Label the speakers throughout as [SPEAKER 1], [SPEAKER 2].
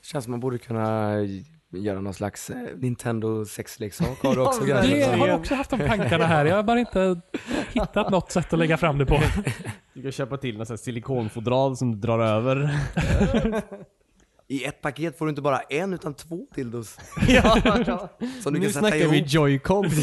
[SPEAKER 1] Känns som man borde kunna göra någon slags eh, Nintendo sexleksak har du
[SPEAKER 2] Ja,
[SPEAKER 1] också
[SPEAKER 2] men-
[SPEAKER 1] grabbar.
[SPEAKER 3] Det har
[SPEAKER 2] verkligen.
[SPEAKER 3] jag också haft de tankarna här. Jag har bara inte hittat något sätt att lägga fram det på.
[SPEAKER 2] Du kan köpa till något sånt här silikonfodral som du drar över.
[SPEAKER 1] I ett paket får du inte bara en utan två dildos.
[SPEAKER 2] ja,
[SPEAKER 1] Som du
[SPEAKER 2] nu
[SPEAKER 1] kan sätta
[SPEAKER 2] snackar vi
[SPEAKER 1] ihop.
[SPEAKER 2] joycon.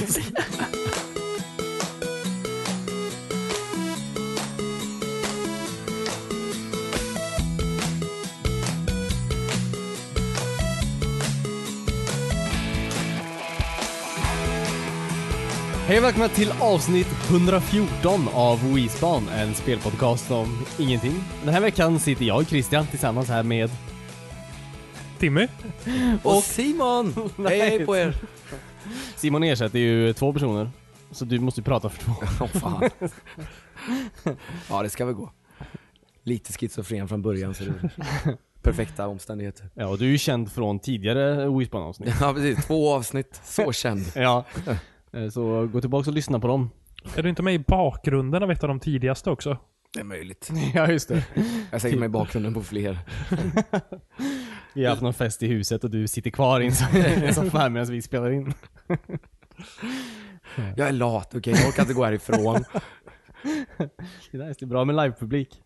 [SPEAKER 2] Hej och välkomna till avsnitt 114 av Wispan, en spelpodcast om ingenting. Den här veckan sitter jag och Christian tillsammans här med
[SPEAKER 3] Timmy?
[SPEAKER 1] Och Simon! Hej hej på er!
[SPEAKER 2] Simon ersätter ju två personer. Så du måste ju prata för två.
[SPEAKER 1] Åh fan. ja det ska väl gå. Lite schizofren från början så det är perfekta omständigheter.
[SPEAKER 2] Ja, och du är ju känd från tidigare Wispan avsnitt.
[SPEAKER 1] Ja precis, två avsnitt, så känd.
[SPEAKER 2] Ja. Eh, Så gå tillbaka och lyssna på dem.
[SPEAKER 3] Är du inte med i bakgrunden av ett av de tidigaste också?
[SPEAKER 1] Det är möjligt.
[SPEAKER 2] Ja, just det.
[SPEAKER 1] Jag är säkert med i bakgrunden på fler.
[SPEAKER 2] Vi har haft någon fest i huset och du sitter kvar i en so- i en soffa här medan vi spelar in.
[SPEAKER 1] Jag är lat, okej jag orkar inte gå härifrån.
[SPEAKER 2] Det där är så bra med livepublik.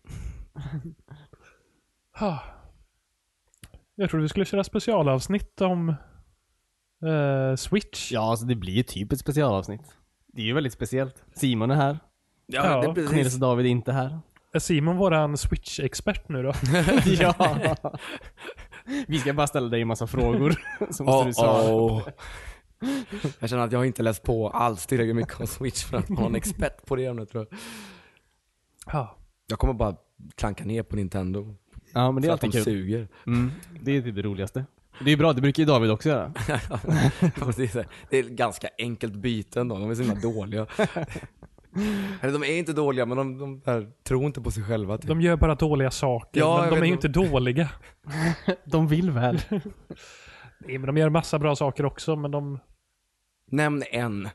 [SPEAKER 3] Ah. Jag trodde vi skulle köra specialavsnitt om eh, Switch.
[SPEAKER 2] Ja, alltså det blir ju typ ett specialavsnitt. Det är ju väldigt speciellt. Simon är här.
[SPEAKER 3] Ja,
[SPEAKER 1] det är
[SPEAKER 2] Cornelis
[SPEAKER 1] precis.
[SPEAKER 2] och David är inte här.
[SPEAKER 3] Är Simon våran Switch-expert nu då?
[SPEAKER 2] Ja. Vi ska bara ställa dig en massa frågor. Som måste
[SPEAKER 1] Oh,
[SPEAKER 2] du svara.
[SPEAKER 1] oh. Jag känner att jag har inte läst på alls tillräckligt mycket om Switch för att vara en expert på det ämnet tror jag.
[SPEAKER 3] Ja.
[SPEAKER 1] Jag kommer bara klanka ner på Nintendo.
[SPEAKER 2] Ja, men det är
[SPEAKER 1] för att de
[SPEAKER 2] alltid kul.
[SPEAKER 1] suger.
[SPEAKER 2] Mm, det är typ det roligaste. Det är bra, det brukar ju David också göra.
[SPEAKER 1] Precis. det är ett ganska enkelt byte ändå, de är så himla dåliga. Eller de är inte dåliga men de, de här, tror inte på sig själva. Typ.
[SPEAKER 3] De gör bara dåliga saker,
[SPEAKER 1] Ja, jag
[SPEAKER 3] men de är
[SPEAKER 1] vet
[SPEAKER 3] ju
[SPEAKER 1] nog.
[SPEAKER 3] inte dåliga.
[SPEAKER 2] De vill väl?
[SPEAKER 3] Nej, men de gör massa bra saker också, men de...
[SPEAKER 1] Nämn en.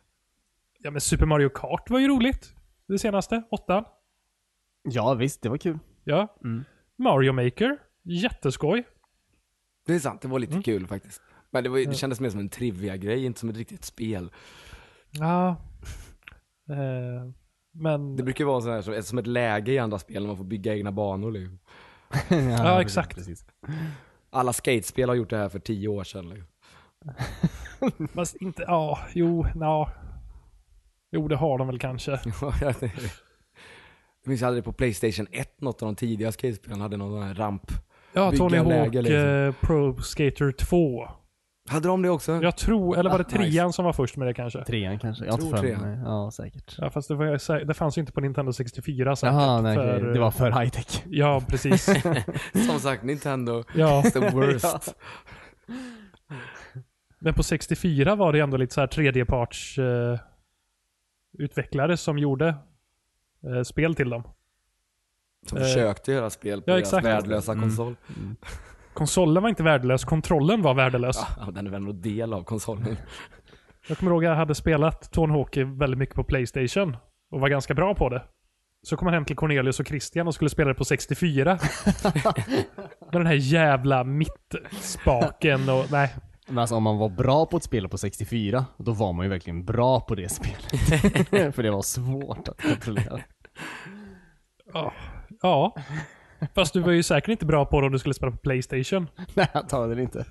[SPEAKER 3] Ja, men Super Mario Kart var ju roligt. Det senaste, åttan.
[SPEAKER 2] Ja, visst, det var kul.
[SPEAKER 3] Ja. Mario Maker, jätteskoj.
[SPEAKER 1] Det är sant, det var lite
[SPEAKER 2] Mm.
[SPEAKER 1] kul faktiskt. Men det, var, ju- det kändes mer som en trivia-grej, inte som ett riktigt spel.
[SPEAKER 3] Ja. Eh, men...
[SPEAKER 1] Det brukar ju vara sån här, som- som ett läge i andra spel när man får bygga egna banor. Liksom.
[SPEAKER 3] Ja, exakt.
[SPEAKER 2] Precis.
[SPEAKER 1] Alla skatespel har gjort det här för tio år sedan. Liksom.
[SPEAKER 3] Fast inte... Ja, jo, ja. Jo, det har de väl kanske.
[SPEAKER 1] Jag minns aldrig på Playstation 1, något av de tidiga skatespelen hade någon sån här ramp.
[SPEAKER 3] Ja,
[SPEAKER 1] Bygga
[SPEAKER 3] Tony Hawk
[SPEAKER 1] läger, liksom.
[SPEAKER 3] eh, Pro Skater 2.
[SPEAKER 1] Hade de det också?
[SPEAKER 3] Jag tror, eller var det
[SPEAKER 1] Ah,
[SPEAKER 3] trean som var först med det kanske?
[SPEAKER 2] Trean kanske? Jag har
[SPEAKER 1] Tror
[SPEAKER 2] inte för
[SPEAKER 1] trean.
[SPEAKER 2] mig. Ja, säkert.
[SPEAKER 3] Ja, fast det, var, jag sä- det fanns ju inte på Nintendo 64 säkert.
[SPEAKER 2] Jaha, nej,
[SPEAKER 3] för,
[SPEAKER 2] okej. det var för high tech.
[SPEAKER 3] Ja, precis.
[SPEAKER 1] Som sagt, Nintendo.
[SPEAKER 3] Ja.
[SPEAKER 1] The worst.
[SPEAKER 3] Men på 64 var det ändå lite så här tredjeparts eh, utvecklare som gjorde eh, spel till dem.
[SPEAKER 1] Som
[SPEAKER 3] Eh.
[SPEAKER 1] försökte göra spel på
[SPEAKER 3] Ja,
[SPEAKER 1] deras
[SPEAKER 3] exakt.
[SPEAKER 1] värdelösa konsol.
[SPEAKER 3] Konsolen var inte värdelös, kontrollen var värdelös.
[SPEAKER 1] Ja, den är väl en del av konsolen.
[SPEAKER 3] Jag kommer ihåg att jag hade spelat Tony Hawk väldigt mycket på Playstation och var ganska bra på det. Så kom man hem till Cornelius och Christian och skulle spela det på 64. Med den här jävla mittspaken och nej.
[SPEAKER 2] Men alltså om man var bra på ett spel på 64, då var man ju verkligen bra på det spelet. för det var svårt att kontrollera.
[SPEAKER 3] Ja. ja. Fast du var ju säkert inte bra på det om du skulle spela på Playstation.
[SPEAKER 2] nej, antagligen inte.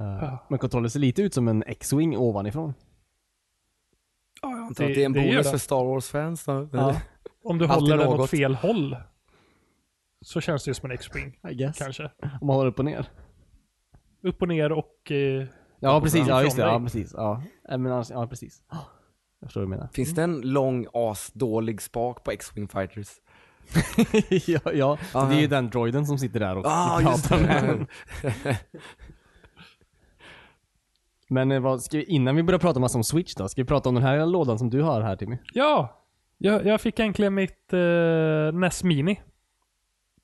[SPEAKER 2] Uh, men kontrollen ser lite ut som en X-Wing ovanifrån.
[SPEAKER 1] Ja, jag antar
[SPEAKER 3] Det-
[SPEAKER 1] att det är en
[SPEAKER 3] det gör
[SPEAKER 1] bonus
[SPEAKER 3] det.
[SPEAKER 1] för Star Wars-fans då.
[SPEAKER 3] Om du
[SPEAKER 1] Alltid
[SPEAKER 3] håller den
[SPEAKER 1] något.
[SPEAKER 3] åt fel håll. Så känns det ju som en X-Wing.
[SPEAKER 2] I guess.
[SPEAKER 3] Kanske.
[SPEAKER 2] Om man håller upp och ner.
[SPEAKER 3] Upp och ner och... Eh,
[SPEAKER 2] Ja, precis. Ja,
[SPEAKER 3] fram
[SPEAKER 2] just det.
[SPEAKER 3] från
[SPEAKER 2] Ja,
[SPEAKER 3] dig.
[SPEAKER 2] precis. Ja, Nej, men annars, ja precis. Jag förstår vad du menar.
[SPEAKER 1] Finns det en lång asdålig spak på X-Wing Fighters?
[SPEAKER 2] ja, ja.
[SPEAKER 1] Ja,
[SPEAKER 2] det är ju
[SPEAKER 1] ja.
[SPEAKER 2] den droiden som sitter där och
[SPEAKER 1] Ah, just
[SPEAKER 2] pratar med.
[SPEAKER 1] det.
[SPEAKER 2] Men eh, vad, ska vi, innan vi börjar prata massa om Switch då, ska vi prata om den här lilla lådan som du har här Timmy?
[SPEAKER 3] ja. Jag, jag fick äntligen mitt eh, NES Mini.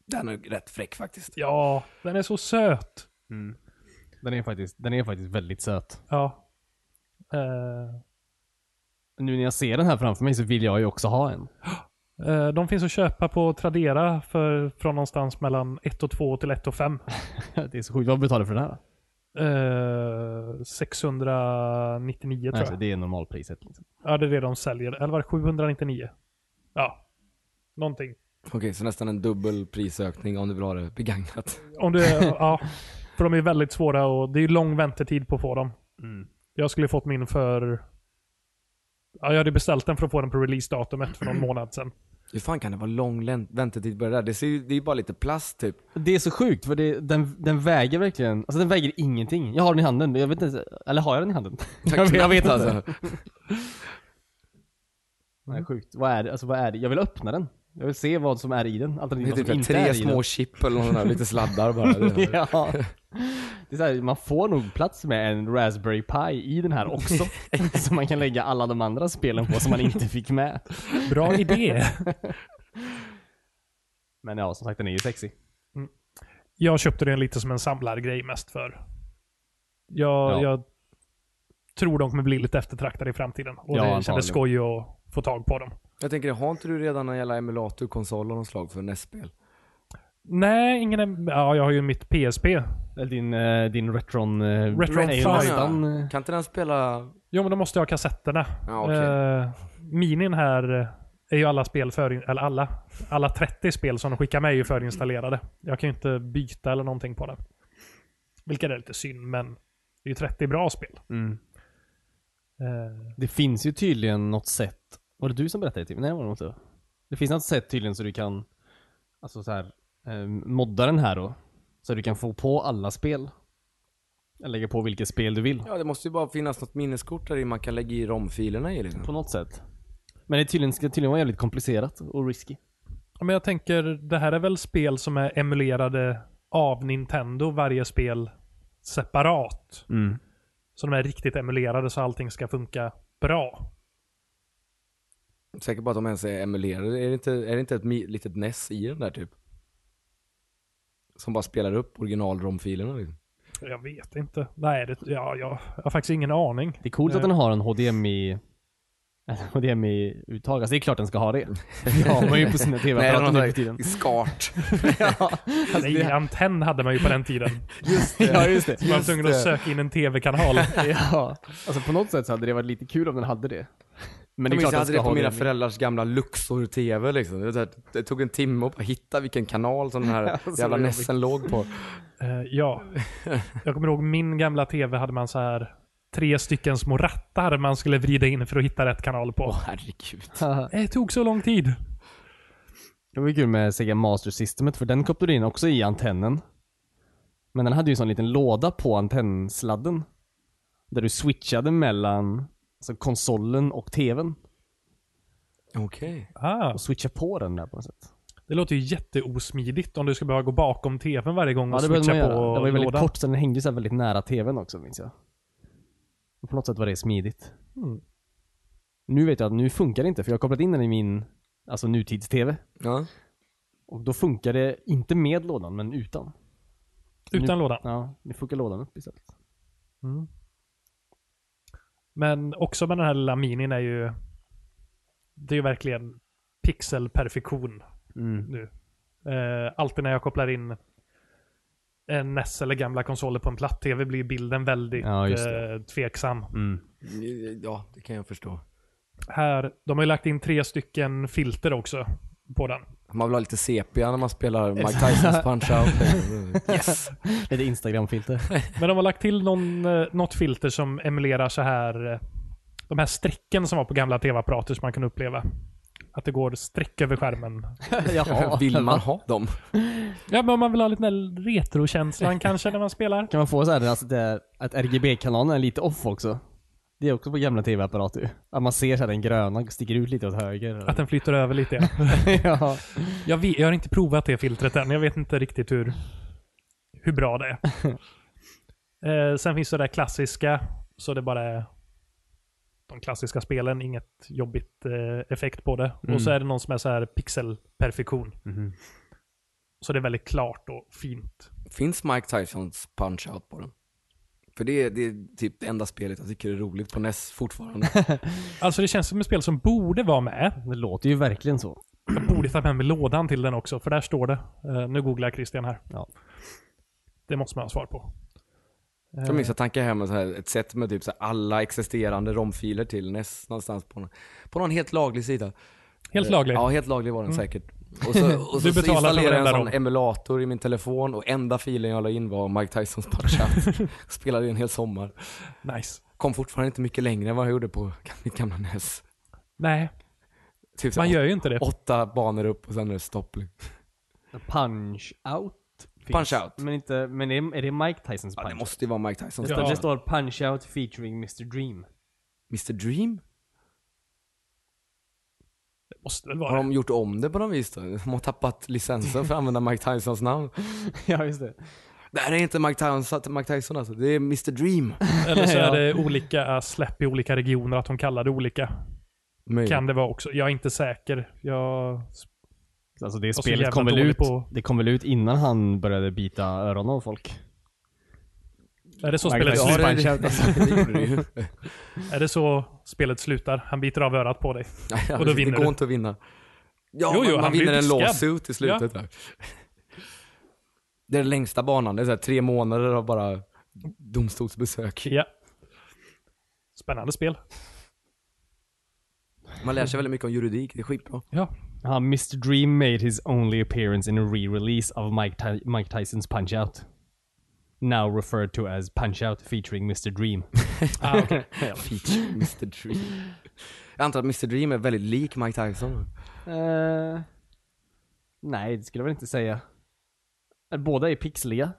[SPEAKER 1] Den är rätt fräck faktiskt.
[SPEAKER 3] Ja, den är så söt.
[SPEAKER 2] Den är faktiskt, den är faktiskt väldigt söt.
[SPEAKER 3] Ja. Eh,
[SPEAKER 2] Nu när jag ser den här framför mig så vill jag ju också ha en.
[SPEAKER 3] Eh, De finns att köpa på Tradera för, från någonstans mellan 1 och 2 till 1 och 5.
[SPEAKER 2] Det är så sjukt. Vad betalar du för den här? då?
[SPEAKER 3] Eh, 699 tror
[SPEAKER 2] Alltså,
[SPEAKER 3] jag.
[SPEAKER 2] det är normalpriset. Liksom.
[SPEAKER 3] Ja, det är det de säljer. Eller var det 799? Ja, någonting.
[SPEAKER 1] Okej, så nästan en dubbel prisökning om du vill ha det begagnat.
[SPEAKER 3] Om du, ja, för de är väldigt svåra och det är lång väntetid på att få dem.
[SPEAKER 2] Mm.
[SPEAKER 3] Jag skulle fått min för... Ja, jag hade beställt den för att få den på releasedatumet för någon månad sedan.
[SPEAKER 1] Hur fan kan det vara lång län- väntetid på det där? Det, ser ju, det är ju bara lite plast typ.
[SPEAKER 2] Det är så sjukt för det, den, den väger verkligen, alltså den väger ingenting. Jag har den i handen, jag vet inte, ens- eller har jag den i handen? Jag vet, jag vet inte.
[SPEAKER 1] Alltså.
[SPEAKER 2] Nej, sjukt. Vad är det? Alltså vad är det? Jag vill öppna den. Jag vill se vad som är i den,
[SPEAKER 1] Det är
[SPEAKER 2] alternativt vad
[SPEAKER 1] typ
[SPEAKER 2] som
[SPEAKER 1] så här
[SPEAKER 2] inte är
[SPEAKER 1] tre
[SPEAKER 2] i den.
[SPEAKER 1] små chip eller något sånt där, lite sladdar bara. Det-
[SPEAKER 2] ja. Det är så här, man får nog plats med en Raspberry Pi i den här också. så man kan lägga alla de andra spelen på som man inte fick med.
[SPEAKER 3] Bra idé!
[SPEAKER 2] Men ja, som sagt den är ju sexy.
[SPEAKER 3] Jag köpte den lite som en samlargrej mest för. Jag,
[SPEAKER 2] Ja.
[SPEAKER 3] jag tror de kommer bli lite eftertraktade i framtiden. Och
[SPEAKER 2] Ja,
[SPEAKER 3] det kändes skoj
[SPEAKER 2] antagligen.
[SPEAKER 3] att få tag på dem.
[SPEAKER 1] Jag tänker, har inte du redan en jävla emulatorkonsol av något slag för E NES-spel?
[SPEAKER 3] Nej, ingen... är- Ja, jag har ju mitt PSP.
[SPEAKER 2] Eller din, eh, din Retron... eh,
[SPEAKER 3] Retron
[SPEAKER 2] är ju
[SPEAKER 3] Fire.
[SPEAKER 2] nästan, eh,
[SPEAKER 1] Kan inte den spela...
[SPEAKER 3] Jo, men då måste jag ha kassetterna.
[SPEAKER 1] Ja, okej.
[SPEAKER 3] Eh, minin här eh, är ju alla spel för... Eller alla. Alla 30 spel som de skickar med är ju förinstallerade. Jag kan ju inte byta eller någonting på den. Vilket är lite synd, men det är ju 30 bra spel.
[SPEAKER 2] mm.
[SPEAKER 3] Eh,
[SPEAKER 2] Det finns ju tydligen något sätt. Var det du som berättade det? Tim? Nej, det var det inte. Det finns något sätt tydligen så du kan alltså så här, eh, modda den här då. Så du kan få på alla spel. Eller lägga på vilket spel du vill.
[SPEAKER 1] Ja, det måste ju bara finnas något minneskort där i man kan lägga i romfilerna i liksom.
[SPEAKER 2] På något sätt. Men det är tydligen, ska tydligen vara jävligt komplicerat och risky.
[SPEAKER 3] Ja, men jag tänker, det här är väl spel som är emulerade av Nintendo, varje spel separat. Så de är riktigt emulerade så allting ska funka bra.
[SPEAKER 1] Säker på att de ens är emulerade. Är det inte, är det inte ett mi- litet NES i den där typ? Som bara spelar upp original-romfilerna liksom.
[SPEAKER 3] Jag vet inte. Nej, det, ja, jag, jag har faktiskt ingen aning.
[SPEAKER 2] Det är coolt att
[SPEAKER 3] Eh.
[SPEAKER 2] den har en HDMI en HDMI-uttag. Alltså det är klart den ska ha det. Det har man ju på sina TV-apparater nu för tiden.
[SPEAKER 1] skart.
[SPEAKER 2] ja, alltså
[SPEAKER 3] Nej,
[SPEAKER 2] det,
[SPEAKER 3] antenn hade man ju på den tiden.
[SPEAKER 1] Just
[SPEAKER 2] ja, just det.
[SPEAKER 3] Så man var tvungen att
[SPEAKER 1] det.
[SPEAKER 3] söka in en tv-kanal.
[SPEAKER 2] Ja, alltså på något sätt så hade det varit lite kul om den hade det. Men
[SPEAKER 1] Jag minns jag
[SPEAKER 2] den
[SPEAKER 1] hade
[SPEAKER 2] ska
[SPEAKER 1] det på
[SPEAKER 2] ha
[SPEAKER 1] mina
[SPEAKER 2] det.
[SPEAKER 1] föräldrars gamla Luxor-TV liksom. Det, var så här, det tog en timme att bara hitta vilken kanal som den här
[SPEAKER 2] så
[SPEAKER 1] jävla
[SPEAKER 2] jobbigt.
[SPEAKER 1] nessen låg på.
[SPEAKER 3] Eh, ja. Jag kommer ihåg min gamla tv hade man så här tre stycken små rattar man skulle vrida in för att hitta rätt kanal på.
[SPEAKER 1] Åh herregud.
[SPEAKER 3] Det tog så lång tid.
[SPEAKER 2] Det var ju kul med Sega Master Systemet för den kopplade du in också i antennen. Men den hade ju en sån liten låda på antennsladden. Där du switchade mellan alltså konsolen och tvn.
[SPEAKER 1] Okej.
[SPEAKER 3] Ah.
[SPEAKER 2] Och switcha på den där på något sätt.
[SPEAKER 3] Det låter ju jätteosmidigt om du ska behöva gå bakom tvn varje gång
[SPEAKER 2] Ja
[SPEAKER 3] och
[SPEAKER 2] det behövde
[SPEAKER 3] switcha
[SPEAKER 2] man göra.
[SPEAKER 3] på
[SPEAKER 2] Det var ju väldigt
[SPEAKER 3] lådan.
[SPEAKER 2] kort så den hängde ju så här väldigt nära tvn också minns jag. Och på något sätt var det smidigt.
[SPEAKER 3] Mm.
[SPEAKER 2] Nu vet jag att nu funkar det inte för jag har kopplat in den i min alltså nutids-tv.
[SPEAKER 1] Ja.
[SPEAKER 2] Och då funkar det inte med lådan men utan.
[SPEAKER 3] Utan lådan.
[SPEAKER 2] Ja, nu funkar lådan upp istället.
[SPEAKER 3] Men också med den här lilla minin är ju... Det är ju verkligen pixelperfektion
[SPEAKER 2] Mm.
[SPEAKER 3] nu. Eh, alltid när jag kopplar in en NES eller gamla konsoler på en platt-tv blir bilden väldigt
[SPEAKER 2] Ja, just det.
[SPEAKER 3] eh, tveksam.
[SPEAKER 2] Mm.
[SPEAKER 1] ja, det kan jag förstå.
[SPEAKER 3] Här, de har ju lagt in tre stycken filter också på den.
[SPEAKER 1] Man vill ha lite sepia när man spelar Mike Tysons punch-out. yes!
[SPEAKER 2] Lite Instagram-filter.
[SPEAKER 3] Men de har lagt till någon, eh, något filter som emulerar så här eh, de här strecken som var på gamla tv-apparater som man kunde uppleva. Att det går streck över skärmen.
[SPEAKER 2] Jaha.
[SPEAKER 1] Vill man ha dem?
[SPEAKER 3] Ja, men om man vill ha lite den där retrokänslan kanske när man spelar.
[SPEAKER 2] Kan man få så här, alltså det, att RGB-kanalen är lite off också? Det är också på gamla tv-apparater ju. Att man ser så här, den gröna sticker ut lite åt höger.
[SPEAKER 3] Att den flyttar över lite. ja.
[SPEAKER 2] ja.
[SPEAKER 3] Jag, vet, jag har inte provat det filtret än. Jag vet inte riktigt hur, hur bra det är. eh, sen finns det där klassiska. Så det bara är de klassiska spelen. Inget jobbigt eh, effekt på det.
[SPEAKER 2] Mm.
[SPEAKER 3] Och så är det någon som är så här pixelperfektion.
[SPEAKER 2] Mhm.
[SPEAKER 3] Så det är väldigt klart och fint.
[SPEAKER 1] Finns Mike Tysons punch-out på den? För det är, det är typ det enda spelet jag tycker är roligt på NES fortfarande.
[SPEAKER 3] Alltså det känns som ett spel som borde vara med.
[SPEAKER 2] Det låter ju verkligen så.
[SPEAKER 3] Jag borde ta med mig lådan till den också, för där står det. Eh, nu googlar jag Christian här.
[SPEAKER 2] Ja.
[SPEAKER 3] Det måste man ha svar på. Eh,
[SPEAKER 1] Jag minns att han kan hem med så här, ett sätt med typ så här alla existerande romfiler till NES någonstans på någon, på någon helt laglig sida.
[SPEAKER 3] helt
[SPEAKER 1] Eh,
[SPEAKER 3] lagligt.
[SPEAKER 1] Ja, helt laglig var den säkert. Och så, och så,
[SPEAKER 3] Du
[SPEAKER 1] så
[SPEAKER 3] betalar för
[SPEAKER 1] installerade jag en
[SPEAKER 3] varenda
[SPEAKER 1] sån
[SPEAKER 3] rom.
[SPEAKER 1] emulator i min telefon och enda filen jag la in var Mike Tysons punch-out. Spelade i en hel sommar.
[SPEAKER 3] Nice.
[SPEAKER 1] Kom fortfarande inte mycket längre än vad jag gjorde på mitt gamla NES.
[SPEAKER 3] Nej,
[SPEAKER 1] Typ så
[SPEAKER 3] man
[SPEAKER 1] här,
[SPEAKER 3] gör ju inte det.
[SPEAKER 1] åtta banor upp och sen är det stopp. liksom.
[SPEAKER 2] Punch out? finns.
[SPEAKER 1] Punch Out.
[SPEAKER 2] Men, inte, men är, är det Mike Tysons punch
[SPEAKER 1] Ja, det
[SPEAKER 2] out?
[SPEAKER 1] måste ju vara Mike Tyson.
[SPEAKER 2] det,
[SPEAKER 3] Ja.
[SPEAKER 2] står, det står punch out featuring Mr Dream.
[SPEAKER 1] Mr Dream?
[SPEAKER 3] Det måste väl
[SPEAKER 1] Har
[SPEAKER 3] vara det.
[SPEAKER 1] de gjort om det på något vis då? De har tappat licensen för att använda Mike Tysons namn.
[SPEAKER 2] ja, just det.
[SPEAKER 1] Det här är inte Mike Tyson, Mike Tyson alltså, det är Mr Dream.
[SPEAKER 3] Eller så
[SPEAKER 2] Ja.
[SPEAKER 3] är det olika eh, släpp i olika regioner, att de kallar det olika.
[SPEAKER 1] Möjligt.
[SPEAKER 3] Kan det vara också. Jag är inte säker. Jag...
[SPEAKER 2] Alltså det
[SPEAKER 3] så
[SPEAKER 2] spelet
[SPEAKER 3] jävla
[SPEAKER 2] kom väl,
[SPEAKER 3] dålig
[SPEAKER 2] ut,
[SPEAKER 3] på-
[SPEAKER 2] det kom väl ut innan han började bita öronen av folk?
[SPEAKER 3] Är det så
[SPEAKER 2] Mike
[SPEAKER 3] spelet
[SPEAKER 2] Tyson.
[SPEAKER 3] slutar?
[SPEAKER 2] Punch Out,
[SPEAKER 1] det gjorde det ju.
[SPEAKER 3] Är det så spelet slutar? Han biter av örat på dig.
[SPEAKER 1] Nej,
[SPEAKER 3] Och då
[SPEAKER 1] alltså, det
[SPEAKER 3] vinner
[SPEAKER 1] går
[SPEAKER 3] du.
[SPEAKER 1] inte att vinna. Ja,
[SPEAKER 3] Jo, jo,
[SPEAKER 1] man, man
[SPEAKER 3] han blir
[SPEAKER 1] vinner en
[SPEAKER 3] diskad.
[SPEAKER 1] lawsuit i slutet. Där. Det är den längsta banan, det är så här tre månader av bara domstolsbesök.
[SPEAKER 3] Ja. Spännande spel.
[SPEAKER 1] Man lär sig väldigt mycket om juridik, det är skitbra.
[SPEAKER 3] Ja.
[SPEAKER 2] Ja, Mr Dream made his only appearance in a re-release of Mike, Ty- Mike Tysons Punch Out. Now referred to as Punch Out featuring Mr Dream.
[SPEAKER 3] Ah, okej.
[SPEAKER 1] Feature Mr Dream. Jag antar att Mr Dream är väldigt lik Mike Tyson.
[SPEAKER 2] Eh, nej, det skulle jag väl inte säga. Eh, Båda är pixliga.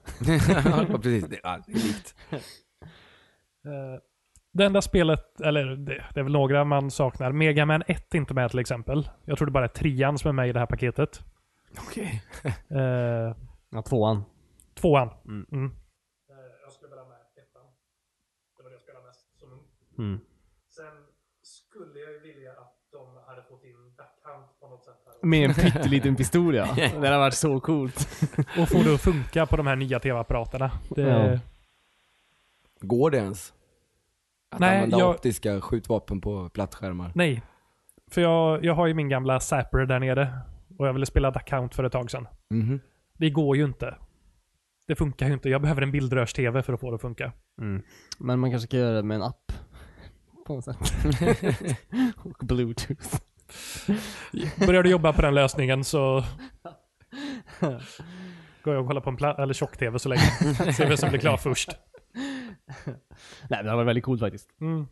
[SPEAKER 1] ja, precis. Det ja, det är likt.
[SPEAKER 3] Eh, Det enda spelet, eller det, det är väl några man saknar. Mega Man 1 är inte med till exempel. Jag tror det bara är trean som är med i det här paketet.
[SPEAKER 1] Okej.
[SPEAKER 3] Eh,
[SPEAKER 2] Ja, tvåan.
[SPEAKER 3] tvåan.
[SPEAKER 2] Mm.
[SPEAKER 3] Eh, Jag skulle vilja med ettan. Det var det jag spelade mest som
[SPEAKER 2] Mm.
[SPEAKER 3] Sen skulle jag ju vilja att de hade fått in backhand på något sätt.
[SPEAKER 2] Med en pytteliten pistol ja. Det hade varit så coolt.
[SPEAKER 3] Och få det att funka på de här nya tv-apparaterna. Det,
[SPEAKER 2] Ja.
[SPEAKER 1] Går det ens? Att
[SPEAKER 3] Nej,
[SPEAKER 1] använda
[SPEAKER 3] jag-
[SPEAKER 1] optiska skjutvapen på plattskärmar?
[SPEAKER 3] Nej. För jag, jag har ju min gamla Zapper där nere. Och jag ville spela Duckhount för ett tag sedan.
[SPEAKER 1] Mhm.
[SPEAKER 3] Det går ju inte. Det funkar ju inte. Jag behöver en bildrörs-tv för att få det att funka.
[SPEAKER 2] Mm. Men man kanske kan göra det med en app. På något sätt. Och bluetooth.
[SPEAKER 3] Börjar du jobba på den lösningen så går jag och kollar på en pla- eller tjock-tv så länge. Ser vem som blir klar först.
[SPEAKER 2] Nej det hade varit väldigt coolt faktiskt.
[SPEAKER 3] Mm.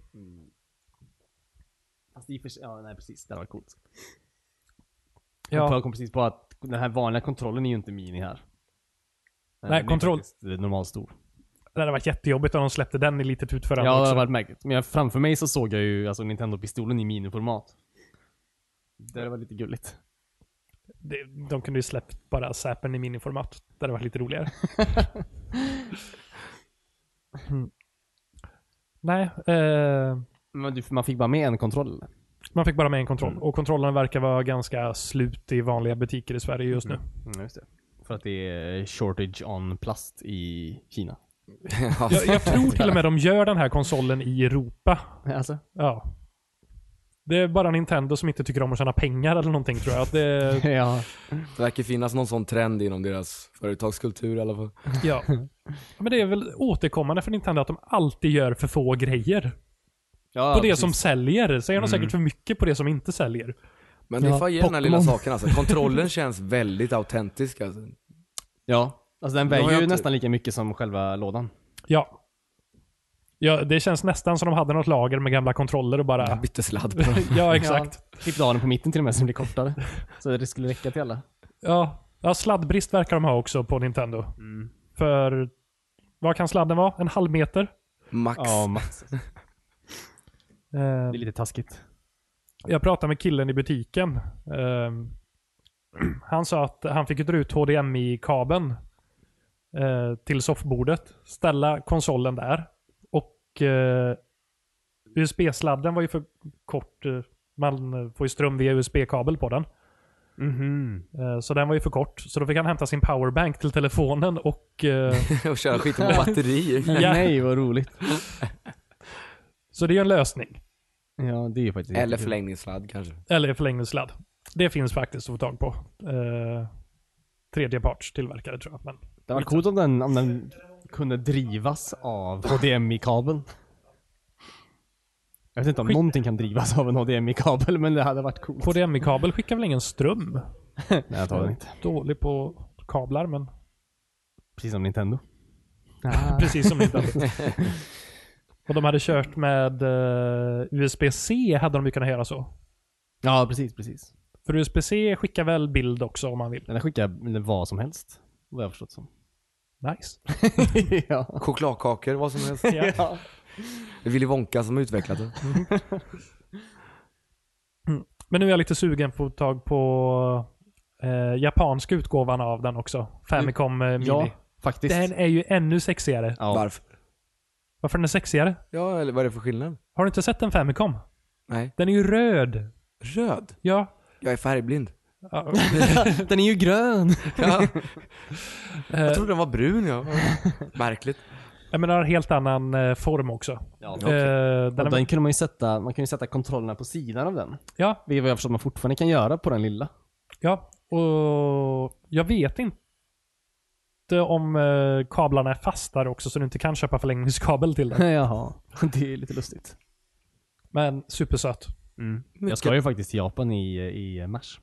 [SPEAKER 2] Fast i och för sig, ja nej precis. Det hade varit coolt.
[SPEAKER 3] Ja.
[SPEAKER 2] Jag kom precis på att den här vanliga kontrollen är ju inte mini här. Den är
[SPEAKER 3] kontroll-
[SPEAKER 2] faktiskt Normalt stor.
[SPEAKER 3] Det hade varit jättejobbigt om de släppte den i litet utförande
[SPEAKER 2] Ja, det
[SPEAKER 3] också.
[SPEAKER 2] hade varit märkligt. Men jag, framför mig så såg jag ju alltså Nintendo-pistolen i miniformat. Det hade varit lite gulligt.
[SPEAKER 3] Det- De kunde ju släppt bara Zappern i miniformat. Det hade varit lite roligare. Mm. Nej, eh,
[SPEAKER 2] Men du, man fick bara med en kontroll eller?
[SPEAKER 3] man fick bara med en kontroll.
[SPEAKER 2] Mm.
[SPEAKER 3] Och kontrollen verkar vara ganska slut i vanliga butiker i Sverige just nu.
[SPEAKER 2] Mm, just det. För att det är shortage on plast i Kina.
[SPEAKER 3] Jag, jag tror till och med de gör den här konsolen i Europa.
[SPEAKER 2] Alltså?
[SPEAKER 3] Ja. Det är bara Nintendo som inte tycker om att tjäna pengar eller någonting tror jag. Att Det,
[SPEAKER 2] ja.
[SPEAKER 1] Det verkar finnas någon sån trend inom deras företagskultur i alla fall.
[SPEAKER 3] ja. Men det är väl återkommande för Nintendo att de alltid gör för få grejer.
[SPEAKER 2] ja
[SPEAKER 3] på det som säljer. Sen gör de säkert för mycket på det som inte säljer.
[SPEAKER 1] Men det
[SPEAKER 2] Ja,
[SPEAKER 1] får jag ge den här lilla
[SPEAKER 2] Pokémon.
[SPEAKER 1] saken alltså. Kontrollen känns väldigt autentisk alltså.
[SPEAKER 2] Ja. Alltså den
[SPEAKER 1] Nu har
[SPEAKER 2] väger
[SPEAKER 1] jag
[SPEAKER 2] ju
[SPEAKER 1] inte-
[SPEAKER 2] nästan lika mycket som själva lådan.
[SPEAKER 3] Ja. ja. Det känns nästan som de hade något lager med gamla kontroller och bara...
[SPEAKER 1] Jag bytte sladd på den.
[SPEAKER 3] ja, exakt.
[SPEAKER 2] Ja. Klippte av den på mitten till och med så den blir kortare. så det skulle räcka till alla.
[SPEAKER 3] Ja. ja, sladdbrist verkar de ha också på Nintendo.
[SPEAKER 2] Mm.
[SPEAKER 3] För... Vad kan sladden vara? En halv meter?
[SPEAKER 1] Max.
[SPEAKER 2] Ja, max.
[SPEAKER 3] Eh,
[SPEAKER 2] Det är lite taskigt.
[SPEAKER 3] jag pratade med killen i butiken. Ehm, han sa att han fick ju dra ut HDMI-kabeln eh, till soffbordet. Ställa konsolen där. Och eh, USB-sladden var ju för kort. eh, Man eh, får ju ström via USB-kabel på den.
[SPEAKER 2] Mhm.
[SPEAKER 3] Eh, så den var ju för kort. Så då fick han hämta sin powerbank till telefonen och... Eh,
[SPEAKER 1] och köra skiten på batteri.
[SPEAKER 3] Ja.
[SPEAKER 2] Nej, vad roligt.
[SPEAKER 3] så det är ju en lösning.
[SPEAKER 2] Ja, det är ju faktiskt
[SPEAKER 1] Eller
[SPEAKER 2] jättekul.
[SPEAKER 1] förlängningssladd kanske.
[SPEAKER 3] Eller förlängningssladd. Det finns faktiskt att få tag på. Eh, tredjepartstillverkare tror jag. Men
[SPEAKER 2] Det var coolt om den, om den kunde drivas av HDMI-kabeln. Jag vet inte om
[SPEAKER 3] Skit-
[SPEAKER 2] någonting kan drivas av en HDMI-kabel, men det hade varit coolt.
[SPEAKER 3] HDMI-kabel skickar väl ingen ström?
[SPEAKER 2] Nej, jag tar den inte.
[SPEAKER 3] Dålig på kablar, men
[SPEAKER 2] Precis som Nintendo.
[SPEAKER 3] precis som Nintendo. Och de hade kört med eh, USB-C, hade de ju kunnat göra så.
[SPEAKER 2] Ja, precis, precis.
[SPEAKER 3] För USB-C skickar väl bild också om man vill.
[SPEAKER 2] Den där skickar vad som helst, vad jag har förstått som.
[SPEAKER 3] Nice.
[SPEAKER 2] ja.
[SPEAKER 1] Chokladkakor, vad som helst.
[SPEAKER 3] Ja.
[SPEAKER 2] ja.
[SPEAKER 1] Det är Willy Wonka som har utvecklat det.
[SPEAKER 3] Men nu är jag lite sugen på att få tag på eh, japanska utgåvan av den också. Famicom eh, Mini.
[SPEAKER 2] Ja, faktiskt.
[SPEAKER 3] Den är ju ännu sexigare.
[SPEAKER 2] Ja.
[SPEAKER 1] Varför?
[SPEAKER 3] Varför den är sexigare?
[SPEAKER 1] Ja, eller vad är det för skillnad?
[SPEAKER 3] Har du inte sett en Famicom?
[SPEAKER 1] Nej.
[SPEAKER 3] Den är ju röd.
[SPEAKER 1] Röd?
[SPEAKER 3] Ja.
[SPEAKER 1] Jag är färgblind.
[SPEAKER 3] Ja.
[SPEAKER 2] Den är ju grön!
[SPEAKER 1] Ja,
[SPEAKER 3] Eh,
[SPEAKER 1] jag trodde den var brun, ja. Märkligt.
[SPEAKER 3] jag menar, har helt annan eh, form också.
[SPEAKER 2] Ja,
[SPEAKER 1] Okej.
[SPEAKER 3] Eh, den
[SPEAKER 2] den,
[SPEAKER 3] är,
[SPEAKER 2] den kunde man ju sätta, man kan ju sätta kontrollerna på sidan av den.
[SPEAKER 3] ja,
[SPEAKER 2] Det är vad jag förstår man fortfarande kan göra på den lilla.
[SPEAKER 3] ja. Och jag vet inte om eh, kablarna är fastare också så du inte kan köpa förlängningskabel till den.
[SPEAKER 2] Jaha, det är lite lustigt.
[SPEAKER 3] Men supersöt.
[SPEAKER 2] Mm. Jag ska ju faktiskt till Japan i, i mars.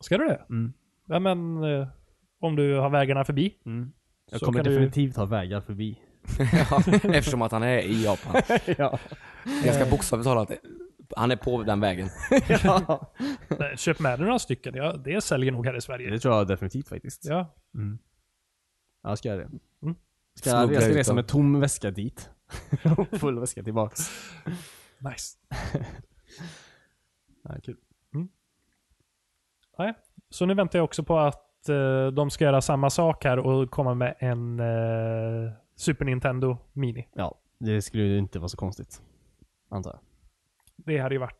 [SPEAKER 3] Ska du det?
[SPEAKER 2] Mm.
[SPEAKER 3] Ja, men eh, om du har vägarna förbi.
[SPEAKER 2] Jag
[SPEAKER 3] Så
[SPEAKER 2] kommer
[SPEAKER 3] kan du-
[SPEAKER 2] definitivt ha vägar förbi.
[SPEAKER 1] Ja, eftersom att han är i Japan.
[SPEAKER 2] ja.
[SPEAKER 1] Ganska bokstavligt talat. Han är på den vägen.
[SPEAKER 2] ja.
[SPEAKER 3] Nej, Köp med dig några stycken. Ja, det säljer nog här i Sverige.
[SPEAKER 2] Det tror jag definitivt faktiskt.
[SPEAKER 3] Ja.
[SPEAKER 2] Ja, jag ska göra det.
[SPEAKER 3] Mm.
[SPEAKER 2] Ska,
[SPEAKER 1] Smuggla
[SPEAKER 2] jag ska
[SPEAKER 1] ut
[SPEAKER 2] resa
[SPEAKER 1] dem.
[SPEAKER 2] med tom väska dit. Och full väska tillbaks.
[SPEAKER 3] Nice.
[SPEAKER 2] Ja, kul.
[SPEAKER 3] Nej. Så nu väntar jag också på att eh, de ska göra samma sak här och komma med en eh, Super Nintendo Mini.
[SPEAKER 2] Ja, det skulle ju inte vara så konstigt. Antar jag.
[SPEAKER 3] Det hade ju varit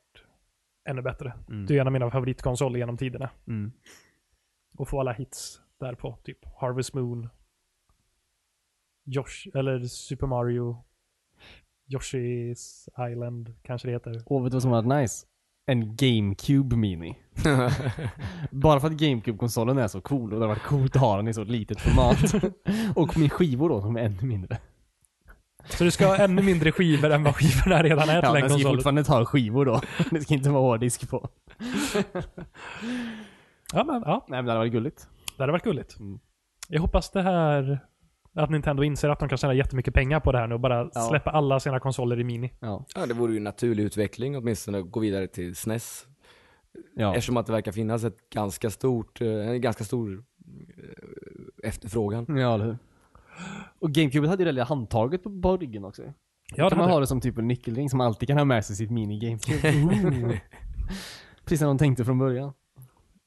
[SPEAKER 3] ännu bättre.
[SPEAKER 2] Mm.
[SPEAKER 3] Det är en av mina favoritkonsoler genom tiderna.
[SPEAKER 2] Mm.
[SPEAKER 3] Och få alla hits där på. Typ Harvest Moon. Yoshi, eller Super Mario. Yoshi's Island kanske det heter.
[SPEAKER 2] Och vet du vad som hade varit nice? En GameCube Mini. Bara för att GameCube-konsolen är så cool och det har varit coolt att ha den i så litet format. och min skivor då, de är ännu mindre.
[SPEAKER 3] Så du ska ha ännu mindre skivor än vad skivorna redan är
[SPEAKER 2] Ja,
[SPEAKER 3] till en
[SPEAKER 2] den ska ju
[SPEAKER 3] konsol.
[SPEAKER 2] fortfarande ta skivor då. Det ska inte vara hårddisk på.
[SPEAKER 3] Ja, men, ja.
[SPEAKER 2] Nej men det hade varit gulligt.
[SPEAKER 3] Det hade varit gulligt.
[SPEAKER 2] Mm.
[SPEAKER 3] Jag hoppas det här att Nintendo inser att de kan tjäna jättemycket pengar på det här nu och bara
[SPEAKER 2] Ja.
[SPEAKER 3] släppa alla sina konsoler i mini.
[SPEAKER 2] Ja.
[SPEAKER 1] Ja, det vore ju en naturlig utveckling åtminstone att gå vidare till SNES.
[SPEAKER 2] ja.
[SPEAKER 1] Eftersom att det verkar finnas ett ganska stort, eh, en ganska stor eh, efterfrågan.
[SPEAKER 2] Ja, eller hur. Och GameCube hade ju det lilla handtaget på, på ryggen också.
[SPEAKER 3] Ja, det
[SPEAKER 2] kan man
[SPEAKER 3] hade
[SPEAKER 2] ha
[SPEAKER 3] det.
[SPEAKER 2] det som typ en nyckelring som alltid kan ha med sig sitt mini-GameCube. Precis som de tänkte från början.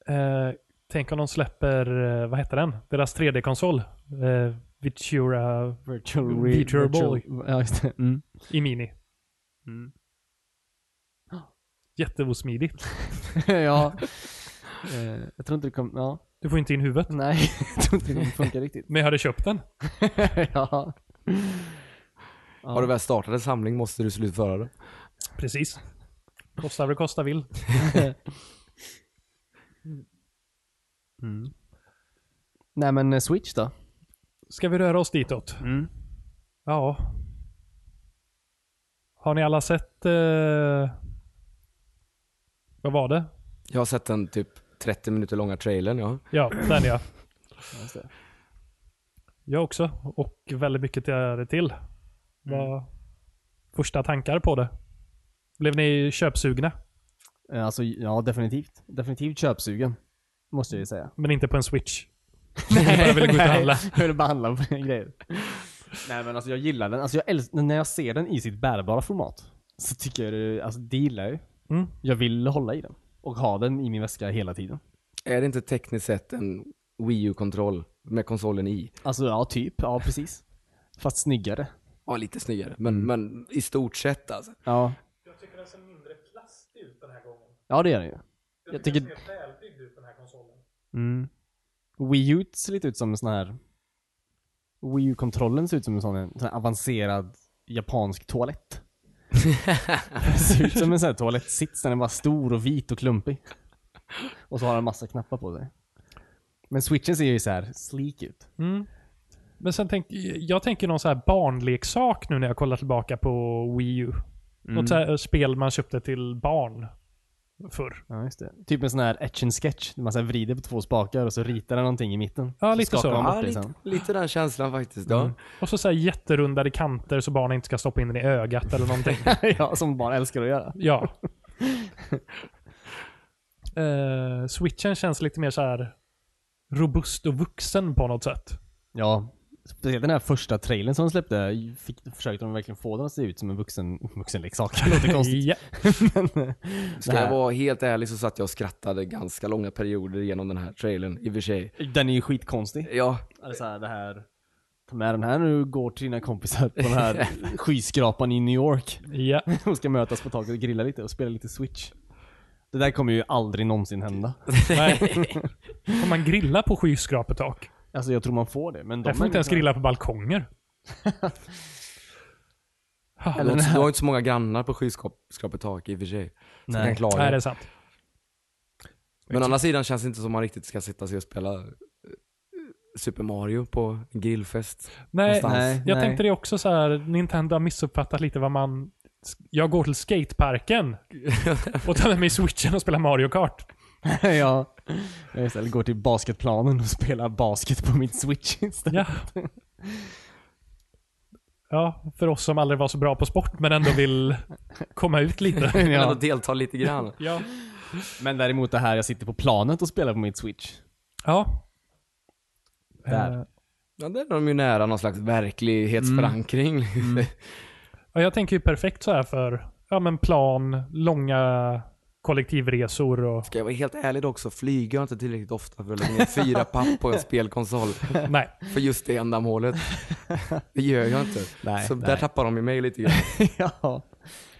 [SPEAKER 3] Eh, tänk om de släpper, eh, vad heter den? Deras 3D-konsol. Eh, Ventura
[SPEAKER 2] Virtual,
[SPEAKER 3] Re- Virtual Boy.
[SPEAKER 2] Ja, just det. Mm.
[SPEAKER 3] i mini. Jätteosmidigt.
[SPEAKER 2] ja. Eh, jag tror inte det kommer... Ja.
[SPEAKER 3] Du får inte in huvudet.
[SPEAKER 2] Nej, jag tror inte det kommer funka riktigt.
[SPEAKER 3] Men jag hade köpt den.
[SPEAKER 2] ja. Ja.
[SPEAKER 1] Har du väl startat en samling måste du slutföra det.
[SPEAKER 3] Precis. Kostar vad det kostar vill.
[SPEAKER 2] Mm. Nej men eh, Switch då?
[SPEAKER 3] Ska vi röra oss ditåt?
[SPEAKER 2] Mm.
[SPEAKER 3] Ja. Har ni alla sett... Eh, vad var det?
[SPEAKER 1] Jag har sett den typ 30 minuter långa trailern, ja.
[SPEAKER 3] Ja, den ja.
[SPEAKER 2] Just det.
[SPEAKER 3] Jag också. Och väldigt mycket till- till.
[SPEAKER 2] Mm.
[SPEAKER 3] Vad första tankar på det? Blev ni köpsugna?
[SPEAKER 2] Eh, Alltså ja, definitivt. Definitivt köpsugen. Måste jag ju säga.
[SPEAKER 3] Men inte på en switch? Nej, jag ville gå ut och handla.
[SPEAKER 2] jag ville bara handla på grejer. Nej men alltså jag gillar den. Alltså jag älsk- när jag ser den i sitt bärbara format. Så tycker jag det, alltså det gillar jag ju.
[SPEAKER 3] Mm.
[SPEAKER 2] Jag vill hålla i den. Och ha den i min väska hela tiden.
[SPEAKER 1] Är det inte tekniskt sett en Wii U-kontroll med konsolen i?
[SPEAKER 2] Alltså ja, typ. Ja, precis. Fast snyggare.
[SPEAKER 1] Ja, lite snyggare. Men, men i stort sett alltså.
[SPEAKER 2] Ja.
[SPEAKER 3] Jag tycker den ser mindre plastig ut den här gången.
[SPEAKER 2] Ja, det gör den ju. Jag tycker...
[SPEAKER 3] ser välbyggd ut den här konsolen.
[SPEAKER 2] Mm. Wii U ser lite ut som en sån här... Wii U-kontrollen ser ut som en sån, en sån här avancerad japansk toalett. det ser ut som en sån här toalettsits. Den är bara stor och vit och klumpig. Och så har han massa knappar på sig. Men switchen ser ju så här sleek ut.
[SPEAKER 3] Men sen tänk, jag tänker någon så här barnleksak nu när jag kollar tillbaka på Wii U. Något så här spel man köpte till barn förr.
[SPEAKER 2] Ja, just det. Typ en sån här etch and sketch. Där man så här vrider på två spakar och så ritar han någonting i mitten.
[SPEAKER 3] Ja, lite så.
[SPEAKER 2] skakar man bort
[SPEAKER 1] Ja,
[SPEAKER 2] det
[SPEAKER 1] lite,
[SPEAKER 2] sen.
[SPEAKER 1] lite den känslan faktiskt. Ja.
[SPEAKER 3] Och så, så här jätterundade kanter så barnen inte ska stoppa in den i ögat eller någonting.
[SPEAKER 2] ja, som barn älskar att göra.
[SPEAKER 3] ja. Eh, switchen känns lite mer så här robust och vuxen på något sätt.
[SPEAKER 2] Ja. Speciellt den här första trailern som de släppte, fick, försökte de verkligen få den att se ut som en vuxen, vuxenleksak. Det låter konstigt.
[SPEAKER 3] Ja.
[SPEAKER 2] men, eh,
[SPEAKER 1] Ska
[SPEAKER 2] det
[SPEAKER 1] jag
[SPEAKER 2] här-
[SPEAKER 1] vara helt ärlig så satt jag och skrattade ganska långa perioder genom den här trailern, i och för sig.
[SPEAKER 2] Den är ju skitkonstig.
[SPEAKER 1] Ja,
[SPEAKER 2] Alltså här, det här, ta med den här nu och går till dina kompisar på den här skyskrapan i New York.
[SPEAKER 3] ja.
[SPEAKER 2] De ska mötas på taket och grilla lite och spela lite Switch. Det där kommer ju aldrig någonsin hända.
[SPEAKER 3] Nej. Får man grilla på skyskrapetak?
[SPEAKER 2] Alltså jag tror man får det, men de
[SPEAKER 3] Jag får inte ens
[SPEAKER 2] människorna-
[SPEAKER 3] grilla på balkonger.
[SPEAKER 1] du har, inte, du har inte så många grannar på skyskrapetak i och för sig. Som
[SPEAKER 2] Nej.
[SPEAKER 1] kan klara
[SPEAKER 3] Nej, det är
[SPEAKER 1] det.
[SPEAKER 3] sant.
[SPEAKER 1] Men å andra sidan känns det inte som man riktigt ska sitta sig och spela eh, Super Mario på en grillfest.
[SPEAKER 3] Nej,
[SPEAKER 1] Någonstans.
[SPEAKER 2] Nej,
[SPEAKER 3] jag
[SPEAKER 2] nej.
[SPEAKER 3] tänkte det också så här. Nintendo har missuppfattat lite vad man... Jag går till skateparken och tar med mig switchen och spelar Mario Kart.
[SPEAKER 2] ja. Jag istället går till basketplanen och spelar basket på min Switch istället.
[SPEAKER 3] Ja. ja, för oss som aldrig var så bra på sport men ändå vill komma ut lite.
[SPEAKER 1] Men ändå delta lite grann.
[SPEAKER 3] Ja.
[SPEAKER 2] Men däremot det här, jag sitter på planet och spelar på min Switch.
[SPEAKER 3] ja.
[SPEAKER 2] Där.
[SPEAKER 3] Eh,
[SPEAKER 1] Ja, där är de ju nära någon slags verklighetsförankring.
[SPEAKER 3] Ja, jag tänker ju perfekt så här för ja, men plan, långa kollektivresor och...
[SPEAKER 1] Ska jag vara helt ärlig dock så flyger jag inte tillräckligt ofta för att lägga ner fyra papp på en spelkonsol
[SPEAKER 3] Nej.
[SPEAKER 1] för just det ändamålet. Det gör jag inte.
[SPEAKER 2] Nej,
[SPEAKER 1] så
[SPEAKER 2] nej.
[SPEAKER 1] där tappar de ju mig lite grann.
[SPEAKER 2] ja.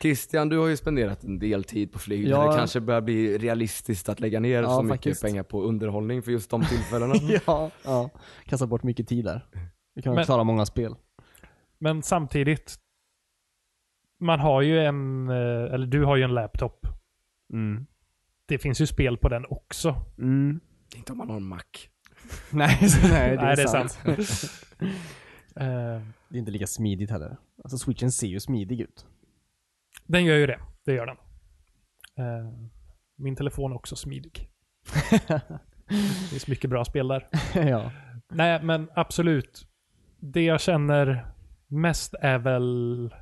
[SPEAKER 1] Christian, du har ju spenderat en del tid på flyg.
[SPEAKER 2] Ja.
[SPEAKER 1] Det kanske börjar bli realistiskt att lägga ner
[SPEAKER 2] Ja,
[SPEAKER 1] så mycket
[SPEAKER 2] faktiskt.
[SPEAKER 1] pengar på underhållning för just de tillfällena.
[SPEAKER 2] ja. Ja. Kastar bort mycket tid där. Vi kan
[SPEAKER 3] Men-
[SPEAKER 2] klara många spel.
[SPEAKER 3] Men samtidigt, man har ju en, eh, eller du har ju en laptop.
[SPEAKER 2] Mm.
[SPEAKER 3] Det finns ju spel på den också.
[SPEAKER 2] Mm.
[SPEAKER 1] Inte om man har en Mac.
[SPEAKER 2] Nej, så, nej,
[SPEAKER 3] Nej, det är sant. Eh,
[SPEAKER 2] Det är inte lika smidigt heller. Alltså switchen ser ju smidig ut.
[SPEAKER 3] den gör ju det. Det gör den. Eh, min telefon är också smidig. det finns mycket bra spel där.
[SPEAKER 2] ja.
[SPEAKER 3] Nej, men absolut. Det jag känner mest är väl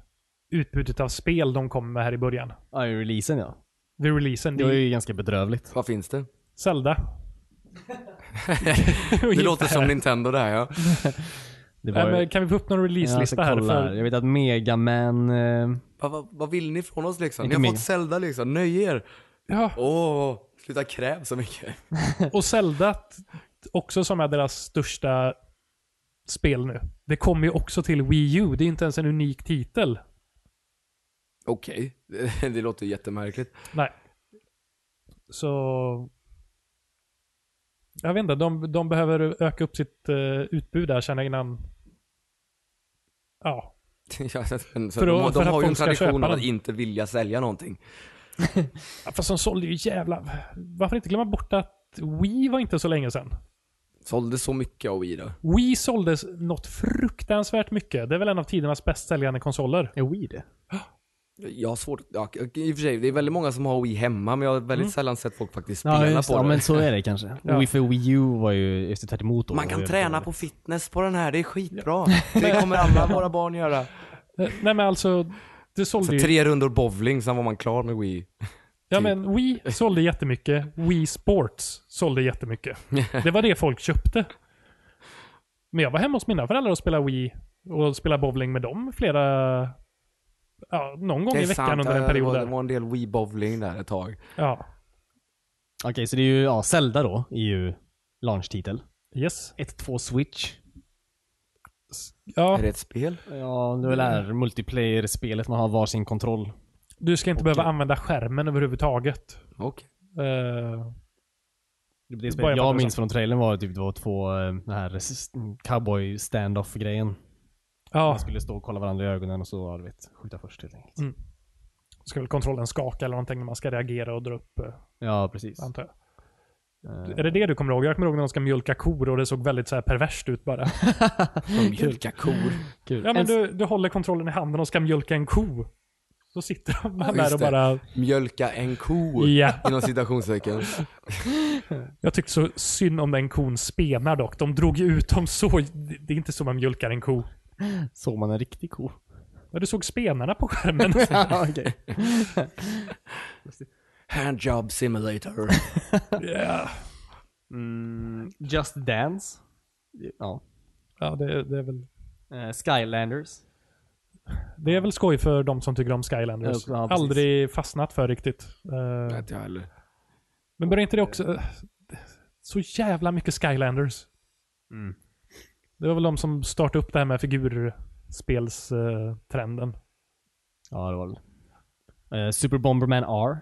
[SPEAKER 3] utbudet av spel de kommer med här i början.
[SPEAKER 2] ja, i releasen
[SPEAKER 3] Mm.
[SPEAKER 2] ja.
[SPEAKER 3] Vid releasen.
[SPEAKER 2] Det
[SPEAKER 3] Det
[SPEAKER 2] var
[SPEAKER 3] är
[SPEAKER 2] ju ganska bedrövligt.
[SPEAKER 1] Vad finns det?
[SPEAKER 3] Zelda.
[SPEAKER 1] Det låter som Nintendo där ja.
[SPEAKER 2] Det var ju...
[SPEAKER 3] Nej, men kan vi få upp någon
[SPEAKER 2] jag, ska
[SPEAKER 3] releaselista här?
[SPEAKER 2] kolla här.
[SPEAKER 3] För,
[SPEAKER 2] jag vet att Mega Man... Eh...
[SPEAKER 1] Vad, vad, vad vill ni från oss liksom? Ni
[SPEAKER 2] Inte
[SPEAKER 1] har
[SPEAKER 2] mig.
[SPEAKER 1] fått Zelda liksom, nöj er.
[SPEAKER 3] ja,
[SPEAKER 1] Åh, sluta kräv så mycket.
[SPEAKER 3] och Zelda t- också som är deras största spel nu. Det kommer ju också till Wii U. Det är inte ens en unik titel.
[SPEAKER 1] Okej, det låter jättemärkligt.
[SPEAKER 3] Nej. Så... Jag vet inte, de, de behöver öka upp sitt eh, utbud där känner jag innan... Ja.
[SPEAKER 1] Ja, men så
[SPEAKER 3] För
[SPEAKER 1] de,
[SPEAKER 3] att- för
[SPEAKER 1] de
[SPEAKER 3] att
[SPEAKER 1] har ju en
[SPEAKER 3] folk ska
[SPEAKER 1] tradition
[SPEAKER 3] köpa
[SPEAKER 1] av att
[SPEAKER 3] den.
[SPEAKER 1] inte vilja sälja någonting.
[SPEAKER 3] Ja, Fast de sålde ju jävla... Varför inte glömma bort att Wii var inte så länge sedan.
[SPEAKER 1] Sålde så mycket av Wii då.
[SPEAKER 3] Wii såldes något fruktansvärt mycket. Det är väl en av tidernas bäst säljande konsoler.
[SPEAKER 2] Är Wii det?
[SPEAKER 1] Jag har svårt, ja, i och för sig, det är väldigt många som har Wii hemma men jag har väldigt sällan sett folk faktiskt
[SPEAKER 2] Mm. Ja,
[SPEAKER 1] spela
[SPEAKER 2] just,
[SPEAKER 1] på
[SPEAKER 2] ja
[SPEAKER 1] det.
[SPEAKER 2] men så är det kanske.
[SPEAKER 3] Ja.
[SPEAKER 2] Wii för Wii U var ju just det, tvärt emot då.
[SPEAKER 1] Man kan
[SPEAKER 2] Det var ju
[SPEAKER 1] träna
[SPEAKER 2] bedrövligt.
[SPEAKER 1] på fitness på den här, det är skitbra. Det kommer alla våra barn göra.
[SPEAKER 3] Eh, Nej men alltså, det sålde
[SPEAKER 1] Så
[SPEAKER 3] ju...
[SPEAKER 1] tre rundor bowling, sen var man klar med Wii. Typ.
[SPEAKER 3] Ja men Wii sålde jättemycket. Wii Sports sålde jättemycket. Det var det folk köpte. Men jag var hemma hos mina föräldrar och spelade Wii och spelade bowling med dem flera... Ja, någon gång i veckan under en
[SPEAKER 1] ja,
[SPEAKER 3] period
[SPEAKER 1] det, var, det
[SPEAKER 3] där.
[SPEAKER 1] var en del Wii bowling där ett tag.
[SPEAKER 3] Ja.
[SPEAKER 2] Okej, så det är ju ja, Zelda då, är ju launchtitel.
[SPEAKER 3] Yes.
[SPEAKER 2] 1-2 Switch.
[SPEAKER 3] Ja,
[SPEAKER 1] Är det ett spel?
[SPEAKER 2] Ja, det är väl det här multiplayer-spelet man har varsin kontroll.
[SPEAKER 3] du ska inte behöva använda skärmen överhuvudtaget.
[SPEAKER 1] Okej.
[SPEAKER 3] Eh,
[SPEAKER 2] Det
[SPEAKER 3] Bara
[SPEAKER 2] spelet
[SPEAKER 3] jag
[SPEAKER 2] jag
[SPEAKER 3] fattar
[SPEAKER 2] minns
[SPEAKER 3] så.
[SPEAKER 2] från trailern var typ det var två, eh, den här s- cowboy stand-off-grejen.
[SPEAKER 3] ja,
[SPEAKER 2] Man skulle stå och kolla varandra i ögonen och så, ja, du vet, skjuta först helt enkelt.
[SPEAKER 3] ska väl kontrollen skaka eller någonting när man ska reagera och dra upp, eh,
[SPEAKER 2] Ja, precis.
[SPEAKER 3] antar jag.
[SPEAKER 1] Eh.
[SPEAKER 3] Är det det du kommer ihåg? Jag kommer ihåg när de ska mjölka kor och det såg väldigt så här perverst ut bara.
[SPEAKER 1] De mjölkar kor.
[SPEAKER 2] Kul.
[SPEAKER 3] Ja men
[SPEAKER 2] En-
[SPEAKER 3] du, du håller kontrollen i handen och ska mjölka en ko. Så sitter de
[SPEAKER 1] Ja,
[SPEAKER 3] där
[SPEAKER 1] just
[SPEAKER 3] och
[SPEAKER 1] det.
[SPEAKER 3] bara...
[SPEAKER 1] Mjölka en ko.
[SPEAKER 3] Ja.
[SPEAKER 1] Inom citationstecken.
[SPEAKER 3] Jag tyckte så synd om den kon spenar dock. De drog ju ut dem så. Det det är inte så man mjölkar en ko.
[SPEAKER 2] Såg man en riktig ko?
[SPEAKER 3] Ja, Du såg spenarna på skärmen.
[SPEAKER 2] ja, okej.
[SPEAKER 1] Handjob simulator.
[SPEAKER 3] Ja.
[SPEAKER 2] Mm, Just Dance. Ja.
[SPEAKER 3] Ja, det, det, är väl,
[SPEAKER 2] Eh, Skylanders.
[SPEAKER 3] det är väl skoj för de som tycker om Skylanders.
[SPEAKER 2] Ja, precis.
[SPEAKER 3] Aldrig fastnat för riktigt. Eh,
[SPEAKER 1] Vet jag heller.
[SPEAKER 3] Men börjar inte det också... eh, Så jävla mycket Skylanders.
[SPEAKER 2] Mm.
[SPEAKER 3] Det var väl de som startade upp det här med figurspelstrenden.
[SPEAKER 2] Ja, det var väl. Eh, Super Bomberman R.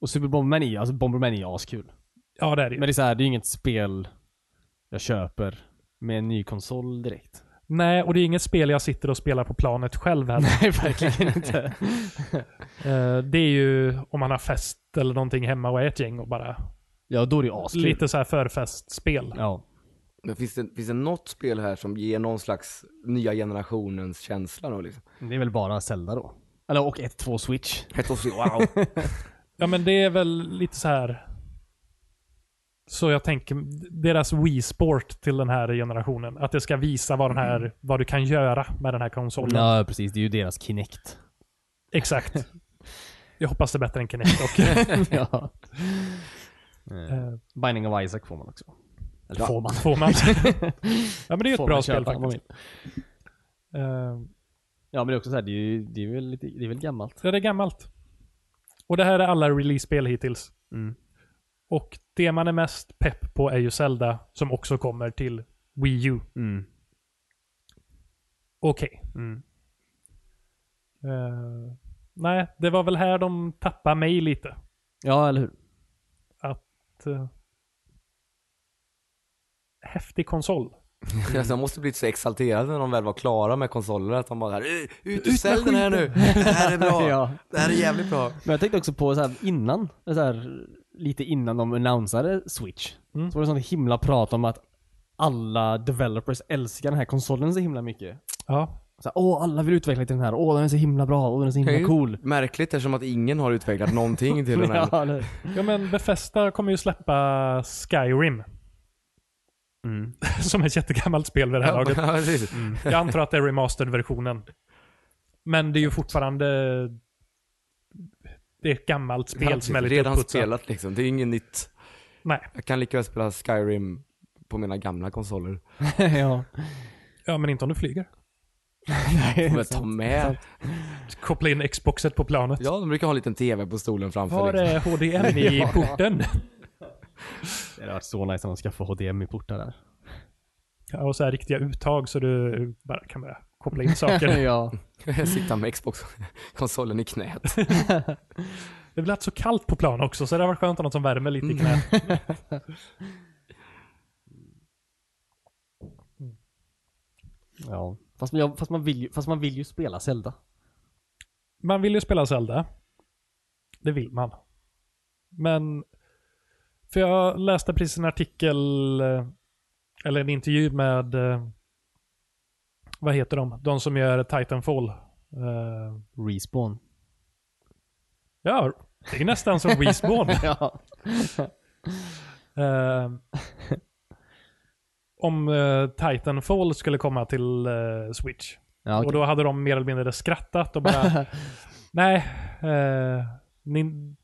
[SPEAKER 2] Och Super Bomberman E, alltså Bomberman E är askul.
[SPEAKER 3] Ja, det är det
[SPEAKER 2] Men
[SPEAKER 3] ju.
[SPEAKER 2] det är så här, det är ju inget spel jag köper med en ny konsol direkt.
[SPEAKER 3] Nej, och det är inget spel jag sitter och spelar på planet själv heller.
[SPEAKER 2] Nej, verkligen inte.
[SPEAKER 3] Eh, det är ju om man har fest eller någonting hemma och är ett gäng och bara
[SPEAKER 2] ja, då är det ju askul.
[SPEAKER 3] lite så här förfestspel.
[SPEAKER 2] Ja.
[SPEAKER 1] Men finns det, finns det något spel här som ger någon slags nya generationens känsla då liksom?
[SPEAKER 2] Det är väl bara Zelda då. Eller och 1-2 Switch.
[SPEAKER 1] Ett och wow.
[SPEAKER 3] Ja, men det är väl lite så här. Så jag tänker, deras Wii Sport till den här generationen. Att det ska visa vad, den här, vad du kan göra med den här konsolen.
[SPEAKER 2] Mm. Ja, precis. Det är ju deras Kinect.
[SPEAKER 3] Exakt. Jag hoppas det är bättre än Kinect och,
[SPEAKER 2] ja.
[SPEAKER 3] eh,
[SPEAKER 2] Binding of Isaac får man också. Eller
[SPEAKER 1] Ja.
[SPEAKER 2] får man?
[SPEAKER 3] får man. ja men det är ett
[SPEAKER 2] Får
[SPEAKER 3] bra
[SPEAKER 2] man
[SPEAKER 3] spel
[SPEAKER 2] köpa om man
[SPEAKER 3] faktiskt. Eh,
[SPEAKER 2] Ja, men det är också så här, det är ju det är väl, lite, det är väl gammalt.
[SPEAKER 3] Ja, det är gammalt. Och det här är alla release-spel hittills.
[SPEAKER 2] Mm.
[SPEAKER 3] Och det man är mest pepp på är ju Zelda, som också kommer till Wii U.
[SPEAKER 2] Mm.
[SPEAKER 3] Okej.
[SPEAKER 2] Mm.
[SPEAKER 3] Eh, nej, det var väl här de tappade mig lite.
[SPEAKER 2] Ja, eller hur?
[SPEAKER 3] Att, eh, häftig konsol.
[SPEAKER 1] Alltså,
[SPEAKER 2] Mm.
[SPEAKER 1] de måste blivit så exalterade när de väl var klara med konsolerna att de bara här, "Eh, ut ur
[SPEAKER 2] med
[SPEAKER 1] sälj den här nu. Det här är bra.
[SPEAKER 2] Ja.
[SPEAKER 1] Det här är jävligt bra.
[SPEAKER 2] Men jag tänkte också på så här innan, så här, lite innan de annonsade Switch.
[SPEAKER 3] Mm.
[SPEAKER 2] Så var det sånt himla prat om att alla developers älskar den här konsolen så himla mycket.
[SPEAKER 3] Ja.
[SPEAKER 2] Så här, Åh, alla vill utveckla till den här. Åh, den är så himla bra. Åh, den är så
[SPEAKER 1] Det är
[SPEAKER 2] himla
[SPEAKER 1] ju
[SPEAKER 2] cool.
[SPEAKER 1] Märkligt eftersom att ingen har utvecklat någonting till den här.
[SPEAKER 2] Ja, eller hur?
[SPEAKER 3] ja, men Bethesda kommer ju släppa Skyrim,
[SPEAKER 2] Mm.
[SPEAKER 3] som är ett jättegammalt spel vid det här
[SPEAKER 1] Ja,
[SPEAKER 3] laget. Mm.
[SPEAKER 1] precis.
[SPEAKER 3] Jag antar att det är remastered-versionen. Men det är ju fortfarande... Det är ett gammalt
[SPEAKER 1] Ja,
[SPEAKER 3] spel
[SPEAKER 1] precis.
[SPEAKER 3] som är lite
[SPEAKER 1] Redan
[SPEAKER 3] uppputsat.
[SPEAKER 1] spelat liksom. Det är inget nytt.
[SPEAKER 3] Nej,
[SPEAKER 1] Jag kan lika väl spela Skyrim på mina gamla konsoler.
[SPEAKER 2] ja.
[SPEAKER 3] ja, men inte om du flyger.
[SPEAKER 2] Nej,
[SPEAKER 1] Får jag ta med?
[SPEAKER 3] Koppla in Xboxet på planet.
[SPEAKER 1] Ja, de brukar ha en liten TV på stolen framför.
[SPEAKER 3] Har
[SPEAKER 1] Liksom.
[SPEAKER 3] eh, HDMI i porten.
[SPEAKER 2] Det hade varit så nice om man skaffade HDMI-portar där.
[SPEAKER 3] Ja, och så här riktiga uttag så du bara kan börja koppla in saker.
[SPEAKER 2] ja.
[SPEAKER 1] Sitta med Xbox-konsolen i knät.
[SPEAKER 3] Det blir så kallt på plan också, så det var skönt att ha något som värmer lite i knät.
[SPEAKER 2] ja. Fast, man- ja, fast, man vill ju, fast man vill ju spela Zelda.
[SPEAKER 3] Man vill ju spela Zelda. Det vill man. Men... För jag läste precis en artikel, eh, eller en intervju med, eh, vad heter de? De som gör Titanfall. Eh,
[SPEAKER 2] Respawn.
[SPEAKER 3] Ja, det är nästan som Respawn.
[SPEAKER 2] ja.
[SPEAKER 3] Eh, Om eh, Titanfall skulle komma till eh, Switch.
[SPEAKER 2] ja okej.
[SPEAKER 3] Och då hade de mer eller mindre skrattat och bara Nej, eh, nin-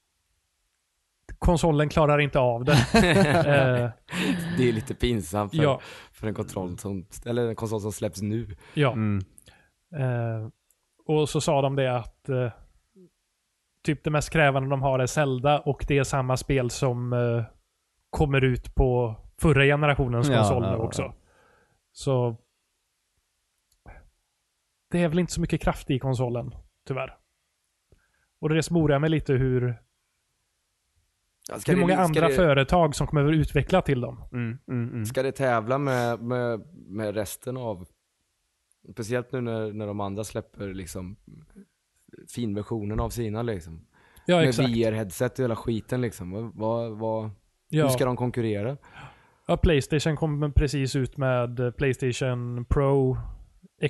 [SPEAKER 3] konsolen klarar inte av det. eh,
[SPEAKER 1] Det är lite pinsamt för,
[SPEAKER 3] ja,
[SPEAKER 1] för en, kontroll som, eller en konsol som släpps nu.
[SPEAKER 3] ja.
[SPEAKER 2] Mm.
[SPEAKER 3] Eh, och så sa de det att eh, typ det mest krävande de har är Zelda och det är samma spel som eh, kommer ut på förra generationens
[SPEAKER 2] Ja,
[SPEAKER 3] konsol
[SPEAKER 2] ja,
[SPEAKER 3] nu
[SPEAKER 2] ja.
[SPEAKER 3] också. Så det är väl inte så mycket kraft i konsolen, tyvärr. Och det är det som oroar mig lite hur
[SPEAKER 1] Ja, Ska
[SPEAKER 3] hur många
[SPEAKER 1] ska
[SPEAKER 3] andra
[SPEAKER 1] det,
[SPEAKER 3] företag som kommer att utveckla till dem.
[SPEAKER 2] Mm. Mm. Mm.
[SPEAKER 1] Ska det tävla med, med, med resten av, speciellt nu när, när de andra släpper liksom finversionen av sina liksom.
[SPEAKER 3] Ja,
[SPEAKER 1] med
[SPEAKER 3] exakt.
[SPEAKER 1] VR-headset och hela skiten liksom. Vad, vad, vad,
[SPEAKER 3] Ja.
[SPEAKER 1] Hur ska de konkurrera?
[SPEAKER 3] Ja, Playstation kom precis ut med eh, Playstation Pro.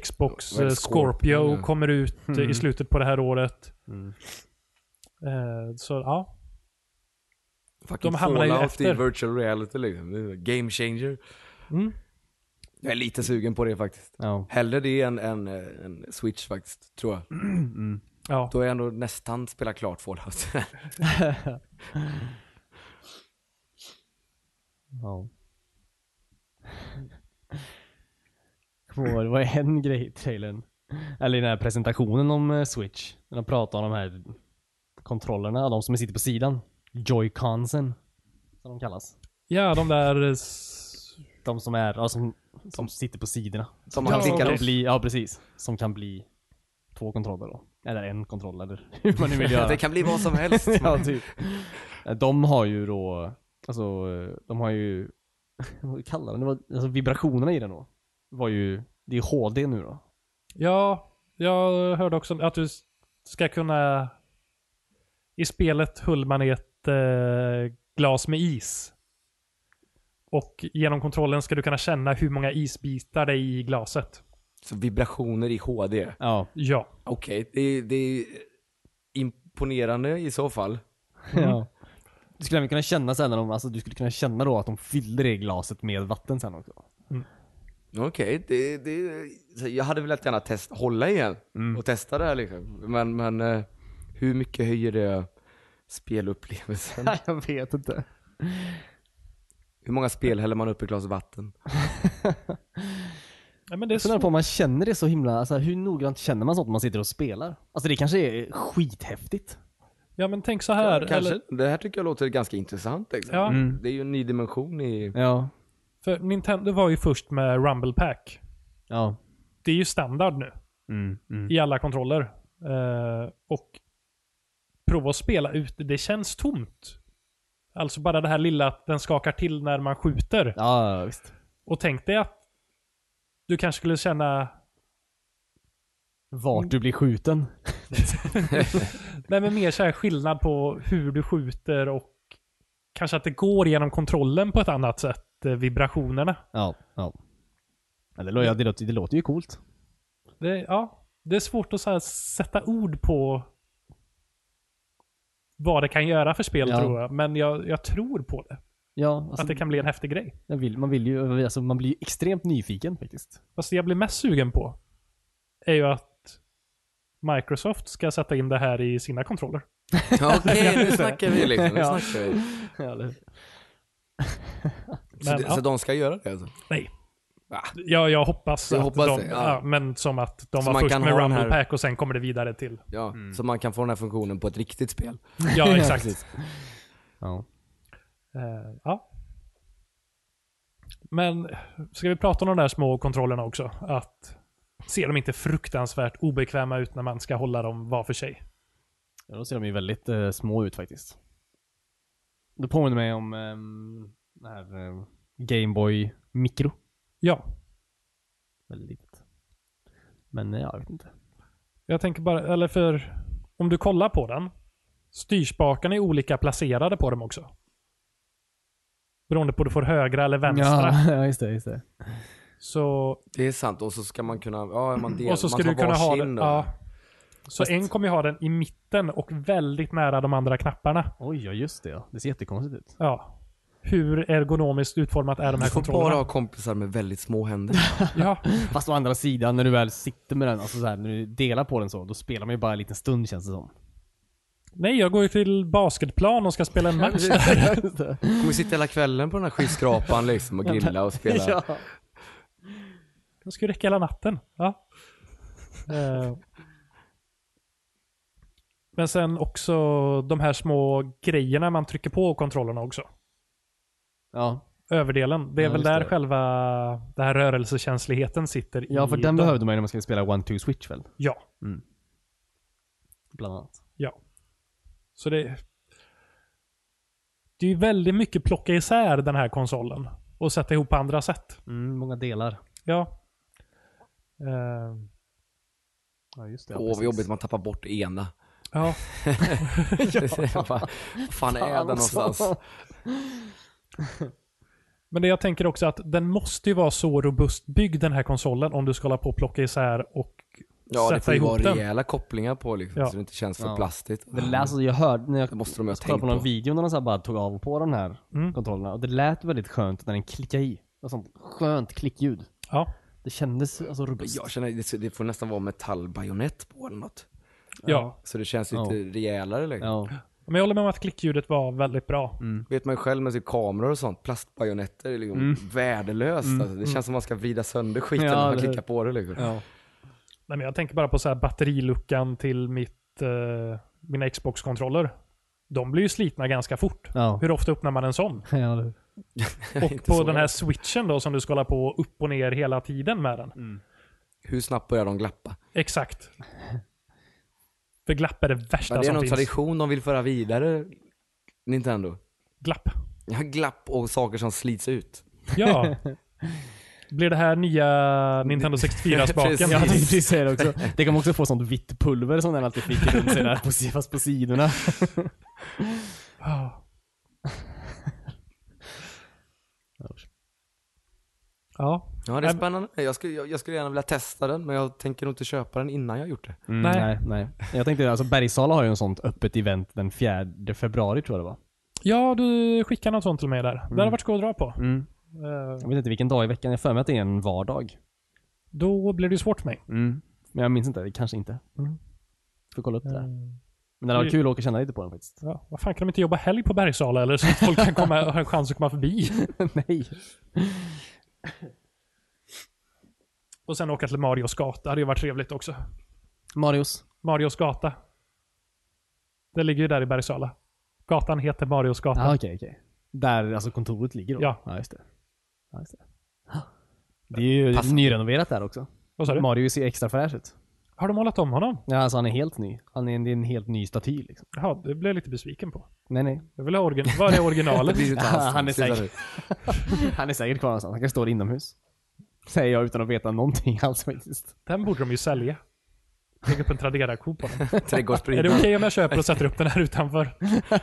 [SPEAKER 3] Xbox
[SPEAKER 1] Vad är
[SPEAKER 3] eh,
[SPEAKER 1] det,
[SPEAKER 3] Scorpio
[SPEAKER 1] Scorpio, ja.
[SPEAKER 3] kommer ut eh, i
[SPEAKER 2] Mm.
[SPEAKER 3] slutet på det här året.
[SPEAKER 2] Mm.
[SPEAKER 3] Eh, så ja,
[SPEAKER 1] Fucking
[SPEAKER 3] De hamnar ju
[SPEAKER 1] Fallout i
[SPEAKER 3] efter.
[SPEAKER 1] virtual reality liksom. Det är Game changer.
[SPEAKER 3] Mm.
[SPEAKER 1] Jag är lite sugen på det faktiskt.
[SPEAKER 2] Ja.
[SPEAKER 1] Hellre det än, än, eh, en switch faktiskt, tror jag.
[SPEAKER 3] ja.
[SPEAKER 1] Då är jag ändå nästan spelat klart Fallout.
[SPEAKER 2] Ja. Kommer ihåg, Det var en grej i trailern. Eller i den här presentationen om eh, Switch. När de pratade om de här kontrollerna, de som sitter på sidan. Joy-Consen. Som de kallas.
[SPEAKER 3] ja, de där... eh, s-
[SPEAKER 2] De som är, ja, som, som sitter på sidorna.
[SPEAKER 1] Som man
[SPEAKER 3] Ja,
[SPEAKER 1] klickar
[SPEAKER 3] okej.
[SPEAKER 1] loss.
[SPEAKER 2] Kan bli, ja precis. Som kan bli två kontroller då. Eller en kontroll eller hur man nu vill göra.
[SPEAKER 1] Det kan bli vad som helst.
[SPEAKER 2] ja, typ. De har ju då, alltså eh, de har ju, vad kallar man det? var- Alltså vibrationerna i den då. Var ju, det är HD nu då.
[SPEAKER 3] Ja, jag hörde också att du s- ska kunna... I spelet höll man i ett eh, glas med is. Och genom kontrollen ska du kunna känna hur många isbitar det är i glaset.
[SPEAKER 1] Så vibrationer i HD.
[SPEAKER 2] Ja.
[SPEAKER 3] Ja.
[SPEAKER 1] Okej, det, är- det är imponerande i så fall.
[SPEAKER 2] ja. Mm. Du skulle även kunna känna sen när de, alltså du skulle kunna känna då att de fyllde det glaset med vatten sen också.
[SPEAKER 1] Okej, det, det, så jag hade velat gärna testa, hålla igen och testa det här liksom. Men, men eh, hur mycket höjer det spelupplevelsen?
[SPEAKER 2] jag vet inte.
[SPEAKER 1] hur många spel häller man upp i ett glas vatten?
[SPEAKER 3] Nej, men det är
[SPEAKER 2] Jag funderar
[SPEAKER 3] svårt.
[SPEAKER 2] på om man känner det så himla, alltså hur noggrant känner man sånt när man sitter och spelar? Alltså det kanske är skithäftigt.
[SPEAKER 3] Ja, men tänk så här.
[SPEAKER 1] Kanske.
[SPEAKER 3] Eller,
[SPEAKER 1] Det här tycker jag låter ganska intressant. Liksom.
[SPEAKER 3] ja,
[SPEAKER 1] Det är ju en ny dimension i...
[SPEAKER 2] Ja.
[SPEAKER 3] för Nintendo var ju först med Rumble Pack.
[SPEAKER 2] Ja.
[SPEAKER 3] Det är ju standard nu
[SPEAKER 2] Mm. Mm.
[SPEAKER 3] i alla kontroller. Eh, och prova att spela ut det. Det känns tomt. Alltså bara det här lilla att den skakar till när man skjuter.
[SPEAKER 2] Ja, ja, visst.
[SPEAKER 3] Och tänk dig att du kanske skulle känna...
[SPEAKER 2] Vart du blir skjuten.
[SPEAKER 3] Nej men mer så här skillnad på hur du skjuter och kanske att det går genom kontrollen på ett annat sätt. eh, Vibrationerna.
[SPEAKER 2] Ja, ja. Ja, det, lå- ja, det, låter, det låter ju coolt.
[SPEAKER 3] Det, ja, det är svårt att så här sätta ord på vad det kan göra för spel
[SPEAKER 2] Ja.
[SPEAKER 3] tror jag. Men jag, jag tror på det.
[SPEAKER 2] Ja, alltså,
[SPEAKER 3] att det kan bli en häftig grej.
[SPEAKER 2] jag vill, man, vill ju, alltså, man blir ju extremt nyfiken faktiskt.
[SPEAKER 3] Fast det jag blir mest sugen på är ju att Microsoft ska sätta in det här i sina kontroller.
[SPEAKER 1] Ja, Okej, nu snackar vi liksom. Nu
[SPEAKER 2] Ja.
[SPEAKER 1] snackar vi. Så,
[SPEAKER 3] Men,
[SPEAKER 1] det,
[SPEAKER 3] ja.
[SPEAKER 1] så de ska göra det alltså?
[SPEAKER 3] Nej.
[SPEAKER 1] Va?
[SPEAKER 3] Ja, jag hoppas
[SPEAKER 1] Jag
[SPEAKER 3] att
[SPEAKER 1] hoppas
[SPEAKER 3] de,
[SPEAKER 1] det, ja.
[SPEAKER 3] ja. men som att de
[SPEAKER 1] Så
[SPEAKER 3] var
[SPEAKER 1] man
[SPEAKER 3] först
[SPEAKER 1] kan
[SPEAKER 3] med
[SPEAKER 1] ha den
[SPEAKER 3] Rumble
[SPEAKER 1] här-
[SPEAKER 3] Pack och sen kommer det vidare till.
[SPEAKER 1] Ja, Mm. så man kan få den här funktionen på ett riktigt spel.
[SPEAKER 3] Ja, exakt.
[SPEAKER 2] Ja.
[SPEAKER 3] Eh, ja. Men ska vi prata om de där små kontrollerna också? Att ser de inte fruktansvärt obekväma ut när man ska hålla dem var för sig?
[SPEAKER 2] ja, då ser de ju väldigt eh, små ut faktiskt. Det påminner mig om um, den här eh, Game Boy Micro.
[SPEAKER 3] Ja,
[SPEAKER 2] Väldigt litet. Men eh, ja, jag vet inte.
[SPEAKER 3] jag tänker bara, eller för om du kollar på den. Styrspakarna är olika placerade på dem också. Beroende på om du får högra eller vänstra.
[SPEAKER 2] Ja, ja, just det. Just det.
[SPEAKER 3] Så,
[SPEAKER 1] Det är sant. Och så ska man kunna... Ja, man del,
[SPEAKER 3] och så
[SPEAKER 1] man
[SPEAKER 3] skulle
[SPEAKER 1] tar
[SPEAKER 3] du kunna ha
[SPEAKER 1] varsin
[SPEAKER 3] den.
[SPEAKER 1] då.
[SPEAKER 3] Ja. Så
[SPEAKER 2] Fast-
[SPEAKER 3] en kommer ju ha den i mitten och väldigt nära de andra knapparna.
[SPEAKER 2] Oj, ja just det. Ja. Det ser jättekonstigt ut.
[SPEAKER 3] Ja. Hur ergonomiskt utformat är de här
[SPEAKER 1] Du får
[SPEAKER 3] kontrollerna?
[SPEAKER 1] bara ha kompisar med väldigt små händer.
[SPEAKER 3] Ja,
[SPEAKER 2] Fast å andra sidan, när du väl sitter med den, alltså så här, när du delar på den så, då spelar man ju bara en liten stund känns det som.
[SPEAKER 3] nej jag går ju till basketplan och ska spela en match.
[SPEAKER 1] Kommer sitta hela kvällen på den här skyskrapan liksom och grilla och spela.
[SPEAKER 2] ja.
[SPEAKER 3] Det ska ju räcka hela natten. Ja. Eh. Men sen också de här små grejerna man trycker på kontrollerna också.
[SPEAKER 2] ja.
[SPEAKER 3] Överdelen. Det är
[SPEAKER 2] Ja,
[SPEAKER 3] väl
[SPEAKER 2] just
[SPEAKER 3] där
[SPEAKER 2] det.
[SPEAKER 3] själva den här rörelsekänsligheten sitter.
[SPEAKER 2] Ja, för
[SPEAKER 3] i
[SPEAKER 2] den behövde man ju när man skulle spela One Two Switch väl?
[SPEAKER 3] Ja,
[SPEAKER 2] Bland annat.
[SPEAKER 3] ja. Så det... Det är ju väldigt mycket plocka isär den här konsolen och sätta ihop på andra sätt.
[SPEAKER 2] Mm, många delar.
[SPEAKER 3] Ja. Eh,
[SPEAKER 2] Ja, just det.
[SPEAKER 1] Åh vad jobbigt, man tappar bort ena.
[SPEAKER 3] ja.
[SPEAKER 2] alltså.
[SPEAKER 1] Bara, Vad fan är den någonstans?
[SPEAKER 3] Men det jag tänker också att den måste ju vara så robust byggd den här konsolen om du ska hålla på och plocka isär och
[SPEAKER 1] Ja, det
[SPEAKER 3] sätta
[SPEAKER 1] får ju
[SPEAKER 3] ihop
[SPEAKER 1] vara
[SPEAKER 3] den.
[SPEAKER 1] rejäla kopplingar på liksom,
[SPEAKER 3] Ja.
[SPEAKER 1] så det inte känns för
[SPEAKER 2] Ja.
[SPEAKER 1] plastigt.
[SPEAKER 2] Det lät, alltså, jag hörde när jag
[SPEAKER 1] Det måste de ju ha
[SPEAKER 2] kollade
[SPEAKER 1] tänkt
[SPEAKER 2] på
[SPEAKER 1] på.
[SPEAKER 2] någon video när de så här bara tog av och på de här
[SPEAKER 3] Mm.
[SPEAKER 2] kontrollerna. Och det lät väldigt skönt när den klickade i. Det var sånt skönt klickljud.
[SPEAKER 3] ja.
[SPEAKER 2] Det kändes alltså
[SPEAKER 1] Men
[SPEAKER 2] robust.
[SPEAKER 1] Jag känner, det, det får nästan vara metallbajonett på eller något.
[SPEAKER 3] ja.
[SPEAKER 1] Så det känns
[SPEAKER 2] Ja.
[SPEAKER 1] lite rejälare liksom.
[SPEAKER 2] Ja.
[SPEAKER 3] Men jag håller med om att klickljudet var väldigt bra.
[SPEAKER 1] Vet man ju själv med sin kameror och sånt, plastbajonetter är liksom
[SPEAKER 3] Mm.
[SPEAKER 1] värdelöst. Alltså, det känns som man ska vrida sönder skiten
[SPEAKER 2] Ja,
[SPEAKER 1] när man
[SPEAKER 2] eller hur?
[SPEAKER 1] klickar på det liksom.
[SPEAKER 2] Ja.
[SPEAKER 3] Nej, men jag tänker bara på så här batteriluckan till mitt, eh, mina Xbox-kontroller. De blir ju slitna ganska fort.
[SPEAKER 2] Ja.
[SPEAKER 3] Hur ofta öppnar man en sån?
[SPEAKER 2] Ja, det-
[SPEAKER 3] Och
[SPEAKER 1] Inte
[SPEAKER 3] på
[SPEAKER 1] så
[SPEAKER 3] den här
[SPEAKER 1] bra.
[SPEAKER 3] switchen då som du ska hålla på upp och ner hela tiden med
[SPEAKER 1] Mm.
[SPEAKER 3] den.
[SPEAKER 1] Hur snabbt börjar de glappa?
[SPEAKER 3] Exakt. För glapp är det värsta
[SPEAKER 1] Ja, det är
[SPEAKER 3] som
[SPEAKER 1] någon
[SPEAKER 3] finns.
[SPEAKER 1] tradition de vill föra vidare, Nintendo.
[SPEAKER 3] Glapp.
[SPEAKER 1] Ja, glapp och saker som slits ut.
[SPEAKER 3] Ja. Blir det här nya Nintendo 64-spaken?
[SPEAKER 2] Jag tänkte
[SPEAKER 1] Precis.
[SPEAKER 2] precis säga det också. Det kommer också få sånt vitt pulver som den alltid fick runt sig där, på, si- fast på sidorna.
[SPEAKER 3] Ja. ja.
[SPEAKER 1] Ja, det är
[SPEAKER 3] Nej, men-
[SPEAKER 1] spännande. Jag skulle, jag, jag skulle gärna vilja testa den, men jag tänker nog inte köpa den innan jag gjort det.
[SPEAKER 3] Nej.
[SPEAKER 2] Mm, nej. nej. Jag tänkte, alltså Bergsala har ju en sånt öppet event den 4 februari tror jag det var.
[SPEAKER 3] Ja, du skickar något sånt till mig där. Det hade varit skoj att dra på.
[SPEAKER 2] Mm.
[SPEAKER 3] Eh,
[SPEAKER 2] Jag vet inte vilken dag i veckan, jag har för mig att det är en vardag.
[SPEAKER 3] Då blir det ju svårt för mig.
[SPEAKER 2] Mm. Men jag minns inte, det kanske inte.
[SPEAKER 3] Mm.
[SPEAKER 2] Får kolla upp det. där.
[SPEAKER 3] Mm.
[SPEAKER 2] Men det var
[SPEAKER 3] det-
[SPEAKER 2] kul att åka och känna lite på den faktiskt.
[SPEAKER 3] Ja, vad fan kan de inte jobba helg på Bergsala eller så att folk kan komma, ha en chans att komma förbi?
[SPEAKER 2] nej.
[SPEAKER 3] Och sen åka till Marios gata. Det hade ju varit trevligt också.
[SPEAKER 2] Marius.
[SPEAKER 3] Marios gata. Det ligger ju där i Bergsala. Gatan heter Marios gata.
[SPEAKER 2] Ja, ah, okej, okej. Där alltså kontoret ligger då?
[SPEAKER 3] Ja.
[SPEAKER 2] just det. Ja, just det. Det är ju
[SPEAKER 1] Passar.
[SPEAKER 2] nyrenoverat där också.
[SPEAKER 3] Vad sa du?
[SPEAKER 2] Mario ser extra fräsch ut.
[SPEAKER 3] Har de målat om honom?
[SPEAKER 2] Ja, alltså han är helt ny. Han är en, det är en helt ny staty liksom.
[SPEAKER 3] Jaha, det blev jag lite besviken på.
[SPEAKER 2] Nej, nej.
[SPEAKER 3] Jag vill ha origin- Vad är originalet?
[SPEAKER 1] ju inte
[SPEAKER 2] Ja,
[SPEAKER 1] hans.
[SPEAKER 2] han är
[SPEAKER 1] Sluta
[SPEAKER 2] säker.
[SPEAKER 1] nu.
[SPEAKER 2] Han är säkert kvar någonstans. Han kanske står inomhus. Säger jag utan att veta någonting alls faktiskt.
[SPEAKER 3] Den borde de ju sälja. Lägg upp en Tradera-ko på den. Är det
[SPEAKER 1] Trädgårdsbrynja.
[SPEAKER 3] okej om jag köper och sätter upp den här utanför?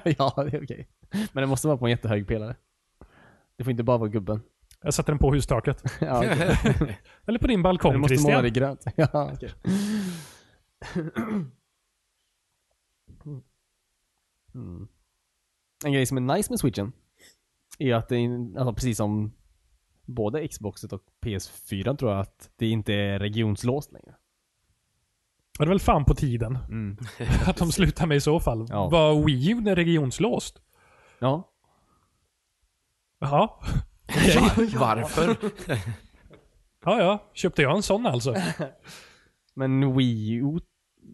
[SPEAKER 2] ja, det är okej. Men det måste vara på en jättehög pelare. Det får inte bara vara gubben.
[SPEAKER 3] Jag sätter den på hustaket.
[SPEAKER 2] ja, okej.
[SPEAKER 3] Eller på din
[SPEAKER 2] Du
[SPEAKER 3] balkong
[SPEAKER 2] måste måla det
[SPEAKER 3] Christian.
[SPEAKER 2] grönt. ja, okej. mm. En grej som är nice med switchen är ju att det är, alltså, precis som både Xboxet och PS4 tror jag att det inte är regionslåst längre.
[SPEAKER 3] Ja, Det är väl fan på tiden att de slutar med i så fall.
[SPEAKER 2] Mm. Ja.
[SPEAKER 3] Var Wii U regionslåst?
[SPEAKER 2] Ja.
[SPEAKER 3] Jaha.
[SPEAKER 1] Varför?
[SPEAKER 3] Ja, ja. Köpte jag en sån alltså?
[SPEAKER 2] Men Wii U,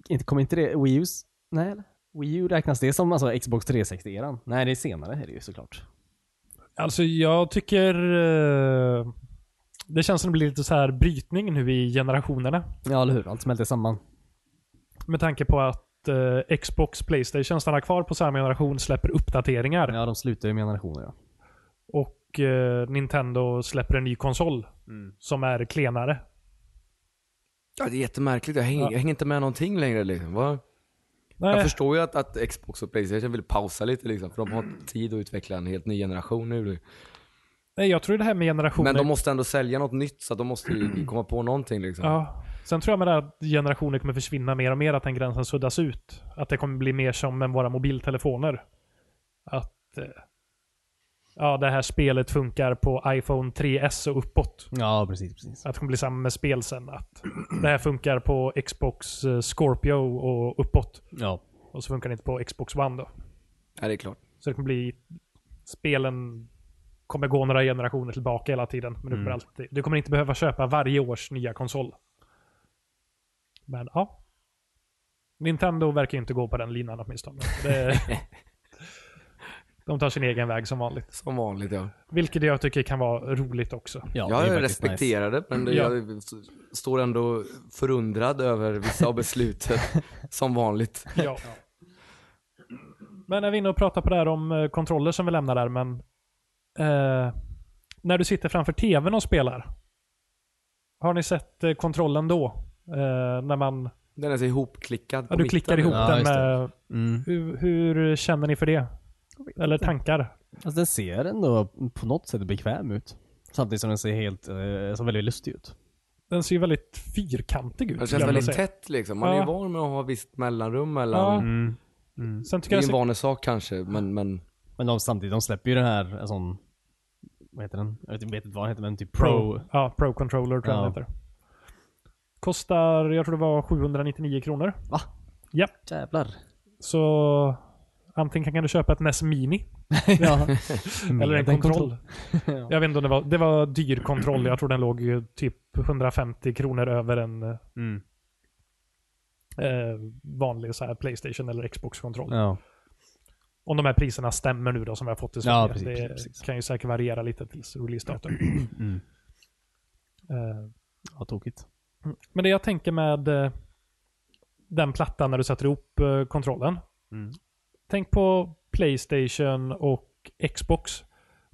[SPEAKER 2] inte, kommer inte det, Wii U's, nej eller? Wii U räknas det som alltså Xbox 360-eran? Nej, det är senare är det ju såklart.
[SPEAKER 3] Alltså jag tycker... eh, det känns som det blir lite så här brytning nu i generationerna.
[SPEAKER 2] Ja, eller hur? Allt smälter samman.
[SPEAKER 3] Med tanke på att eh, Xbox, Playstation stannar kvar på samma generation, släpper uppdateringar.
[SPEAKER 2] Ja, de slutar ju med generationer ja.
[SPEAKER 3] Och eh, Nintendo släpper en ny konsol
[SPEAKER 1] Mm.
[SPEAKER 3] som är klenare.
[SPEAKER 1] Ja, det är jättemärkligt. Jag hänger,
[SPEAKER 3] Ja.
[SPEAKER 1] jag hänger inte med någonting längre liksom. Vad?
[SPEAKER 3] Nej,
[SPEAKER 1] Jag förstår ju att, att Xbox och Playstation vill pausa lite liksom, för de har inte tid att utveckla en helt ny generation nu. liksom.
[SPEAKER 3] nej, jag tror det här med generationer...
[SPEAKER 1] Men de måste ändå sälja något nytt, så att de måste ju komma på någonting liksom.
[SPEAKER 3] ja. Sen tror jag med det här att generationer kommer försvinna mer och mer, att den gränsen suddas ut. Att det kommer bli mer som med våra mobiltelefoner. Att eh, ja, det här spelet funkar på iPhone 3S och uppåt.
[SPEAKER 2] Ja, precis, precis.
[SPEAKER 3] Att det kommer bli samma med spel sen. Att det här funkar på Xbox eh, Scorpio och uppåt.
[SPEAKER 2] Ja.
[SPEAKER 3] Och så funkar det inte på Xbox One då.
[SPEAKER 1] Ja, det är klart.
[SPEAKER 3] Så det kommer bli... Spelen kommer gå några generationer tillbaka hela tiden. Men du kommer, alltid, du kommer inte behöva köpa varje års nya konsol. Men ja. Nintendo verkar ju inte gå på den linan åtminstone. Det, de tar sin egen väg som vanligt.
[SPEAKER 1] Som vanligt ja.
[SPEAKER 3] Vilket jag tycker kan vara roligt också.
[SPEAKER 2] ja det är
[SPEAKER 1] jag
[SPEAKER 2] faktiskt nice.
[SPEAKER 1] respekterar det, men det,
[SPEAKER 3] Ja.
[SPEAKER 1] jag s- står ändå förundrad över vissa av besluten. som vanligt.
[SPEAKER 3] Ja. Men när vi är inne och pratar på det här om eh, kontroller som vi lämnar där, men eh, när du sitter framför tvn och spelar. Har ni sett eh, kontrollen då? Eh, när man,
[SPEAKER 1] Den är så ihopklickad på
[SPEAKER 3] ja, du
[SPEAKER 1] mitten.
[SPEAKER 3] klickar ihop
[SPEAKER 2] Ja,
[SPEAKER 3] den
[SPEAKER 2] just det.
[SPEAKER 3] med...
[SPEAKER 2] Mm.
[SPEAKER 3] Hur, hur känner ni för det? Eller tankar?
[SPEAKER 2] Alltså den ser ändå på något sätt bekväm ut. Samtidigt som den ser helt, eh, som väldigt lustig ut.
[SPEAKER 3] Den ser ju väldigt fyrkantig ut.
[SPEAKER 1] Det
[SPEAKER 3] skulle
[SPEAKER 1] känns
[SPEAKER 3] jag vilja
[SPEAKER 1] väldigt
[SPEAKER 3] säga.
[SPEAKER 1] tätt liksom. Man är
[SPEAKER 3] Ja.
[SPEAKER 1] ju van med att ha visst mellanrum
[SPEAKER 3] Ja.
[SPEAKER 1] mellan...
[SPEAKER 3] Mm. Sen
[SPEAKER 1] Det
[SPEAKER 3] tycker
[SPEAKER 1] är
[SPEAKER 3] jag
[SPEAKER 1] en
[SPEAKER 3] den ser,
[SPEAKER 1] vanesak kanske, men, men
[SPEAKER 2] Men de, samtidigt, de släpper ju den här, en sån, vad heter den? Jag vet, inte- vet inte vad den heter, men typ Pro.
[SPEAKER 3] Pro. Ja, Pro Controller tror jag
[SPEAKER 2] Ja.
[SPEAKER 3] den heter. Kostar, jag tror det var 799 kronor.
[SPEAKER 2] Va?
[SPEAKER 3] Ja.
[SPEAKER 2] Jävlar.
[SPEAKER 3] Så antingen kan du köpa ett NES Mini
[SPEAKER 2] ja.
[SPEAKER 3] eller en
[SPEAKER 2] Med
[SPEAKER 3] kontroll. Jag vet inte om det var, det var dyr kontroll. Jag tror den låg ju typ 150 kronor över en eh,
[SPEAKER 2] Mm.
[SPEAKER 3] vanlig så här Playstation eller Xbox-kontroll.
[SPEAKER 2] Ja.
[SPEAKER 3] Om de här priserna stämmer nu då som vi har fått i Sverige.
[SPEAKER 2] Ja, precis,
[SPEAKER 3] det
[SPEAKER 2] precis, precis.
[SPEAKER 3] kan ju säkert variera lite tills releasedatum.
[SPEAKER 2] Mm.
[SPEAKER 3] Eh,
[SPEAKER 2] ja, tokigt.
[SPEAKER 3] Men det jag tänker med eh, den plattan när du sätter ihop eh, kontrollen.
[SPEAKER 2] Mm.
[SPEAKER 3] Tänk på Playstation och Xbox.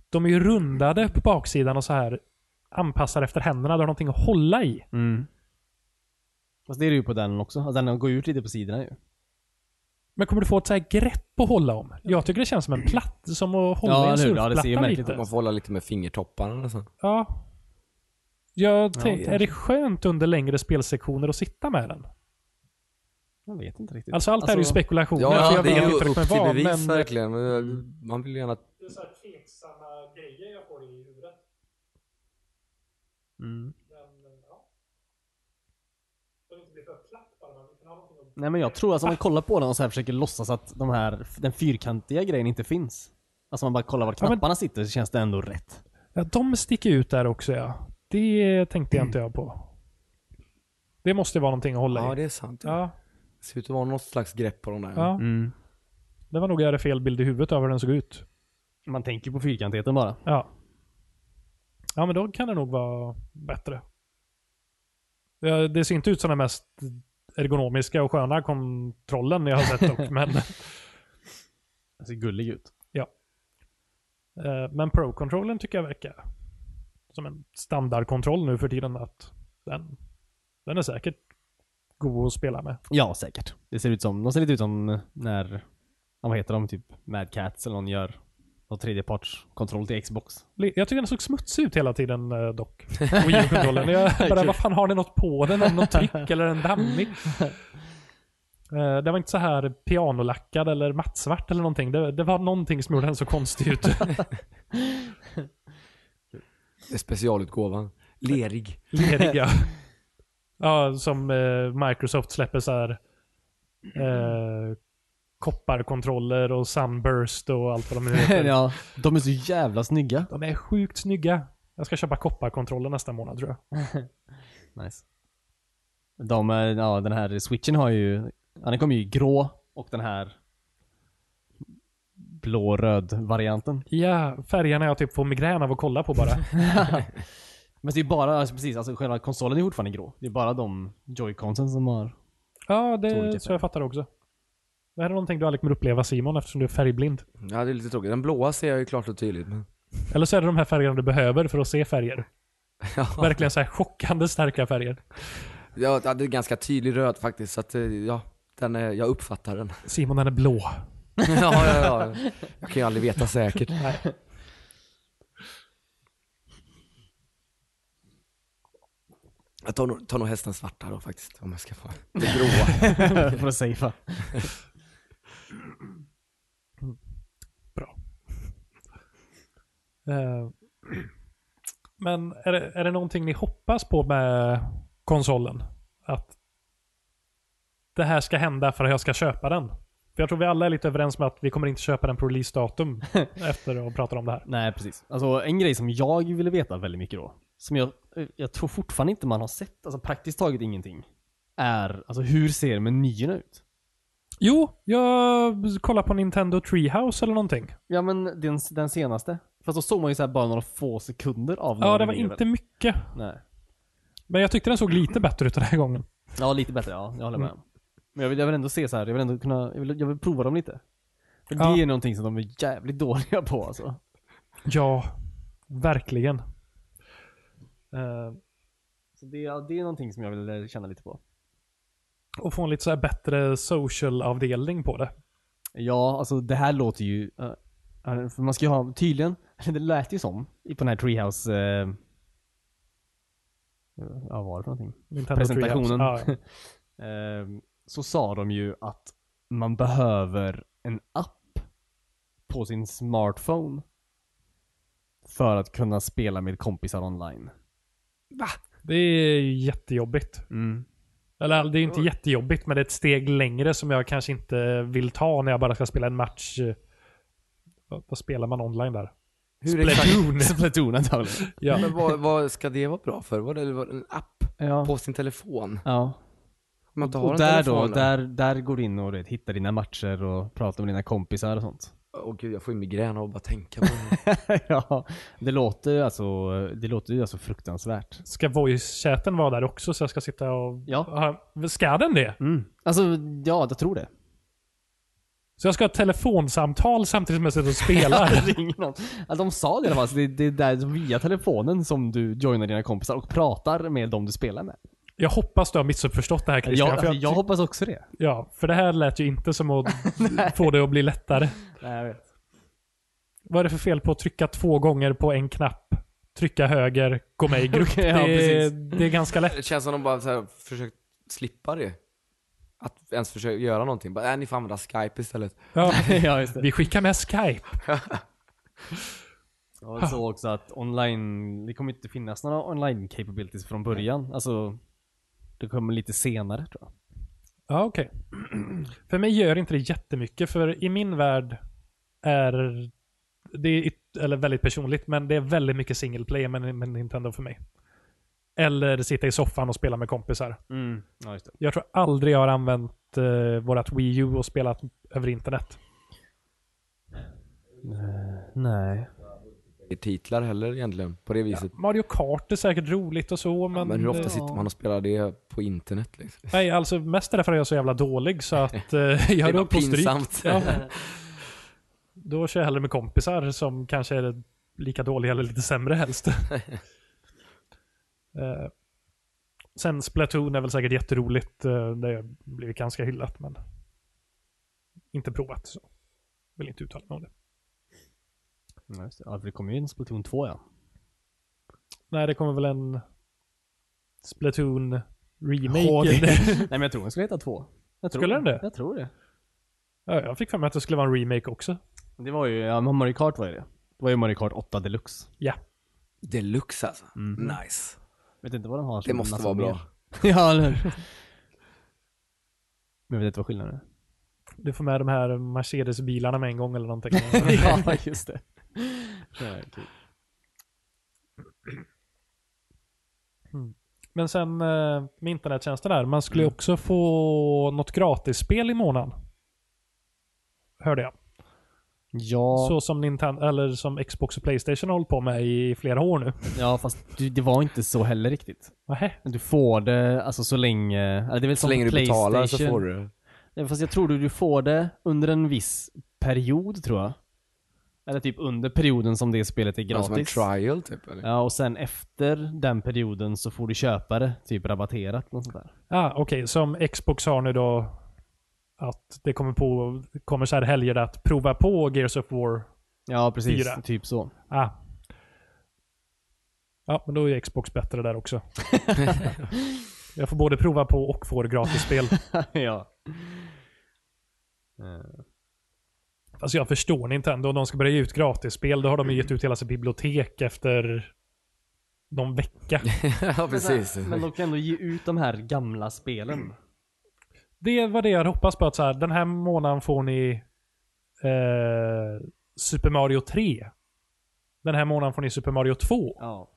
[SPEAKER 3] De är ju rundade på baksidan och så här anpassade efter händerna. Du har någonting att hålla i.
[SPEAKER 2] Mm. Fast det är det ju på den också. Alltså, den går ju ut lite på sidorna ju.
[SPEAKER 3] Men kommer du få ett så här grepp att hålla om? Jag tycker det känns som en platt, som att hålla
[SPEAKER 2] Ja,
[SPEAKER 3] i en
[SPEAKER 2] eller hur? Ja, det ser ju
[SPEAKER 3] surfplatta
[SPEAKER 2] märkligt ut.
[SPEAKER 3] lite.
[SPEAKER 1] man får hålla lite med fingertopparna alltså. och så.
[SPEAKER 3] Ja. Jag tänk,
[SPEAKER 2] kanske.
[SPEAKER 3] är det skönt under längre spelsektioner att sitta med den?
[SPEAKER 2] Jag vet inte riktigt.
[SPEAKER 3] Alltså allt här är ju spekulationer.
[SPEAKER 1] Ja,
[SPEAKER 3] för
[SPEAKER 1] ja
[SPEAKER 3] jag
[SPEAKER 1] det
[SPEAKER 3] vet
[SPEAKER 1] är ju
[SPEAKER 3] inte hur
[SPEAKER 1] upp
[SPEAKER 3] det
[SPEAKER 1] till
[SPEAKER 3] kommer vara,
[SPEAKER 1] bevis
[SPEAKER 3] men- Mm.
[SPEAKER 1] verkligen. Men eh, Man vill gärna...
[SPEAKER 3] Det är så här tveksamma grejer jag får i huvudet.
[SPEAKER 2] Mm.
[SPEAKER 3] Men, ja. Det inte bli för platt bara. Man kan ha någonting att...
[SPEAKER 2] Nej men jag tror alltså om man kollar på den och så här försöker låtsas att de här, den fyrkantiga grejen inte finns. Alltså om man bara kollar var
[SPEAKER 3] Ja, men-
[SPEAKER 2] knapparna sitter så känns det ändå rätt.
[SPEAKER 3] Ja, de sticker ut där också ja. Det tänkte jag inte jag på. Det måste vara någonting att hålla
[SPEAKER 1] Ja,
[SPEAKER 3] i.
[SPEAKER 1] det är sant.
[SPEAKER 3] Ja,
[SPEAKER 1] Det ser ut att vara något slags grepp på de där.
[SPEAKER 3] ja.
[SPEAKER 2] Mm.
[SPEAKER 3] Det var nog jag hade fel bild i huvudet av hur den såg ut.
[SPEAKER 2] Man tänker ju på fyrkantigheten bara.
[SPEAKER 3] Ja. Ja, men då kan det nog vara bättre. Ja, Det ser inte ut som den mest ergonomiska och sköna kontrollen jag har sett dock, men
[SPEAKER 2] Den ser gullig ut.
[SPEAKER 3] Eh, Men Pro-kontrollen tycker jag verkar som en standardkontroll nu för tiden. att Den, den är säkert god att spela med.
[SPEAKER 2] Ja säkert. Det ser ut som, de ser lite ut som när, ja, vad heter de, typ Mad Cats eller någon gör någon tredjepartskontroll till Xbox.
[SPEAKER 3] Le- Jag tycker den såg smutsig ut hela tiden eh, dock. Wii-kontrollen. Jag bara, vad fan har ni något på den? Har ni något tryck eller en dammig? Eh, Den var inte så här pianolackad eller mattsvart eller någonting. Det, det var någonting som gjorde den så konstig ut.
[SPEAKER 1] Det är specialutgåvan. Lerig.
[SPEAKER 3] lediga. ja, som eh, Microsoft släpper så här eh, kopparkontroller och Sunburst och allt vad de nu heter.
[SPEAKER 2] ja, de är så jävla snygga.
[SPEAKER 3] De är sjukt snygga. Jag ska köpa kopparkontroller nästa månad tror jag.
[SPEAKER 2] Nice. De, är- ja den här switchen har ju, ja, den kommer ju i grå och den här blå-röd varianten.
[SPEAKER 3] Ja, färgerna jag typ får migrän av att kolla på bara.
[SPEAKER 2] Men det är bara, alltså precis, alltså själva konsolen är fortfarande grå. Det är bara de joyconsen som har...
[SPEAKER 3] ja,
[SPEAKER 2] Två olika
[SPEAKER 3] det så
[SPEAKER 2] färger.
[SPEAKER 3] jag fattar också. Det här är någonting du aldrig kommer uppleva Simon eftersom du är färgblind.
[SPEAKER 1] Ja, det är lite tråkigt. Den blåa ser jag ju klart och tydligt. Men...
[SPEAKER 3] Eller så är det de här färgerna du behöver för att se färger. Verkligen så här chockande starka färger.
[SPEAKER 1] Ja, det är ganska tydlig röd faktiskt, så att eh, ja, den är, jag uppfattar den.
[SPEAKER 3] Simon den är blå.
[SPEAKER 1] ja, ja, ja. Jag kan ju aldrig veta säkert. Jag tar nog, tar nog hästen svarta då faktiskt, om jag ska få det gråa.
[SPEAKER 2] för att safea.
[SPEAKER 3] Eh, Men är det, är det någonting ni hoppas på med konsolen? Att det här ska hända för att jag ska köpa den? För jag tror vi alla är lite överens med att vi kommer inte köpa den på releasedatum efter att prata om det här.
[SPEAKER 2] Nej, precis. Alltså en grej som jag ville veta väldigt mycket då, som jag, jag tror fortfarande inte man har sett, alltså praktiskt taget ingenting, är alltså hur ser menyerna ut?
[SPEAKER 3] Jo, jag kollar på Nintendo Treehouse eller någonting.
[SPEAKER 2] Ja men den, den senaste. Fast då såg man ju så här bara några få sekunder av några
[SPEAKER 3] Ja, det var
[SPEAKER 2] menyer, väl?
[SPEAKER 3] inte mycket.
[SPEAKER 2] Nej.
[SPEAKER 3] Men jag tyckte den såg lite bättre ut den här gången.
[SPEAKER 2] Ja, lite bättre. Ja, jag håller med.
[SPEAKER 3] Mm.
[SPEAKER 2] Men jag vill, jag vill ändå se så här. jag vill ändå kunna, jag vill, jag vill prova dem lite. För
[SPEAKER 3] Ja.
[SPEAKER 2] det är någonting som de är jävligt dåliga på alltså.
[SPEAKER 3] Ja, verkligen. Eh,
[SPEAKER 2] Så det, ja, det är någonting som jag vill eh, känna lite på.
[SPEAKER 3] och få en lite så här bättre social-avdelning på det.
[SPEAKER 2] Ja, alltså det här låter ju eh, Ja, För man ska ju ha, tydligen, eller det lät ju som i- på den här Treehouse... Eh, ja, vad var det för någonting?
[SPEAKER 3] Nintendo
[SPEAKER 2] Presentationen.
[SPEAKER 3] Treehouse. Ja,
[SPEAKER 2] Eh, så sa de ju att man behöver en app på sin smartphone för att kunna spela med kompisar online.
[SPEAKER 3] det är ju jättejobbigt.
[SPEAKER 2] Mm.
[SPEAKER 3] Eller det är ju inte jättejobbigt, men det är ett steg längre som jag kanske inte vill ta när jag bara ska spela en match. eh, Vad, vad spelar man online där?
[SPEAKER 1] Hur
[SPEAKER 2] Platoon! Platoon antagligen.
[SPEAKER 3] Ja.
[SPEAKER 1] Men vad, vad ska det vara bra för? Var det var det en app
[SPEAKER 2] Ja.
[SPEAKER 1] på sin telefon?
[SPEAKER 2] ja.
[SPEAKER 1] Om man inte har
[SPEAKER 2] Och
[SPEAKER 1] en
[SPEAKER 2] där då,
[SPEAKER 1] telefon
[SPEAKER 2] där, där går du in och du vet, hittar dina matcher och pratar med dina kompisar och sånt.
[SPEAKER 1] Åh gud, jag får ju migrän av att bara tänka på det.
[SPEAKER 2] ja, det låter ju alltså, det låter ju alltså fruktansvärt.
[SPEAKER 3] Ska voice-chatten vara där också så jag ska sitta och...
[SPEAKER 2] Ja.
[SPEAKER 3] Ja, Ska den det?
[SPEAKER 2] Alltså, ja, jag tror det.
[SPEAKER 3] Så jag ska ha ett telefonsamtal samtidigt som jag sitter och spelar?
[SPEAKER 2] Ringer någon. Ja, de sa det i alla fall, så det, det är där via telefonen som du joinar dina kompisar och pratar med dem du spelar med.
[SPEAKER 3] jag hoppas du har missuppförstått det här Christian.
[SPEAKER 2] Jag,
[SPEAKER 3] för
[SPEAKER 2] alltså,
[SPEAKER 3] jag,
[SPEAKER 2] jag hoppas också det.
[SPEAKER 3] Ja, för det här lät ju inte som att få det att bli lättare.
[SPEAKER 2] Nej, jag vet.
[SPEAKER 3] Vad är det för fel på att trycka två gånger på en knapp? Trycka höger, gå med i grupp.
[SPEAKER 2] Okej, ja,
[SPEAKER 3] det, är,
[SPEAKER 2] precis.
[SPEAKER 3] det är ganska lätt.
[SPEAKER 1] Det känns som de bara så här, försökt slippa det. Att ens försöka göra någonting. Bara, äh, ni får använda Skype istället.
[SPEAKER 3] Ja,
[SPEAKER 2] ja, just det.
[SPEAKER 3] vi skickar med Skype.
[SPEAKER 2] Jag såg också att online, det kommer inte finnas några online capabilities från början. Alltså, det kommer lite senare tror jag.
[SPEAKER 3] Ja, okej. För mig gör inte det jättemycket, för i min värld är det är, yt- eller väldigt personligt, men det är väldigt mycket single player med, med Nintendo för mig. Eller sitta i soffan och spela med kompisar.
[SPEAKER 2] Mm. Ja, just det.
[SPEAKER 3] Jag tror aldrig jag har använt eh, vårat Wii U och spelat över internet.
[SPEAKER 2] Eh, Nej.
[SPEAKER 1] Det är titlar heller egentligen, på det viset.
[SPEAKER 3] Mario Kart är säkert roligt och så, men...
[SPEAKER 1] Men hur ofta
[SPEAKER 3] eh,
[SPEAKER 1] sitter man och spelar det på internet liksom?
[SPEAKER 3] Nej, alltså mest därför är jag så jävla dålig så att eh, jag
[SPEAKER 1] bara
[SPEAKER 3] låg på stryk.
[SPEAKER 1] pinsamt.
[SPEAKER 3] Ja. Då kör jag hellre med kompisar som kanske är lika dåliga eller lite sämre helst. eh, sen Splatoon är väl säkert jätteroligt. Eh, det har blivit ganska hyllat men inte provat så vill inte uttala mig om det.
[SPEAKER 2] Ja, just det. ja, för det kommer ju en Splatoon 2 ja.
[SPEAKER 3] Nej, det kommer väl en Splatoon
[SPEAKER 2] Ihåg.
[SPEAKER 3] remake.
[SPEAKER 2] Nej men jag tror den skulle heta 2. Jag tror
[SPEAKER 3] Skulle den det?
[SPEAKER 2] Jag tror det.
[SPEAKER 3] ja, jag fick för mig att det skulle vara en remake också.
[SPEAKER 2] Det var ju, ja men Mario Kart var ju det. Det var ju Mario Kart 8 Deluxe.
[SPEAKER 3] Ja.
[SPEAKER 1] Deluxe alltså. Nice.
[SPEAKER 2] Vet inte vad de har
[SPEAKER 1] Det
[SPEAKER 2] som
[SPEAKER 1] måste
[SPEAKER 2] massa
[SPEAKER 1] vara bra.
[SPEAKER 2] mer. ja eller hur? Men jag vet inte vad skillnaden är.
[SPEAKER 3] Du får med de här Mercedes-bilarna med en gång eller någonting.
[SPEAKER 2] ja just det. Ja, kul.
[SPEAKER 3] Men sen eh, med internettjänsten där, man skulle ju också få något gratisspel i månaden. Hörde jag.
[SPEAKER 2] Ja,
[SPEAKER 3] Så som, Nintendo, eller som Xbox och Playstation har hållit på med i flera år nu.
[SPEAKER 2] ja fast du, det var inte så heller riktigt.
[SPEAKER 3] Nähä.
[SPEAKER 2] Du får det alltså så länge, eller det är väl
[SPEAKER 1] Så länge du betalar så får du det.
[SPEAKER 2] det. Fast jag tror du, du får det under en viss period tror jag. Eller typ under perioden som det spelet är
[SPEAKER 1] Som en
[SPEAKER 2] gratis.
[SPEAKER 1] trial typ eller?
[SPEAKER 2] Ja, och sen efter den perioden så får du köpa det, typ rabatterat något sånt där.
[SPEAKER 3] Ah, Okej, som Xbox har nu då att det kommer, på, kommer så här helger att prova på Gears of War.
[SPEAKER 2] Ja, precis.
[SPEAKER 3] Fyra.
[SPEAKER 2] Typ så.
[SPEAKER 3] Ah. Ja, men då är Xbox bättre där också. jag får både prova på och får gratisspel.
[SPEAKER 2] ja.
[SPEAKER 3] Alltså jag förstår Nintendo. Om de ska börja ge ut gratisspel, då har de ju gett ut hela sitt bibliotek efter någon vecka.
[SPEAKER 1] ja precis.
[SPEAKER 2] Men de kan ändå ge ut de här gamla spelen.
[SPEAKER 3] Det var det jag hoppas på. Att så här, den här månaden får ni eh, Super Mario 3. Den här månaden får ni Super Mario 2.
[SPEAKER 2] Ja.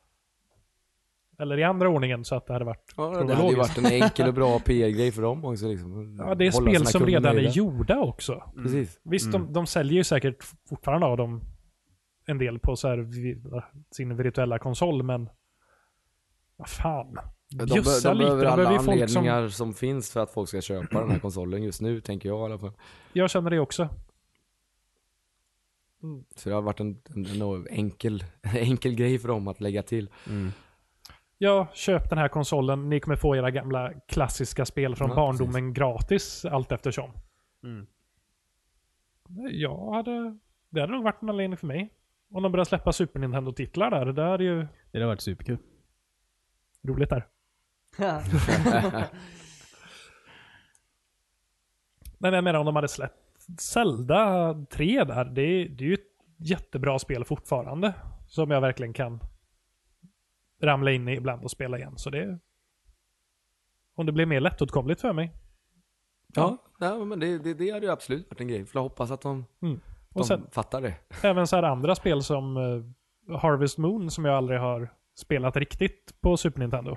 [SPEAKER 3] Eller i andra ordningen så att det hade varit...
[SPEAKER 1] Ja, det hade ju varit en enkel och bra PR-grej för dem också liksom.
[SPEAKER 3] Ja, det är
[SPEAKER 1] Hålla
[SPEAKER 3] spel
[SPEAKER 1] sina
[SPEAKER 3] som
[SPEAKER 1] kunder
[SPEAKER 3] redan
[SPEAKER 1] nöjda. Mm.
[SPEAKER 3] är gjorda också.
[SPEAKER 1] Precis.
[SPEAKER 3] Visst, de, de säljer ju säkert fortfarande av dem en del på så här, vi- sin virtuella konsol, men... Vad fan.
[SPEAKER 1] De,
[SPEAKER 3] Mm. Bjussa
[SPEAKER 1] be- de
[SPEAKER 3] lite.
[SPEAKER 1] behöver alla
[SPEAKER 3] ju folk som-
[SPEAKER 1] anledningar som... finns för att folk ska köpa den här konsolen just nu, tänker jag i alla fall.
[SPEAKER 3] Jag känner det också.
[SPEAKER 1] Så det har varit en, en, en enkel, enkel grej för dem att lägga till.
[SPEAKER 3] Ja, köp den här konsolen. Ni kommer få era gamla klassiska spel från
[SPEAKER 1] Ja, Mm.
[SPEAKER 3] barndomen gratis allt eftersom. Jag hade Det hade nog varit en anledning för mig. Om de börjar släppa Super Nintendo-titlar där. Det där är ju
[SPEAKER 2] Det hade varit superkul.
[SPEAKER 3] roligt där. Men jag menar om de hade släppt Zelda 3 där. Det, det är ju ett jättebra spel fortfarande. Som jag verkligen kan ramla in i ibland och spela igen. Så det... Om det blir mer lättåtkomligt för mig.
[SPEAKER 1] Ja, nej, men det, det, det hade ju absolut varit en grej. För jag hoppas att de,
[SPEAKER 3] Mm.
[SPEAKER 1] de
[SPEAKER 3] Och sen
[SPEAKER 1] fattar det.
[SPEAKER 3] även så här andra spel som eh, Harvest Moon som jag aldrig har spelat riktigt på Super Nintendo.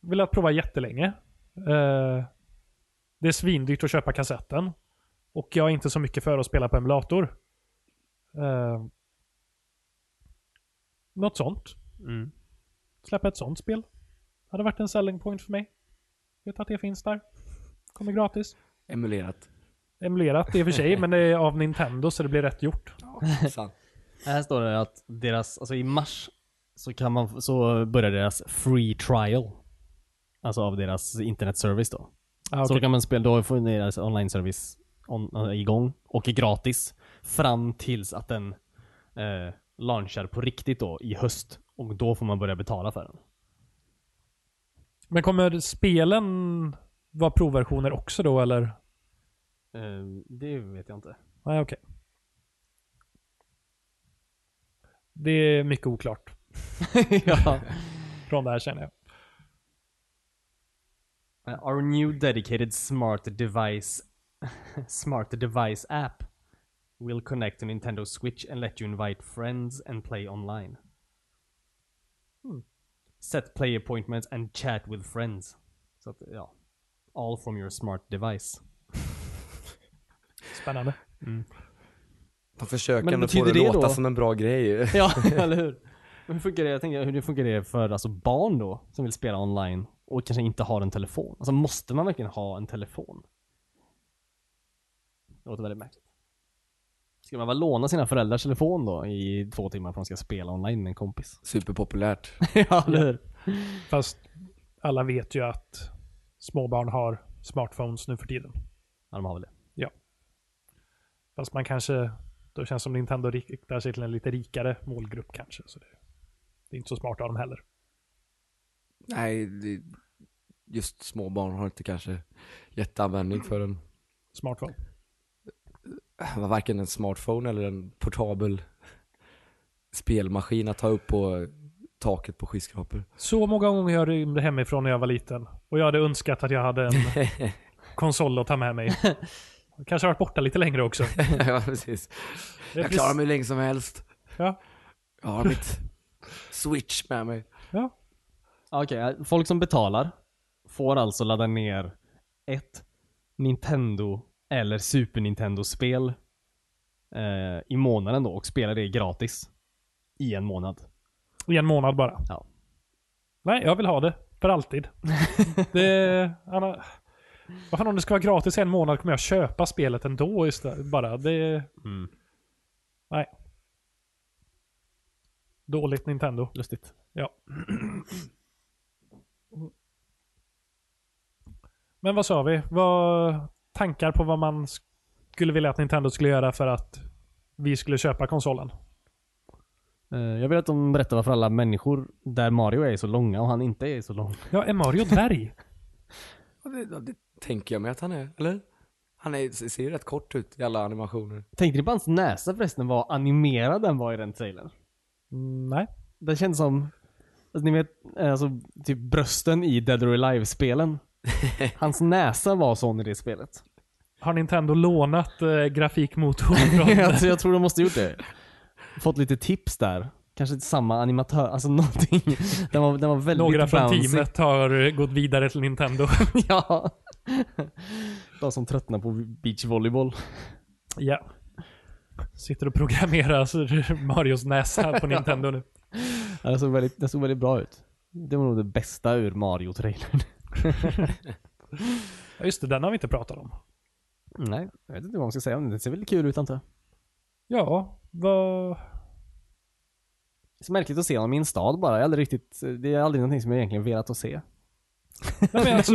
[SPEAKER 3] Velat prova jättelänge. Eh, det är svindyrt att köpa kassetten. Och jag är inte så mycket för att spela på emulator. Eh, något sånt.
[SPEAKER 2] Mm.
[SPEAKER 3] Släppa ett sånt spel. Hade varit en selling point för mig. Vet att det finns där. Kommer gratis.
[SPEAKER 1] Emulerat.
[SPEAKER 3] Emulerat i och för sig, men det är av Nintendo så det blir rätt gjort. Ah,
[SPEAKER 1] Sant.
[SPEAKER 2] Här står det att deras, alltså i mars så kan man, så börjar deras free trial. Alltså av deras internetservice då.
[SPEAKER 3] Ah,
[SPEAKER 2] Så
[SPEAKER 3] okej.
[SPEAKER 2] då kan man spela, då får ni deras online-service on, eh, igång och är gratis. Fram tills att den eh, launchar på riktigt då i höst. Och då får man börja betala för den.
[SPEAKER 3] Men kommer spelen vara provversioner också då eller?
[SPEAKER 2] Eh, det vet jag inte.
[SPEAKER 3] Nej okej. Det är mycket oklart
[SPEAKER 2] ja.
[SPEAKER 3] från det här känner jag.
[SPEAKER 2] Uh, Our new dedicated smart device smart device app will connect to Nintendo Switch and let you invite friends and play online. Set play appointments and chat with friends. Så att, ja. All from your smart device.
[SPEAKER 3] Spännande.
[SPEAKER 1] De försöker
[SPEAKER 2] Men
[SPEAKER 1] ändå få
[SPEAKER 2] betyder
[SPEAKER 1] det,
[SPEAKER 2] det
[SPEAKER 1] låta
[SPEAKER 2] då-
[SPEAKER 1] som en bra grej.
[SPEAKER 2] ja, eller hur? Men Hur funkar det, jag tänkte, hur funkar det för alltså, barn då? Som vill spela online och kanske inte har en telefon. Alltså måste man verkligen ha en telefon? Det låter väldigt märkligt. Ska man väl låna sina föräldrars telefon då i två timmar för att de ska spela online med en kompis?
[SPEAKER 1] Superpopulärt.
[SPEAKER 2] ja, eller hur?
[SPEAKER 3] Fast alla vet ju att småbarn har smartphones nu för tiden.
[SPEAKER 2] Ja, de har väl det.
[SPEAKER 3] Fast man kanske, då känns det som Nintendo riktar sig till en lite rikare målgrupp kanske. Så det, det är inte så smart av dem heller.
[SPEAKER 1] Nej, det, just småbarn har inte kanske jätteanvändning för en,
[SPEAKER 3] Smartphone.
[SPEAKER 1] varken en smartphone eller en portabel spelmaskin att ta upp på taket på skyskrapor.
[SPEAKER 3] Så många gånger jag rymde hemifrån när jag var liten. Och jag hade önskat att jag hade en konsol att ta med mig. Kanske har varit borta lite längre också.
[SPEAKER 1] ja, precis.
[SPEAKER 3] Det är
[SPEAKER 1] Jag klarar
[SPEAKER 3] precis-
[SPEAKER 1] mig hur länge som helst.
[SPEAKER 3] Ja.
[SPEAKER 1] Jag har mitt switch med mig.
[SPEAKER 3] Ja.
[SPEAKER 2] Ja, Okej, eh, folk som betalar får alltså ladda ner ett Nintendo eller Super Nintendo-spel eh, i månaden då och spela det gratis i en månad.
[SPEAKER 3] I en månad bara.
[SPEAKER 2] Ja.
[SPEAKER 3] Nej, jag vill ha det. För alltid. det, Anna, vad fan om det ska vara gratis i en månad kommer jag köpa spelet ändå istället. Bara. Det,
[SPEAKER 2] Mm.
[SPEAKER 3] Nej. Dåligt Nintendo.
[SPEAKER 2] Lustigt.
[SPEAKER 3] Ja. Men vad sa vi? Vad tankar på vad man sk- skulle vilja att Nintendo skulle göra för att vi skulle köpa konsolen?
[SPEAKER 2] Eh, jag vill att de berättar varför alla människor där Mario är så långa och han inte är så lång.
[SPEAKER 3] Ja, är Mario dvärg?
[SPEAKER 1] Ja, det, ja, det tänker jag mig att han är, eller? Han är, ser ju rätt kort ut i alla animationer.
[SPEAKER 2] Tänkte ni på hans näsa förresten vad animerad den var i den trailern?
[SPEAKER 3] Mm, Nej.
[SPEAKER 2] Det känns som, alltså, ni vet, eh, alltså, typ brösten i Dead or Alive-spelen. Hans näsa var sån i det spelet.
[SPEAKER 3] Har Nintendo lånat eh, grafikmotorn från...
[SPEAKER 2] alltså, jag tror de måste gjort det. Fått lite tips där. Kanske samma animatör, alltså någonting. Den var, den var väldigt
[SPEAKER 3] Några från
[SPEAKER 2] bouncy.
[SPEAKER 3] teamet har eh, gått vidare till Nintendo.
[SPEAKER 2] Ja. De som tröttnar på beachvolleyboll.
[SPEAKER 3] ja. Sitter och programmerar så Marios näsa på Nintendo nu.
[SPEAKER 2] Ja, Den såg väldigt, den såg väldigt bra ut. Det var nog det bästa ur Mario-trailern.
[SPEAKER 3] Ja, just det, den har vi inte pratat om.
[SPEAKER 2] Nej, jag vet inte vad man ska säga om den. Den ser väldigt kul ut antar jag.
[SPEAKER 3] Ja, vad...
[SPEAKER 2] Det är så märkligt att se honom i en stad bara. Jag har aldrig riktigt, det är aldrig någonting som jag egentligen velat att se.
[SPEAKER 3] Nej, men alltså,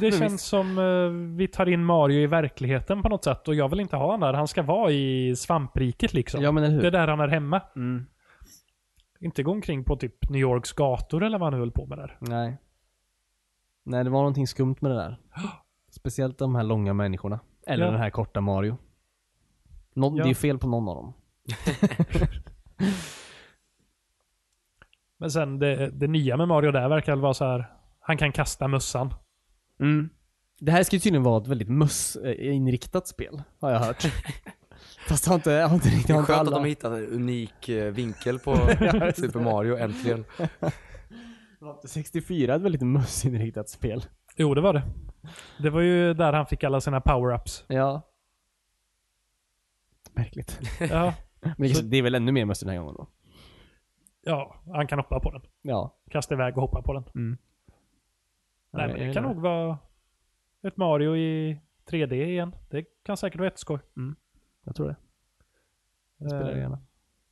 [SPEAKER 3] det känns som eh, vi tar in Mario i verkligheten på något sätt och jag vill inte ha honom där. Han ska vara i svampriket liksom.
[SPEAKER 2] Ja men eller hur?
[SPEAKER 3] det är där han är hemma.
[SPEAKER 2] Mm.
[SPEAKER 3] Inte gå omkring på typ New Yorks gator eller vad han höll på med där.
[SPEAKER 2] Nej. Nej, det var någonting skumt med det där. Speciellt de här långa människorna. Eller
[SPEAKER 3] Ja.
[SPEAKER 2] den här korta Mario. Någon,
[SPEAKER 3] Ja.
[SPEAKER 2] Det är fel på någon av dem.
[SPEAKER 3] Men sen det, det nya med Mario där verkar väl vara så här. Han kan kasta mössan.
[SPEAKER 2] Det här ska ju tydligen vara ett väldigt mössinriktat spel, har jag hört. Fast jag har inte, jag har inte riktigt
[SPEAKER 1] Det
[SPEAKER 2] har
[SPEAKER 1] är
[SPEAKER 2] inte
[SPEAKER 1] skönt att
[SPEAKER 2] alla.
[SPEAKER 1] de hittat en unik eh, vinkel på Super Mario äntligen.
[SPEAKER 2] Var inte 64 ett väldigt mössinriktat spel?
[SPEAKER 3] Jo, det var det. Det var ju där han fick alla sina power-ups.
[SPEAKER 2] Ja. Märkligt.
[SPEAKER 3] Ja,
[SPEAKER 2] Men det är väl ännu mer möss den här gången då?
[SPEAKER 3] ja, han kan hoppa på den.
[SPEAKER 2] Ja.
[SPEAKER 3] Kasta iväg och hoppa på den. Nej,
[SPEAKER 2] Ja,
[SPEAKER 3] men det
[SPEAKER 2] jag
[SPEAKER 3] kan
[SPEAKER 2] gillar
[SPEAKER 3] nog vara ett Mario i 3D igen. Det kan säkert vara ett skoj.
[SPEAKER 2] Jag tror det. Jag spelar det
[SPEAKER 3] Eh,
[SPEAKER 2] gärna.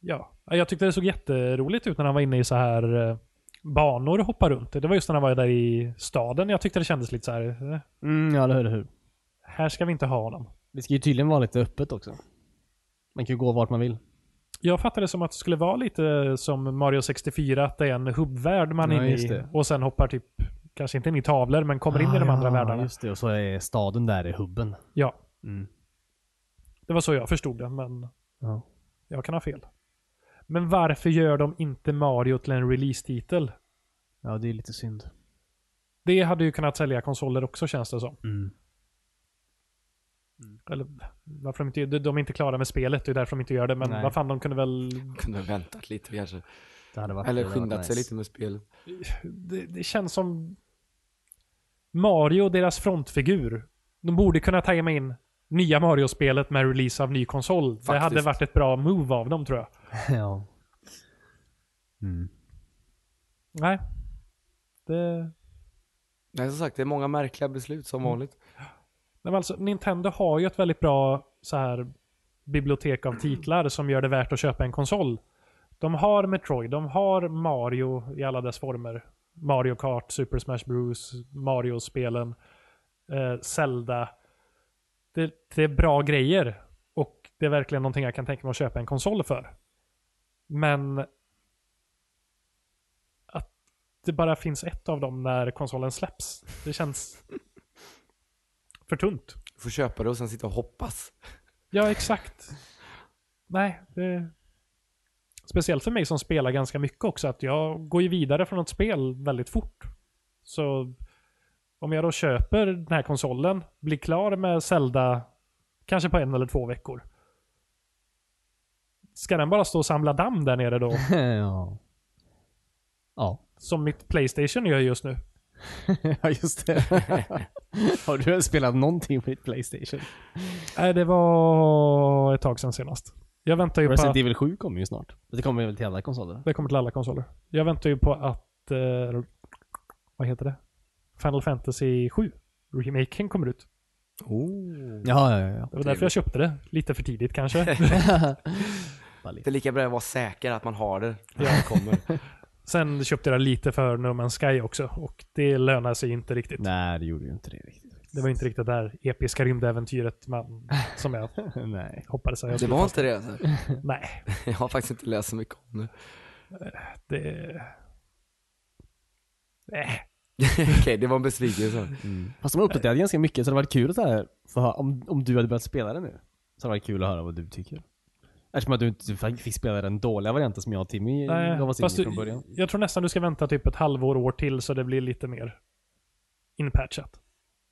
[SPEAKER 3] Ja, jag tyckte det såg jätteroligt ut när han var inne i så här eh, banor och hoppade runt. Det var just när han var där i staden jag tyckte det kändes lite så här. eh,
[SPEAKER 2] Mm, ja, eller hur.
[SPEAKER 3] Här ska vi inte ha honom.
[SPEAKER 2] Det ska ju tydligen vara lite öppet också. Man kan ju gå vart man vill.
[SPEAKER 3] Jag fattade det som att det skulle vara lite som Mario 64, att det är en hubbvärld man är
[SPEAKER 2] Ja,
[SPEAKER 3] inne
[SPEAKER 2] just
[SPEAKER 3] i.
[SPEAKER 2] det.
[SPEAKER 3] Och sen hoppar typ, kanske inte in i tavlor, men kommer in i de
[SPEAKER 2] Ah,
[SPEAKER 3] andra världarna.
[SPEAKER 2] Just det, och så är staden där i hubben.
[SPEAKER 3] Ja,
[SPEAKER 2] Mm.
[SPEAKER 3] det var så jag förstod det, men
[SPEAKER 2] Ja.
[SPEAKER 3] jag kan ha fel. Men varför gör de inte Mario till en release-titel?
[SPEAKER 2] ja, det är lite synd.
[SPEAKER 3] Det hade ju kunnat sälja konsoler också känns det som. Eller varför de inte, de de är inte klara med spelet, det är därför de inte gör det. Men
[SPEAKER 2] Nej.
[SPEAKER 3] vad fan, de kunde väl...
[SPEAKER 1] Kunde ha väntat lite kanske.
[SPEAKER 2] Det hade varit,
[SPEAKER 1] Eller
[SPEAKER 2] det hade
[SPEAKER 1] skyndat
[SPEAKER 2] varit
[SPEAKER 1] sig
[SPEAKER 2] nice.
[SPEAKER 1] lite med spelet.
[SPEAKER 3] Det, det känns som... Mario och deras frontfigur. De borde kunna tajma in nya Mario-spelet med release av ny konsol. Det
[SPEAKER 1] Faktiskt.
[SPEAKER 3] hade varit ett bra move av dem tror jag.
[SPEAKER 2] ja. Mm.
[SPEAKER 3] Nej. Det...
[SPEAKER 1] Nej som sagt, det är många märkliga beslut som vanligt.
[SPEAKER 3] Nej, men alltså, Nintendo har ju ett väldigt bra så här, bibliotek av titlar som gör det värt att köpa en konsol. De har Metroid, de har Mario i alla dess former. Mario Kart, Super Smash Bros, Mario-spelen, eh, Zelda. Det, det är bra grejer och det är verkligen någonting jag kan tänka mig att köpa en konsol för. Men att det bara finns ett av dem när konsolen släpps. Det känns för tunt.
[SPEAKER 1] Du får köpa det och sen sitta och hoppas.
[SPEAKER 3] Ja, exakt. Nej, det... Speciellt för mig som spelar ganska mycket också, att jag går ju vidare från ett spel väldigt fort. Så om jag då köper den här konsolen, blir klar med Zelda kanske på en eller två veckor. Ska den bara stå och samla damm där nere då?
[SPEAKER 2] ja. Ja.
[SPEAKER 3] Som mitt Playstation gör just nu.
[SPEAKER 2] ja, just det. Har du spelat någonting på ditt Playstation?
[SPEAKER 3] Nej, det var ett tag sedan senast. Jag väntar ju på att...
[SPEAKER 2] Resident Evil 7 kommer ju snart. Det kommer väl till alla konsoler?
[SPEAKER 3] Det kommer till alla konsoler. Jag väntar ju på att... Eh, vad heter det? Final Fantasy 7 remaken kommer ut.
[SPEAKER 1] Oh.
[SPEAKER 2] Ja, ja, ja.
[SPEAKER 3] Det var därför jag köpte det. Lite för tidigt kanske.
[SPEAKER 1] Det är lika bra att vara säker att man har det när det kommer.
[SPEAKER 3] Sen köpte jag lite för No Man's Sky också och det lönar sig inte riktigt.
[SPEAKER 2] Nej, det gjorde ju inte det riktigt.
[SPEAKER 3] Det var inte riktigt det där episka rymdäventyret man, som jag
[SPEAKER 2] Nej.
[SPEAKER 3] hoppades att jag
[SPEAKER 1] Det
[SPEAKER 3] skulle
[SPEAKER 1] var
[SPEAKER 3] fastna
[SPEAKER 1] inte det alltså.
[SPEAKER 3] i. Nej,
[SPEAKER 1] Jag har faktiskt inte läst så mycket om det.
[SPEAKER 3] det... Äh,
[SPEAKER 1] Okej, det var en besvikelse.
[SPEAKER 2] Fast de har uppdaterat ganska mycket så det hade varit kul att så här, få höra, om, om du hade börjat spela det nu. Så hade det varit kul att höra vad du tycker. Eftersom att du inte fick fick spela den dåliga varianten som jag och Timmy
[SPEAKER 3] nej.
[SPEAKER 2] gav oss in
[SPEAKER 3] Fast
[SPEAKER 2] i från
[SPEAKER 3] du,
[SPEAKER 2] början.
[SPEAKER 3] jag tror nästan du ska vänta typ ett halvår, år till så det blir lite mer inpatchat.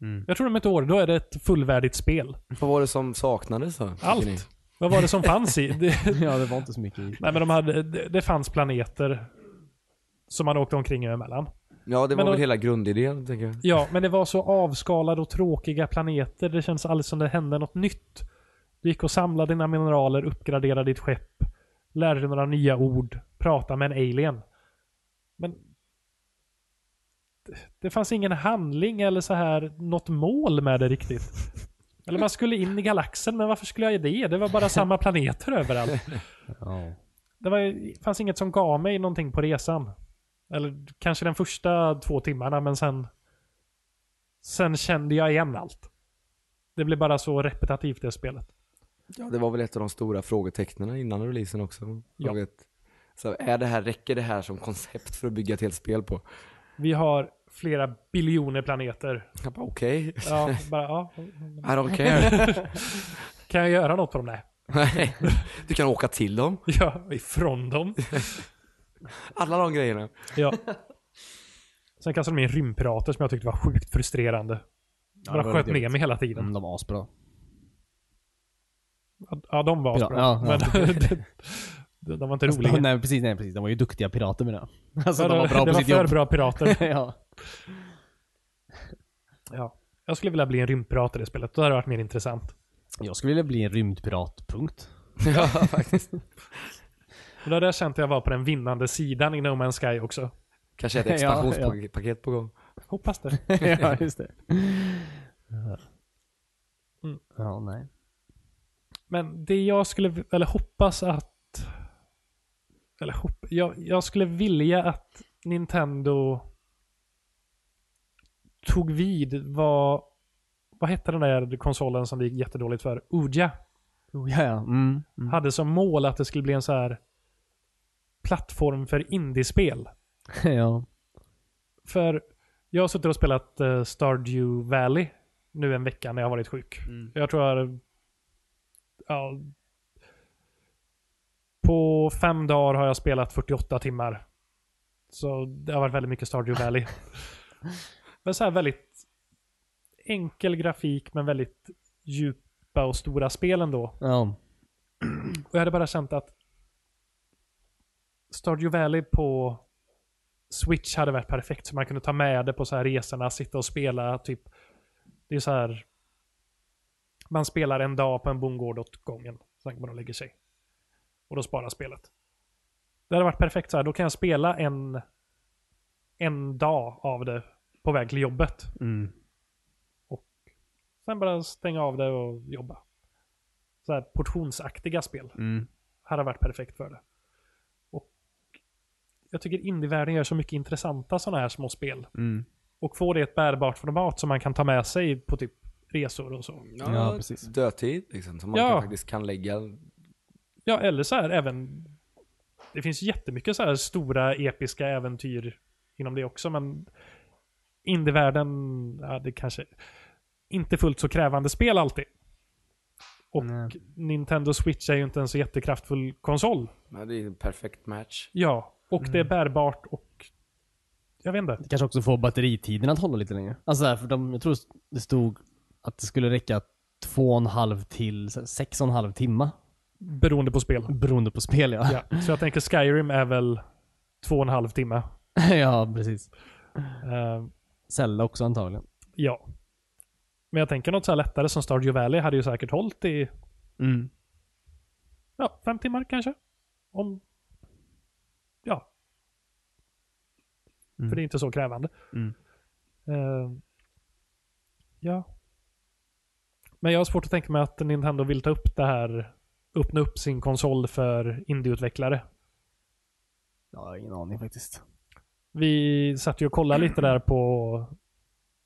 [SPEAKER 2] Mm.
[SPEAKER 3] Jag tror om ett år, då är det ett fullvärdigt spel.
[SPEAKER 1] Vad var det som saknades då? tycker ni?
[SPEAKER 3] Allt. Vad var det som fanns i? Det,
[SPEAKER 2] Ja, det var inte så mycket i.
[SPEAKER 3] nej, men de hade, det, det fanns planeter som man åkte omkring emellan.
[SPEAKER 1] Ja, det var
[SPEAKER 3] Men då-
[SPEAKER 1] väl hela grundidén, tänker jag.
[SPEAKER 3] Ja, men det var så avskalade och tråkiga planeter. Det känns aldrig som det hände något nytt. Du gick och samlade dina mineraler, uppgraderade ditt skepp, lärde dig några nya ord, pratade med en alien. Men det- det fanns ingen handling eller så här något mål med det riktigt. Eller man skulle in i galaxen, men varför skulle jag göra det? Det var bara samma planeter överallt.
[SPEAKER 2] Ja.
[SPEAKER 3] Det var, fanns inget som gav mig någonting på resan. Eller kanske den första två timmarna, men sen Sen kände jag igen allt. Det blev bara så repetitivt det spelet.
[SPEAKER 1] Ja, det var väl ett av de stora frågetecknen innan releasen också.
[SPEAKER 3] Ja.
[SPEAKER 1] Jag vet. Så är det här, räcker det här som koncept för att bygga ett helt spel på?
[SPEAKER 3] Vi har flera biljoner planeter.
[SPEAKER 1] Jag bara okej,
[SPEAKER 3] Ja, bara, ja.
[SPEAKER 1] I don't care.
[SPEAKER 3] Kan jag göra något på dem? Nej.
[SPEAKER 1] Nej. du kan åka till dem.
[SPEAKER 3] Ja, ifrån dem.
[SPEAKER 1] Alla de grejerna.
[SPEAKER 3] Ja. Sen kastade de in rymdpirater som jag tyckte var sjukt frustrerande.
[SPEAKER 2] det
[SPEAKER 3] Bara
[SPEAKER 2] var
[SPEAKER 3] sköt
[SPEAKER 2] lite
[SPEAKER 3] ner mig hela tiden.
[SPEAKER 2] Mm, de var asbra.
[SPEAKER 3] Ja, de var
[SPEAKER 2] Ja,
[SPEAKER 3] asbra.
[SPEAKER 2] ja, ja.
[SPEAKER 3] Men de, de var inte roliga.
[SPEAKER 2] Alltså, Nej precis, nej precis. De var ju duktiga pirater med det. Alltså
[SPEAKER 3] Ja,
[SPEAKER 2] de var
[SPEAKER 3] det-
[SPEAKER 2] bra
[SPEAKER 3] det
[SPEAKER 2] på
[SPEAKER 3] var
[SPEAKER 2] sitt
[SPEAKER 3] för
[SPEAKER 2] jobb.
[SPEAKER 3] bra pirater.
[SPEAKER 2] ja.
[SPEAKER 3] Ja. Jag skulle vilja bli en rymdpirat i det spelet. Då hade det varit mer intressant.
[SPEAKER 2] Jag skulle vilja bli en rymdpirat, punkt.
[SPEAKER 1] ja, faktiskt.
[SPEAKER 3] Och då hade jag känt att jag var på den vinnande sidan i No Man's Sky också.
[SPEAKER 1] Kanske ett
[SPEAKER 2] Ja, ja.
[SPEAKER 1] expansionspaket på gång.
[SPEAKER 3] Hoppas det.
[SPEAKER 2] ja, just det.
[SPEAKER 3] Mm.
[SPEAKER 2] Ja, nej.
[SPEAKER 3] Men det jag skulle, eller hoppas att... Eller hopp, jag, jag skulle vilja att Nintendo tog vid vad... Vad hette den där konsolen som det gick jättedåligt för? Uja.
[SPEAKER 2] Oh, ja, ja. Mm. Mm.
[SPEAKER 3] Hade som mål att det skulle bli en så här plattform för indiespel.
[SPEAKER 2] ja.
[SPEAKER 3] För jag har suttit och spelat eh, Stardew Valley nu en vecka när jag har varit sjuk. Jag tror jag har- ja, På fem dagar har jag spelat 48 timmar. Så det har varit väldigt mycket Stardew Valley. men så här väldigt enkel grafik men väldigt djupa och stora spel ändå.
[SPEAKER 2] ja.
[SPEAKER 3] Och jag hade bara känt att Stardew Valley på Switch hade varit perfekt. Så man kunde ta med det på så här resorna, sitta och spela. typ Det är så här man spelar en dag på en bondgård åt gången. Sen går man och lägger sig. Och då sparar spelet. Det hade varit perfekt så här. Då kan jag spela en, en dag av det på väg till jobbet.
[SPEAKER 2] Mm.
[SPEAKER 3] Sen bara stänga av det och jobba. Så här portionsaktiga spel
[SPEAKER 2] Mm.
[SPEAKER 3] hade varit perfekt för det. Och jag tycker indievärlden gör så mycket intressanta sådana här små spel.
[SPEAKER 2] Mm.
[SPEAKER 3] Och få det i ett bärbart format som man kan ta med sig på typ resor och så.
[SPEAKER 2] Ja, precis.
[SPEAKER 1] Dödtid liksom, som man
[SPEAKER 3] Ja.
[SPEAKER 1] kan, faktiskt kan lägga.
[SPEAKER 3] Ja, eller så här även... Det finns jättemycket så här stora episka äventyr inom det också, men indievärlden, ja det kanske inte fullt så krävande spel alltid. Och
[SPEAKER 2] Nej.
[SPEAKER 3] Nintendo Switch är ju inte en så jättekraftfull konsol.
[SPEAKER 1] Men det är en perfekt match.
[SPEAKER 3] Ja, och det är bärbart och... Jag vet inte.
[SPEAKER 2] Kanske också få batteritiden att hålla lite längre. Alltså så här, för de, jag tror det stod att det skulle räcka två och en halv till så här, sex och en halv timma.
[SPEAKER 3] Beroende på spel.
[SPEAKER 2] Beroende på spel ja.
[SPEAKER 3] Ja, så jag tänker Skyrim är väl två och en halv timme.
[SPEAKER 2] ja, precis.
[SPEAKER 3] Eh,
[SPEAKER 2] Zelda också antagligen.
[SPEAKER 3] ja. Men jag tänker något så här lättare som Stardew Valley hade ju säkert hållit i
[SPEAKER 2] Mm.
[SPEAKER 3] ja, fem timmar kanske. Om... Ja.
[SPEAKER 2] Mm.
[SPEAKER 3] För det är inte så krävande.
[SPEAKER 2] Mm.
[SPEAKER 3] Eh, ja. Men jag har svårt att tänka mig att Nintendo vill ta upp det här öppna upp sin konsol för indieutvecklare.
[SPEAKER 2] Jag har ingen aning faktiskt.
[SPEAKER 3] Vi satt ju och kollade lite där på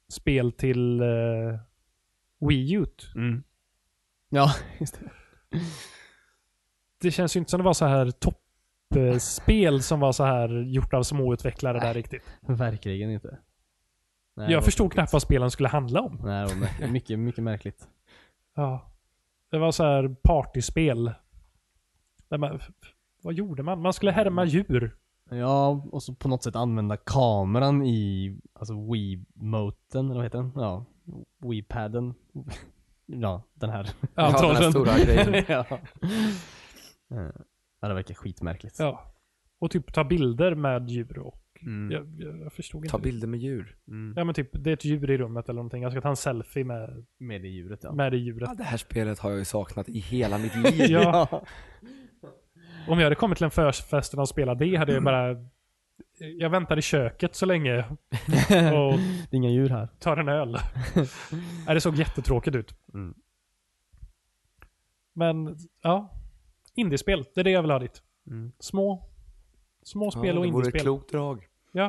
[SPEAKER 3] spel till eh, Wii U.
[SPEAKER 2] Mm. Ja, just det.
[SPEAKER 3] Det känns ju inte som det var så här toppspel som var så här gjort av småutvecklare där riktigt.
[SPEAKER 2] Verkligen inte. Nej, det var
[SPEAKER 3] Jag förstod
[SPEAKER 2] tråkigt.
[SPEAKER 3] knappt vad spelen skulle handla om.
[SPEAKER 2] Nej, det var märkligt. mycket, mycket märkligt.
[SPEAKER 3] Ja. Det var så här partyspel. Där man, vad gjorde man? Man skulle härma
[SPEAKER 2] Mm.
[SPEAKER 3] djur.
[SPEAKER 2] Ja, och så på något sätt använda kameran i alltså Wii-moten, eller vad heter den? Ja, Wii-paden. Ja, den här.
[SPEAKER 3] Ja,
[SPEAKER 1] den här
[SPEAKER 3] trollen.
[SPEAKER 1] stora grejen.
[SPEAKER 2] ja. Eh, ja, det verkar skitmärkligt.
[SPEAKER 3] ja. Och typ ta bilder med djur. Och,
[SPEAKER 2] Mm.
[SPEAKER 3] jag, jag, jag förstod
[SPEAKER 1] Ta
[SPEAKER 3] inte.
[SPEAKER 1] bilder med djur.
[SPEAKER 2] Mm.
[SPEAKER 3] Ja men typ, det är ett djur i rummet eller någonting. Jag ska ta en selfie med,
[SPEAKER 2] Med det djuret ja.
[SPEAKER 3] med det djuret.
[SPEAKER 1] Ja, det här spelet har jag ju saknat i hela mitt liv.
[SPEAKER 3] Ja. Om jag hade kommit till en förfest och de spelade det hade jag bara... Jag väntar i köket så länge och
[SPEAKER 2] Det är inga djur här.
[SPEAKER 3] tar en öl. Nej, det såg jättetråkigt ut.
[SPEAKER 2] Mm.
[SPEAKER 3] Men, ja. Indiespel, det är det jag vill ha dit.
[SPEAKER 2] Mm.
[SPEAKER 3] Små, små spel
[SPEAKER 1] ja,
[SPEAKER 3] och
[SPEAKER 1] det vore ett
[SPEAKER 3] indiespel.
[SPEAKER 1] klokt drag.
[SPEAKER 3] Ja.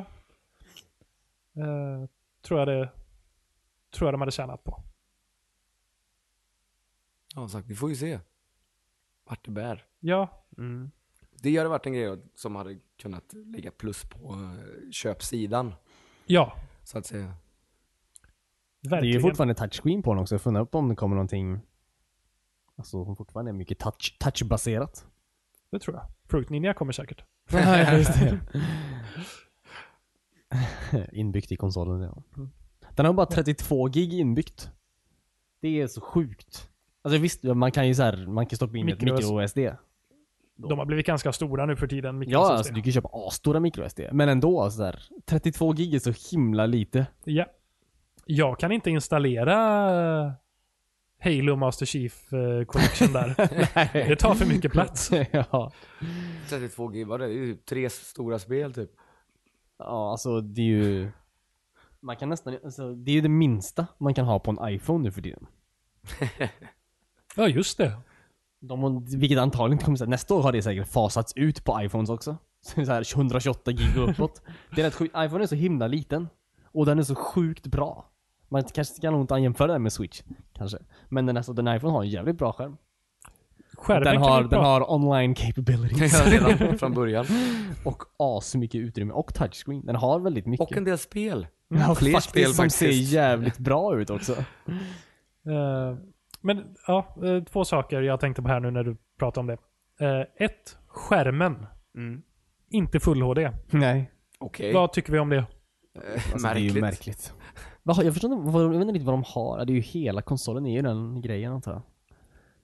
[SPEAKER 3] Eh, tror jag det tror jag de hade tjänat på.
[SPEAKER 1] Ja, som sagt, vi får ju se vart det bär.
[SPEAKER 3] Ja,
[SPEAKER 2] Mm.
[SPEAKER 1] Det hade varit en grej som hade kunnat lägga plus på eh, köpsidan,
[SPEAKER 3] ja
[SPEAKER 1] så att säga.
[SPEAKER 2] Det är ju
[SPEAKER 3] verkligen.
[SPEAKER 2] fortfarande touchscreen på den också. Fundera på om det kommer någonting alltså, som fortfarande är mycket touch, touchbaserat.
[SPEAKER 3] det tror jag. Fruit Ninja kommer säkert.
[SPEAKER 2] Nej, just det. inbyggt i konsolen ja. Den har bara 32 gig inbyggt. Det är så sjukt. Alltså visst, man kan ju så här, man kan stoppa in
[SPEAKER 3] Micro-
[SPEAKER 2] ett micro-SD.
[SPEAKER 3] De har blivit ganska stora nu för tiden. Microsoft.
[SPEAKER 2] Ja, alltså, du kan ju köpa asstora micro-SD. Men ändå, alltså, där, 32 gig är så himla lite.
[SPEAKER 3] ja. Jag kan inte installera Halo Master Chief eh, Collection där. det tar för mycket plats.
[SPEAKER 2] ja.
[SPEAKER 1] 32 GB, det är ju tre stora spel typ.
[SPEAKER 2] ja, alltså det är ju... Man kan nästan, alltså, det är ju det minsta man kan ha på en iPhone nu för tiden.
[SPEAKER 3] Ja, just det.
[SPEAKER 2] De, vilket antagligen inte kommer säga. Nästa år har det säkert fasats ut på iPhones också. Så här 128 gig och uppåt. det är rätt sjukt. iPhone är så himla liten. Och den är så sjukt bra. Man kanske kan nog inte jämföra den med Switch. Kanske. Men den, alltså, den iPhone har en jävligt bra skärm.
[SPEAKER 3] Skärmen
[SPEAKER 2] den,
[SPEAKER 3] kan
[SPEAKER 2] har,
[SPEAKER 3] ju
[SPEAKER 2] den
[SPEAKER 3] prata-
[SPEAKER 2] har online capabilities.
[SPEAKER 1] Redan från början.
[SPEAKER 2] och as mycket utrymme. Och touchscreen. Den har väldigt mycket.
[SPEAKER 1] Och en del spel.
[SPEAKER 2] ja,
[SPEAKER 1] fler
[SPEAKER 2] faktiskt,
[SPEAKER 1] spel
[SPEAKER 2] som ser
[SPEAKER 1] faktiskt.
[SPEAKER 2] jävligt bra ut också.
[SPEAKER 3] Eh, men ja, eh, två saker jag tänkte på här nu när du pratade om det. Eh, ett, skärmen.
[SPEAKER 2] Mm.
[SPEAKER 3] Inte full HD.
[SPEAKER 2] Nej.
[SPEAKER 1] Okej.
[SPEAKER 3] Vad tycker vi om det?
[SPEAKER 2] Alltså, Det är ju
[SPEAKER 1] märkligt.
[SPEAKER 2] märkligt. Vad, jag, förstår inte, vad, jag vet inte riktigt vad de har. Det är ju hela konsolen är ju den grejen antar jag.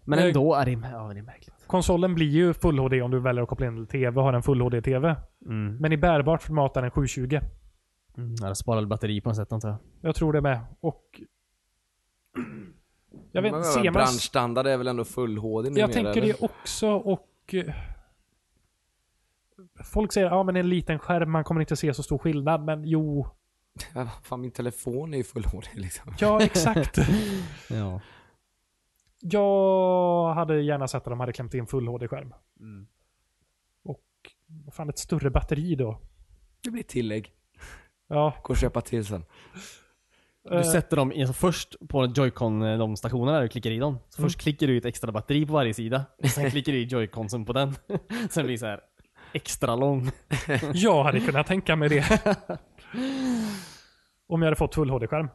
[SPEAKER 2] Men
[SPEAKER 3] Nej.
[SPEAKER 2] ändå är det, ja, det är märkligt.
[SPEAKER 3] Konsolen blir ju full HD om du väljer att koppla in en TV och har en full HD-TV.
[SPEAKER 2] Mm.
[SPEAKER 3] Men i bärbart format är den 720.
[SPEAKER 2] Mm. Ja, det sparar väl batteri på något sätt antar jag.
[SPEAKER 3] Jag tror det med. Och... Jag vet
[SPEAKER 1] Men
[SPEAKER 3] inte, ser man...
[SPEAKER 1] Branschstandard är väl ändå full HD numera,
[SPEAKER 3] Jag tänker
[SPEAKER 1] eller?
[SPEAKER 3] det också och... eh, Folk säger ja men en liten skärm, man kommer inte se så stor skillnad. Men jo.
[SPEAKER 1] Ja, Fan, min telefon är ju full HD liksom.
[SPEAKER 3] Ja, exakt.
[SPEAKER 2] Ja.
[SPEAKER 3] Jag hade gärna sett att de hade klämt in full HD-skärm.
[SPEAKER 2] Mm.
[SPEAKER 3] Och vad fan, ett större batteri då.
[SPEAKER 1] Det blir tillägg.
[SPEAKER 3] Ja,
[SPEAKER 1] Gå och köpa till sen.
[SPEAKER 2] Du
[SPEAKER 3] eh,
[SPEAKER 2] sätter dem i, alltså, först på joycon, eh, de stationerna där du klickar i dem. Så Först klickar du i ett extra batteri på varje sida. Sen klickar du i joyconsen på den. sen blir det så här extra lång.
[SPEAKER 3] jag hade kunnat tänka mig det. Om jag hade fått full HD-skärm.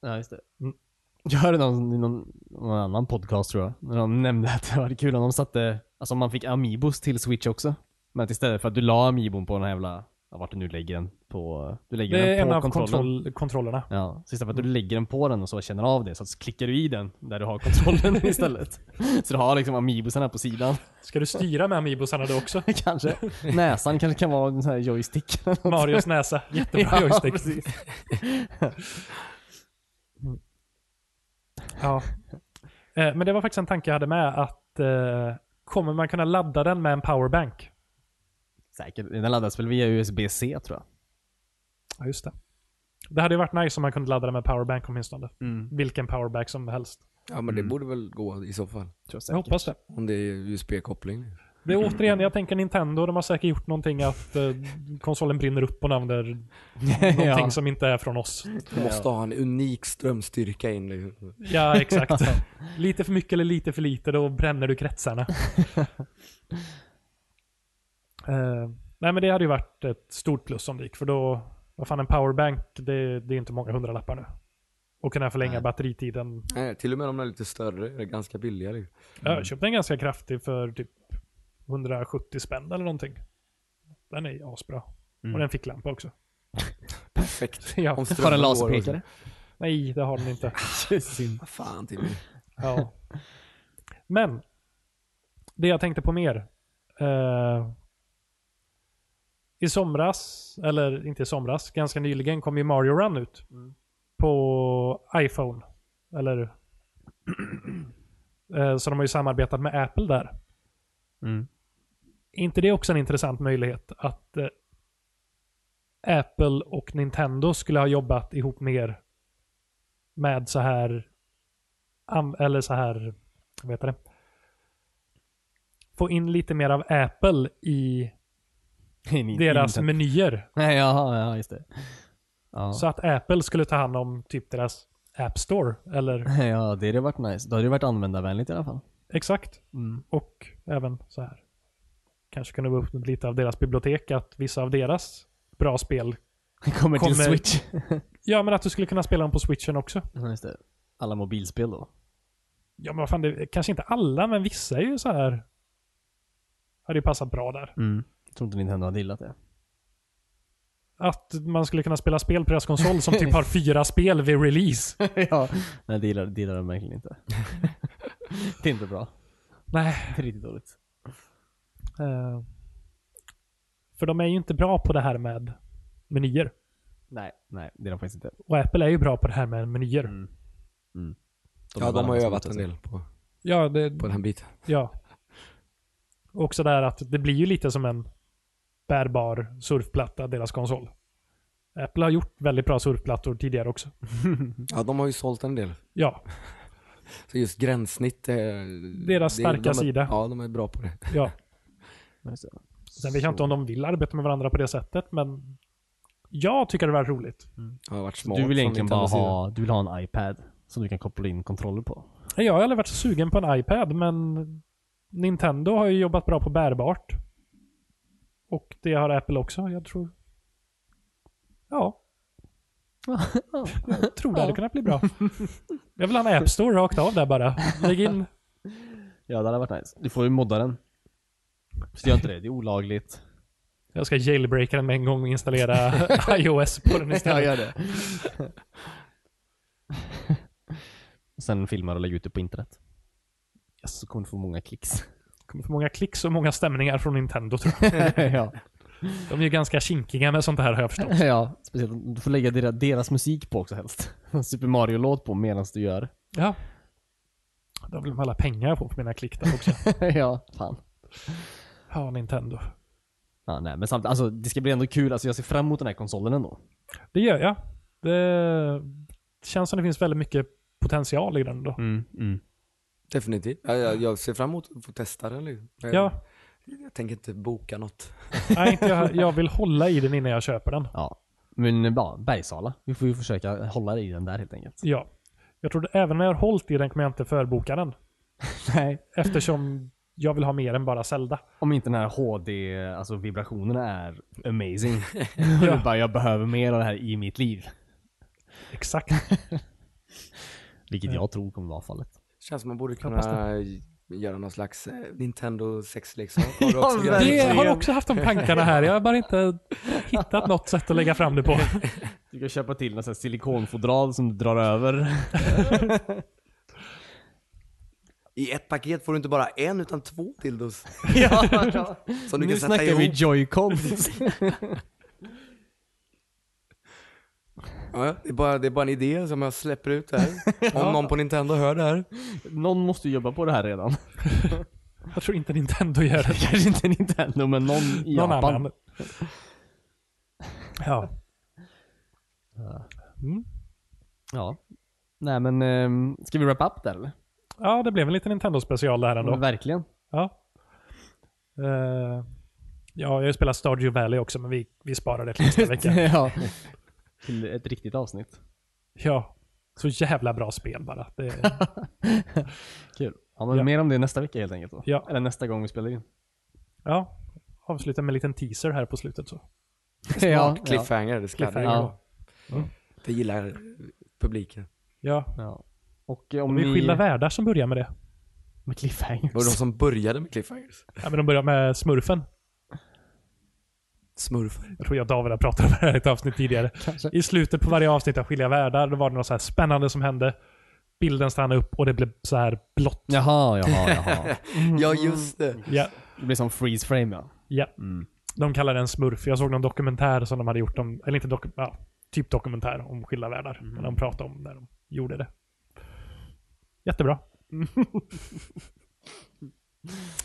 [SPEAKER 2] Ja, just det. Mm. Jag hörde någon, i någon, någon annan podcast tror jag, när de nämnde att det var kul om de satte, alltså om man fick Amiibos till Switch också. Men att istället för att du la Amiibon på den här jävla, ja, vart du nu lägger den på, du lägger
[SPEAKER 3] Det är
[SPEAKER 2] den
[SPEAKER 3] en
[SPEAKER 2] på
[SPEAKER 3] av
[SPEAKER 2] kontrollen.
[SPEAKER 3] kontroll kontrollerna. Mm.
[SPEAKER 2] Ja, så istället för att du lägger den på den och så känner av det, så att klickar du i den där du har kontrollen istället. Så du har liksom Amiibosarna på sidan.
[SPEAKER 3] Ska du styra med Amibosarna då också?
[SPEAKER 2] Kanske. Näsan kanske kan vara en sån här joystick.
[SPEAKER 3] Marios näsa. Jättebra joystick.
[SPEAKER 2] precis.
[SPEAKER 3] Ja. Eh, Men det var faktiskt en tanke jag hade med att eh, kommer man kunna ladda den med en powerbank?
[SPEAKER 2] Säkert. Den laddas väl via USB-C tror jag.
[SPEAKER 3] Ja, just det. Det hade ju varit nice om man kunde ladda den med powerbank åtminstone.
[SPEAKER 2] Mm.
[SPEAKER 3] Vilken powerbank som helst.
[SPEAKER 1] Ja, men det borde väl gå i så fall.
[SPEAKER 2] Tror jag säkert.
[SPEAKER 3] Jag hoppas det.
[SPEAKER 1] Om det är USB-koppling.
[SPEAKER 3] Det är återigen, jag tänker Nintendo, de har säkert gjort någonting att eh, konsolen brinner upp och använder någonting
[SPEAKER 2] ja.
[SPEAKER 3] som inte är från oss.
[SPEAKER 1] Du måste ha en unik strömstyrka in. liksom.
[SPEAKER 3] Ja, exakt. lite för mycket eller lite för lite, då bränner du kretsarna. Eh, nej, men det hade ju varit ett stort plus om det gick, för då, vad fan en powerbank, det, det är inte många hundralappar nu. Och kunna förlänga
[SPEAKER 2] Nej.
[SPEAKER 3] batteritiden.
[SPEAKER 1] Nej, till och med om de är lite större är det ganska billiga. Liksom.
[SPEAKER 2] Mm.
[SPEAKER 3] Jag köpte en ganska kraftig för typ 170 spänn eller någonting. Den är ju asbra. Och
[SPEAKER 2] Mm.
[SPEAKER 3] den fick lampa också.
[SPEAKER 1] Perfekt.
[SPEAKER 3] Ja.
[SPEAKER 1] Om
[SPEAKER 2] Har
[SPEAKER 1] strömmen
[SPEAKER 2] en
[SPEAKER 1] går
[SPEAKER 2] laserpekare?
[SPEAKER 3] Nej, det har den inte.
[SPEAKER 1] också. Vad fan Timmy.
[SPEAKER 3] Ja. Men, det jag tänkte på mer. Eh, I somras, eller inte i somras, ganska nyligen kom ju Mario Run ut. På iPhone. Eller... Eh, Så de har ju samarbetat med Apple där.
[SPEAKER 2] Mm.
[SPEAKER 3] Är inte det också en intressant möjlighet att eh, Apple och Nintendo skulle ha jobbat ihop mer med så här an- eller så här vad heter det? Få in lite mer av Apple i deras
[SPEAKER 2] Nintendo.
[SPEAKER 3] menyer.
[SPEAKER 2] Nej, jaha, ja, just det. Ja.
[SPEAKER 3] Så att Apple skulle ta hand om typ deras App Store. Eller
[SPEAKER 2] Ja, det hade varit nice. Då hade det varit användarvänligt i alla fall.
[SPEAKER 3] exakt. Och även så här. Kanske kunna vara upp lite av deras bibliotek, att vissa av deras bra spel.
[SPEAKER 2] Kommer till
[SPEAKER 3] Kommer-
[SPEAKER 2] Switch.
[SPEAKER 3] Ja, men att du skulle kunna spela dem på switchen också.
[SPEAKER 2] Ja, Just det. Alla mobilspel då.
[SPEAKER 3] Ja, men vad fan, det, kanske inte alla, men vissa är ju så här. Hade ju passat bra där.
[SPEAKER 2] Jag tror inte Nintendo hade gillat det.
[SPEAKER 3] Att man skulle kunna spela spel på deras konsol som typ har fyra spel vid release.
[SPEAKER 2] ja. Nej, det gillar, det gillar de verkligen inte. det är inte bra.
[SPEAKER 3] Nej,
[SPEAKER 2] Det är riktigt dåligt.
[SPEAKER 3] Eh, För de är ju inte bra på det här med menyer.
[SPEAKER 2] Nej, nej, det är de faktiskt inte.
[SPEAKER 3] Och Apple är ju bra på det här med menyer.
[SPEAKER 1] ja, de har ju
[SPEAKER 2] varandra
[SPEAKER 1] övat
[SPEAKER 2] som
[SPEAKER 1] en
[SPEAKER 2] inte-
[SPEAKER 1] del på,
[SPEAKER 3] Ja, det,
[SPEAKER 1] på den biten.
[SPEAKER 3] ja. Och så där att det blir ju lite som en bärbar surfplatta, deras konsol. Apple har gjort väldigt bra surfplattor tidigare också.
[SPEAKER 1] Ja, de har ju sålt en del.
[SPEAKER 3] Ja,
[SPEAKER 1] Så just gränssnitt är...
[SPEAKER 3] Deras
[SPEAKER 1] det-
[SPEAKER 3] starka
[SPEAKER 1] de är,
[SPEAKER 3] sida.
[SPEAKER 1] Ja, de är bra på det.
[SPEAKER 3] ja.
[SPEAKER 2] Ja, just det.
[SPEAKER 3] Sen vet jag inte om de vill arbeta med varandra på det sättet, men jag tycker det var roligt.
[SPEAKER 1] Ja, Det har varit
[SPEAKER 2] Så
[SPEAKER 1] smart
[SPEAKER 2] Du vill
[SPEAKER 1] från
[SPEAKER 2] egentligen bara
[SPEAKER 1] Nintendos sida.
[SPEAKER 2] ha, du vill ha en iPad som du kan koppla in kontroller på.
[SPEAKER 3] Jag har aldrig varit så sugen på en iPad, men Nintendo har ju jobbat bra på bärbart. Och det har Apple också, jag tror. Ja. Jag tror det hade kunnat bli bra. Jag vill ha en App Store rakt av där bara. Lägg in.
[SPEAKER 2] Ja, det hade varit nice. Du får ju modda den. Så gör inte det, det är olagligt.
[SPEAKER 3] Jag ska jailbreaka den med en gång och installera iOS på den istället.
[SPEAKER 2] gör det. Sen filmar och lägger ut det på internet. Yes, så kommer du få många klicks.
[SPEAKER 3] kommer få många klicks och många stämningar från Nintendo tror jag.
[SPEAKER 2] ja.
[SPEAKER 3] De är ju ganska kinkiga med sånt här har jag förstått.
[SPEAKER 2] ja, speciellt om du får lägga deras, deras musik på också helst. En Super Mario-låt på medan du gör.
[SPEAKER 3] Ja. Då vill de alla pengar jag får på mina klick där också.
[SPEAKER 2] ja, fan.
[SPEAKER 3] Ja, Nintendo.
[SPEAKER 2] Ja, nej, men samtidigt, alltså, det ska bli ändå kul. Alltså, jag ser fram emot den här konsolen ändå.
[SPEAKER 3] Det gör jag. Det känns som det finns väldigt mycket potential i den
[SPEAKER 2] Mm.
[SPEAKER 3] då.
[SPEAKER 1] Definitivt. Ja, jag, jag ser fram emot att få testa den. Liksom. Men
[SPEAKER 3] Ja,
[SPEAKER 1] Jag tänker inte boka något.
[SPEAKER 3] nej, inte jag, jag vill hålla i den innan jag köper den.
[SPEAKER 2] Ja. Men ja, Bergsala. Vi får ju försöka hålla i den där helt enkelt.
[SPEAKER 3] Ja. Jag tror att även när jag har hållit i den kommer jag inte förboka den.
[SPEAKER 2] Nej.
[SPEAKER 3] Eftersom jag vill ha mer än bara Zelda.
[SPEAKER 2] Om inte den här HD, alltså vibrationerna är amazing.
[SPEAKER 3] Ja.
[SPEAKER 2] Du bara, jag behöver mer av det här i mitt liv.
[SPEAKER 3] Exakt.
[SPEAKER 2] Vilket jag tror kommer vara fallet.
[SPEAKER 1] Känns som man borde
[SPEAKER 3] Hoppas
[SPEAKER 1] kunna göra någon slags eh, Nintendo sexleksak. Har du
[SPEAKER 2] Ja,
[SPEAKER 1] också grejer?
[SPEAKER 3] Det har jag också haft de tankarna här. Jag har bara inte hittat något sätt att lägga fram det på.
[SPEAKER 2] Du kan köpa till en sån här silikonfodral som du drar över.
[SPEAKER 1] I ett paket får du inte bara en utan två dildos.
[SPEAKER 2] ja, ja.
[SPEAKER 1] Som du
[SPEAKER 2] Nu
[SPEAKER 1] kan sätta
[SPEAKER 2] snackar vi
[SPEAKER 1] ihop.
[SPEAKER 2] joycons.
[SPEAKER 1] Ja, det, är bara, det är bara en idé som jag släpper ut här. Om någon på Nintendo hör det här.
[SPEAKER 2] Någon måste ju jobba på det här redan.
[SPEAKER 3] Jag tror inte Nintendo gör det.
[SPEAKER 2] Kanske inte Nintendo, men någon i
[SPEAKER 3] Någon
[SPEAKER 2] Japan.
[SPEAKER 3] annan. Ja. Mm.
[SPEAKER 2] Ja. Nej men, ehm, ska vi wrap up där eller?
[SPEAKER 3] Ja, det blev en liten Nintendo-special det här ändå.
[SPEAKER 2] Men verkligen.
[SPEAKER 3] Ja. Eh, ja, jag har ju spelat Stardew Valley också, men vi, vi sparar det till nästa vecka.
[SPEAKER 2] ja. Till ett riktigt avsnitt.
[SPEAKER 3] Ja. Så jävla bra spel bara. Det,
[SPEAKER 2] Kul. Ja, men
[SPEAKER 3] Ja.
[SPEAKER 2] Mer om det nästa vecka helt enkelt. Då.
[SPEAKER 3] Ja.
[SPEAKER 2] Eller nästa gång vi spelar in.
[SPEAKER 3] ja. Avsluta med en liten teaser här på slutet så.
[SPEAKER 1] Smart cliffhanger. Det, ska
[SPEAKER 3] Cliffhanger.
[SPEAKER 2] Ja.
[SPEAKER 1] det gillar publiken.
[SPEAKER 3] Ja.
[SPEAKER 2] Ja. Och eh, om
[SPEAKER 3] Vi är
[SPEAKER 2] ni...
[SPEAKER 3] skilda världar som börjar med det.
[SPEAKER 2] Med cliffhangers.
[SPEAKER 1] Det var de som började med cliffhangers.
[SPEAKER 3] Ja, men de börjar med smurfen.
[SPEAKER 1] Smurfar.
[SPEAKER 3] Jag tror jag och David har pratat om det här i ett avsnitt tidigare. I slutet på varje avsnitt av Skilda Världar, då var det något så här spännande som hände. Bilden stannade upp och det blev så här blått.
[SPEAKER 2] Jaha, jaha, jaha.
[SPEAKER 1] Ja, just det.
[SPEAKER 3] Ja.
[SPEAKER 2] Det blir som freeze frame ja. Mm.
[SPEAKER 3] Ja. De kallar den smurf. Jag såg någon dokumentär som de hade gjort om, eller inte doku, ja, typ dokumentär om skilda världar. Men de pratade om när de gjorde det. Jättebra.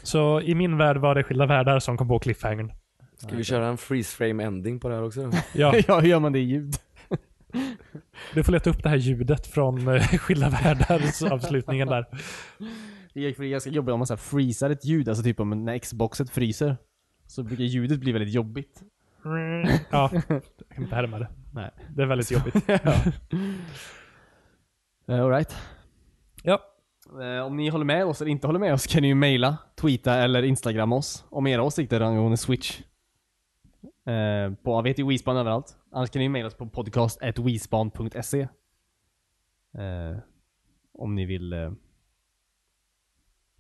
[SPEAKER 3] Så i min värld var det skilda världar som kom på cliffhangern.
[SPEAKER 1] Ska vi köra en freeze frame ending på det här också? då?
[SPEAKER 3] Ja,
[SPEAKER 2] ja, hur gör man det i ljud?
[SPEAKER 3] du får leta upp det här ljudet från eh, skilda världars avslutningen där.
[SPEAKER 2] Det är för det är ganska jobbigt om man så här freezar ett ljud, alltså typ om när Xboxet fryser. Så brukar ljudet bli väldigt jobbigt.
[SPEAKER 3] Ja, jag kan inte härma det.
[SPEAKER 2] Nej.
[SPEAKER 3] Det är väldigt jobbigt.
[SPEAKER 2] Eh, Alright.
[SPEAKER 3] Ja.
[SPEAKER 2] Eh, Om ni håller med oss eller inte håller med oss kan ni ju mejla, tweeta eller instagramma oss om era åsikter angående Switch. Eh, På, jag vet ju Wispan överallt. Annars kan ni ju mejla oss på podcast.wispan.se. Eh, Om ni vill eh,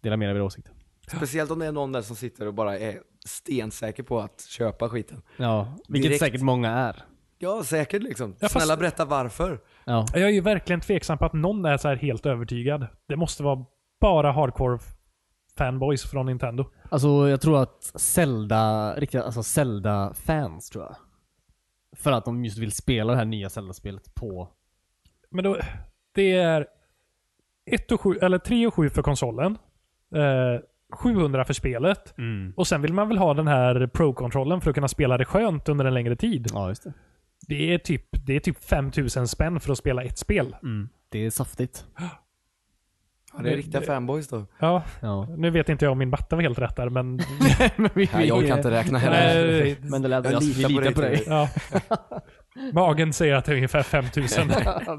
[SPEAKER 2] dela med er av era åsikter.
[SPEAKER 1] Speciellt om det är någon där som sitter och bara är stensäker på att köpa skiten.
[SPEAKER 2] Ja, vilket
[SPEAKER 1] Direkt.
[SPEAKER 2] säkert många är.
[SPEAKER 1] Ja, säkert liksom.
[SPEAKER 3] Ja, fast-
[SPEAKER 1] Snälla berätta varför.
[SPEAKER 2] Ja.
[SPEAKER 3] Jag är ju verkligen tveksam på att någon är så här helt övertygad. Det måste vara bara hardcore fanboys från Nintendo.
[SPEAKER 2] Alltså jag tror att Zelda, riktiga alltså Zelda-fans tror jag. För att de just vill spela det här nya Zelda-spelet på...
[SPEAKER 3] Men då, det är 1 och 7, eller 3 och 7 för konsolen. Eh, 700 för spelet.
[SPEAKER 2] Mm.
[SPEAKER 3] Och sen vill man väl ha den här Pro-kontrollen för att kunna spela det skönt under en längre tid.
[SPEAKER 2] Ja, just det.
[SPEAKER 3] Det är typ, det är typ 5000 spänn för att spela ett spel.
[SPEAKER 2] Det är saftigt.
[SPEAKER 1] Ja, det är riktiga fanboys då.
[SPEAKER 3] Ja,
[SPEAKER 2] Ja.
[SPEAKER 3] nu vet inte jag om min matte var helt rätt där, men...
[SPEAKER 2] men vi,
[SPEAKER 1] Nej, jag kan inte räkna heller.
[SPEAKER 3] Nej,
[SPEAKER 2] Men det lät,
[SPEAKER 1] Jag
[SPEAKER 2] jag,
[SPEAKER 1] litar
[SPEAKER 2] vi
[SPEAKER 1] på dig,
[SPEAKER 2] litar på dig.
[SPEAKER 1] Theo.
[SPEAKER 3] ja. Magen säger att det är ungefär 5000.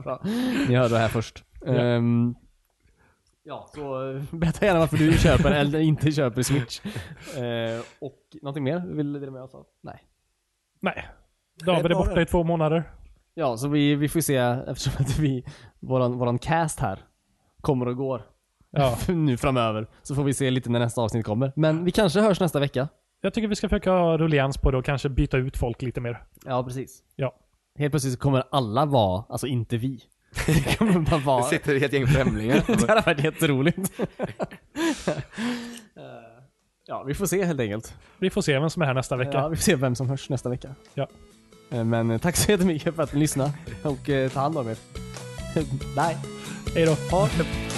[SPEAKER 2] Bra. Ni hörde det här först.
[SPEAKER 3] Ja.
[SPEAKER 2] Ehm, ja, så eh, berätta gärna varför du köper eller inte köper Switch. Eh, och någonting mer du vill dela med oss av? Nej.
[SPEAKER 3] Nej.
[SPEAKER 1] Det är
[SPEAKER 3] David är
[SPEAKER 1] bra
[SPEAKER 3] borta
[SPEAKER 1] det.
[SPEAKER 3] i två månader.
[SPEAKER 2] Ja, så vi, vi får se eftersom att vi, våran, våran cast här kommer och går
[SPEAKER 3] Ja.
[SPEAKER 2] nu framöver. Så får vi se lite när nästa avsnitt kommer. Men vi kanske hörs nästa vecka.
[SPEAKER 3] Jag tycker vi ska försöka ha ruljans på det och kanske byta ut folk lite mer.
[SPEAKER 2] Ja, precis.
[SPEAKER 3] Ja.
[SPEAKER 2] Helt plötsligt så kommer alla vara, alltså inte vi. Det kommer bara
[SPEAKER 1] Det
[SPEAKER 2] vara...
[SPEAKER 1] sitter ett gäng främlingar.
[SPEAKER 2] det hade varit jätteroligt. Eh, ja, vi får se helt enkelt.
[SPEAKER 3] Vi får se vem som är här nästa
[SPEAKER 2] Ja,
[SPEAKER 3] vecka.
[SPEAKER 2] vi får se vem som hörs nästa vecka.
[SPEAKER 3] Ja.
[SPEAKER 2] Eh, Men eh, tack så jättemycket för att ni lyssnade och eh, ta hand om er. Bye!
[SPEAKER 3] Hej då.
[SPEAKER 2] Ha det.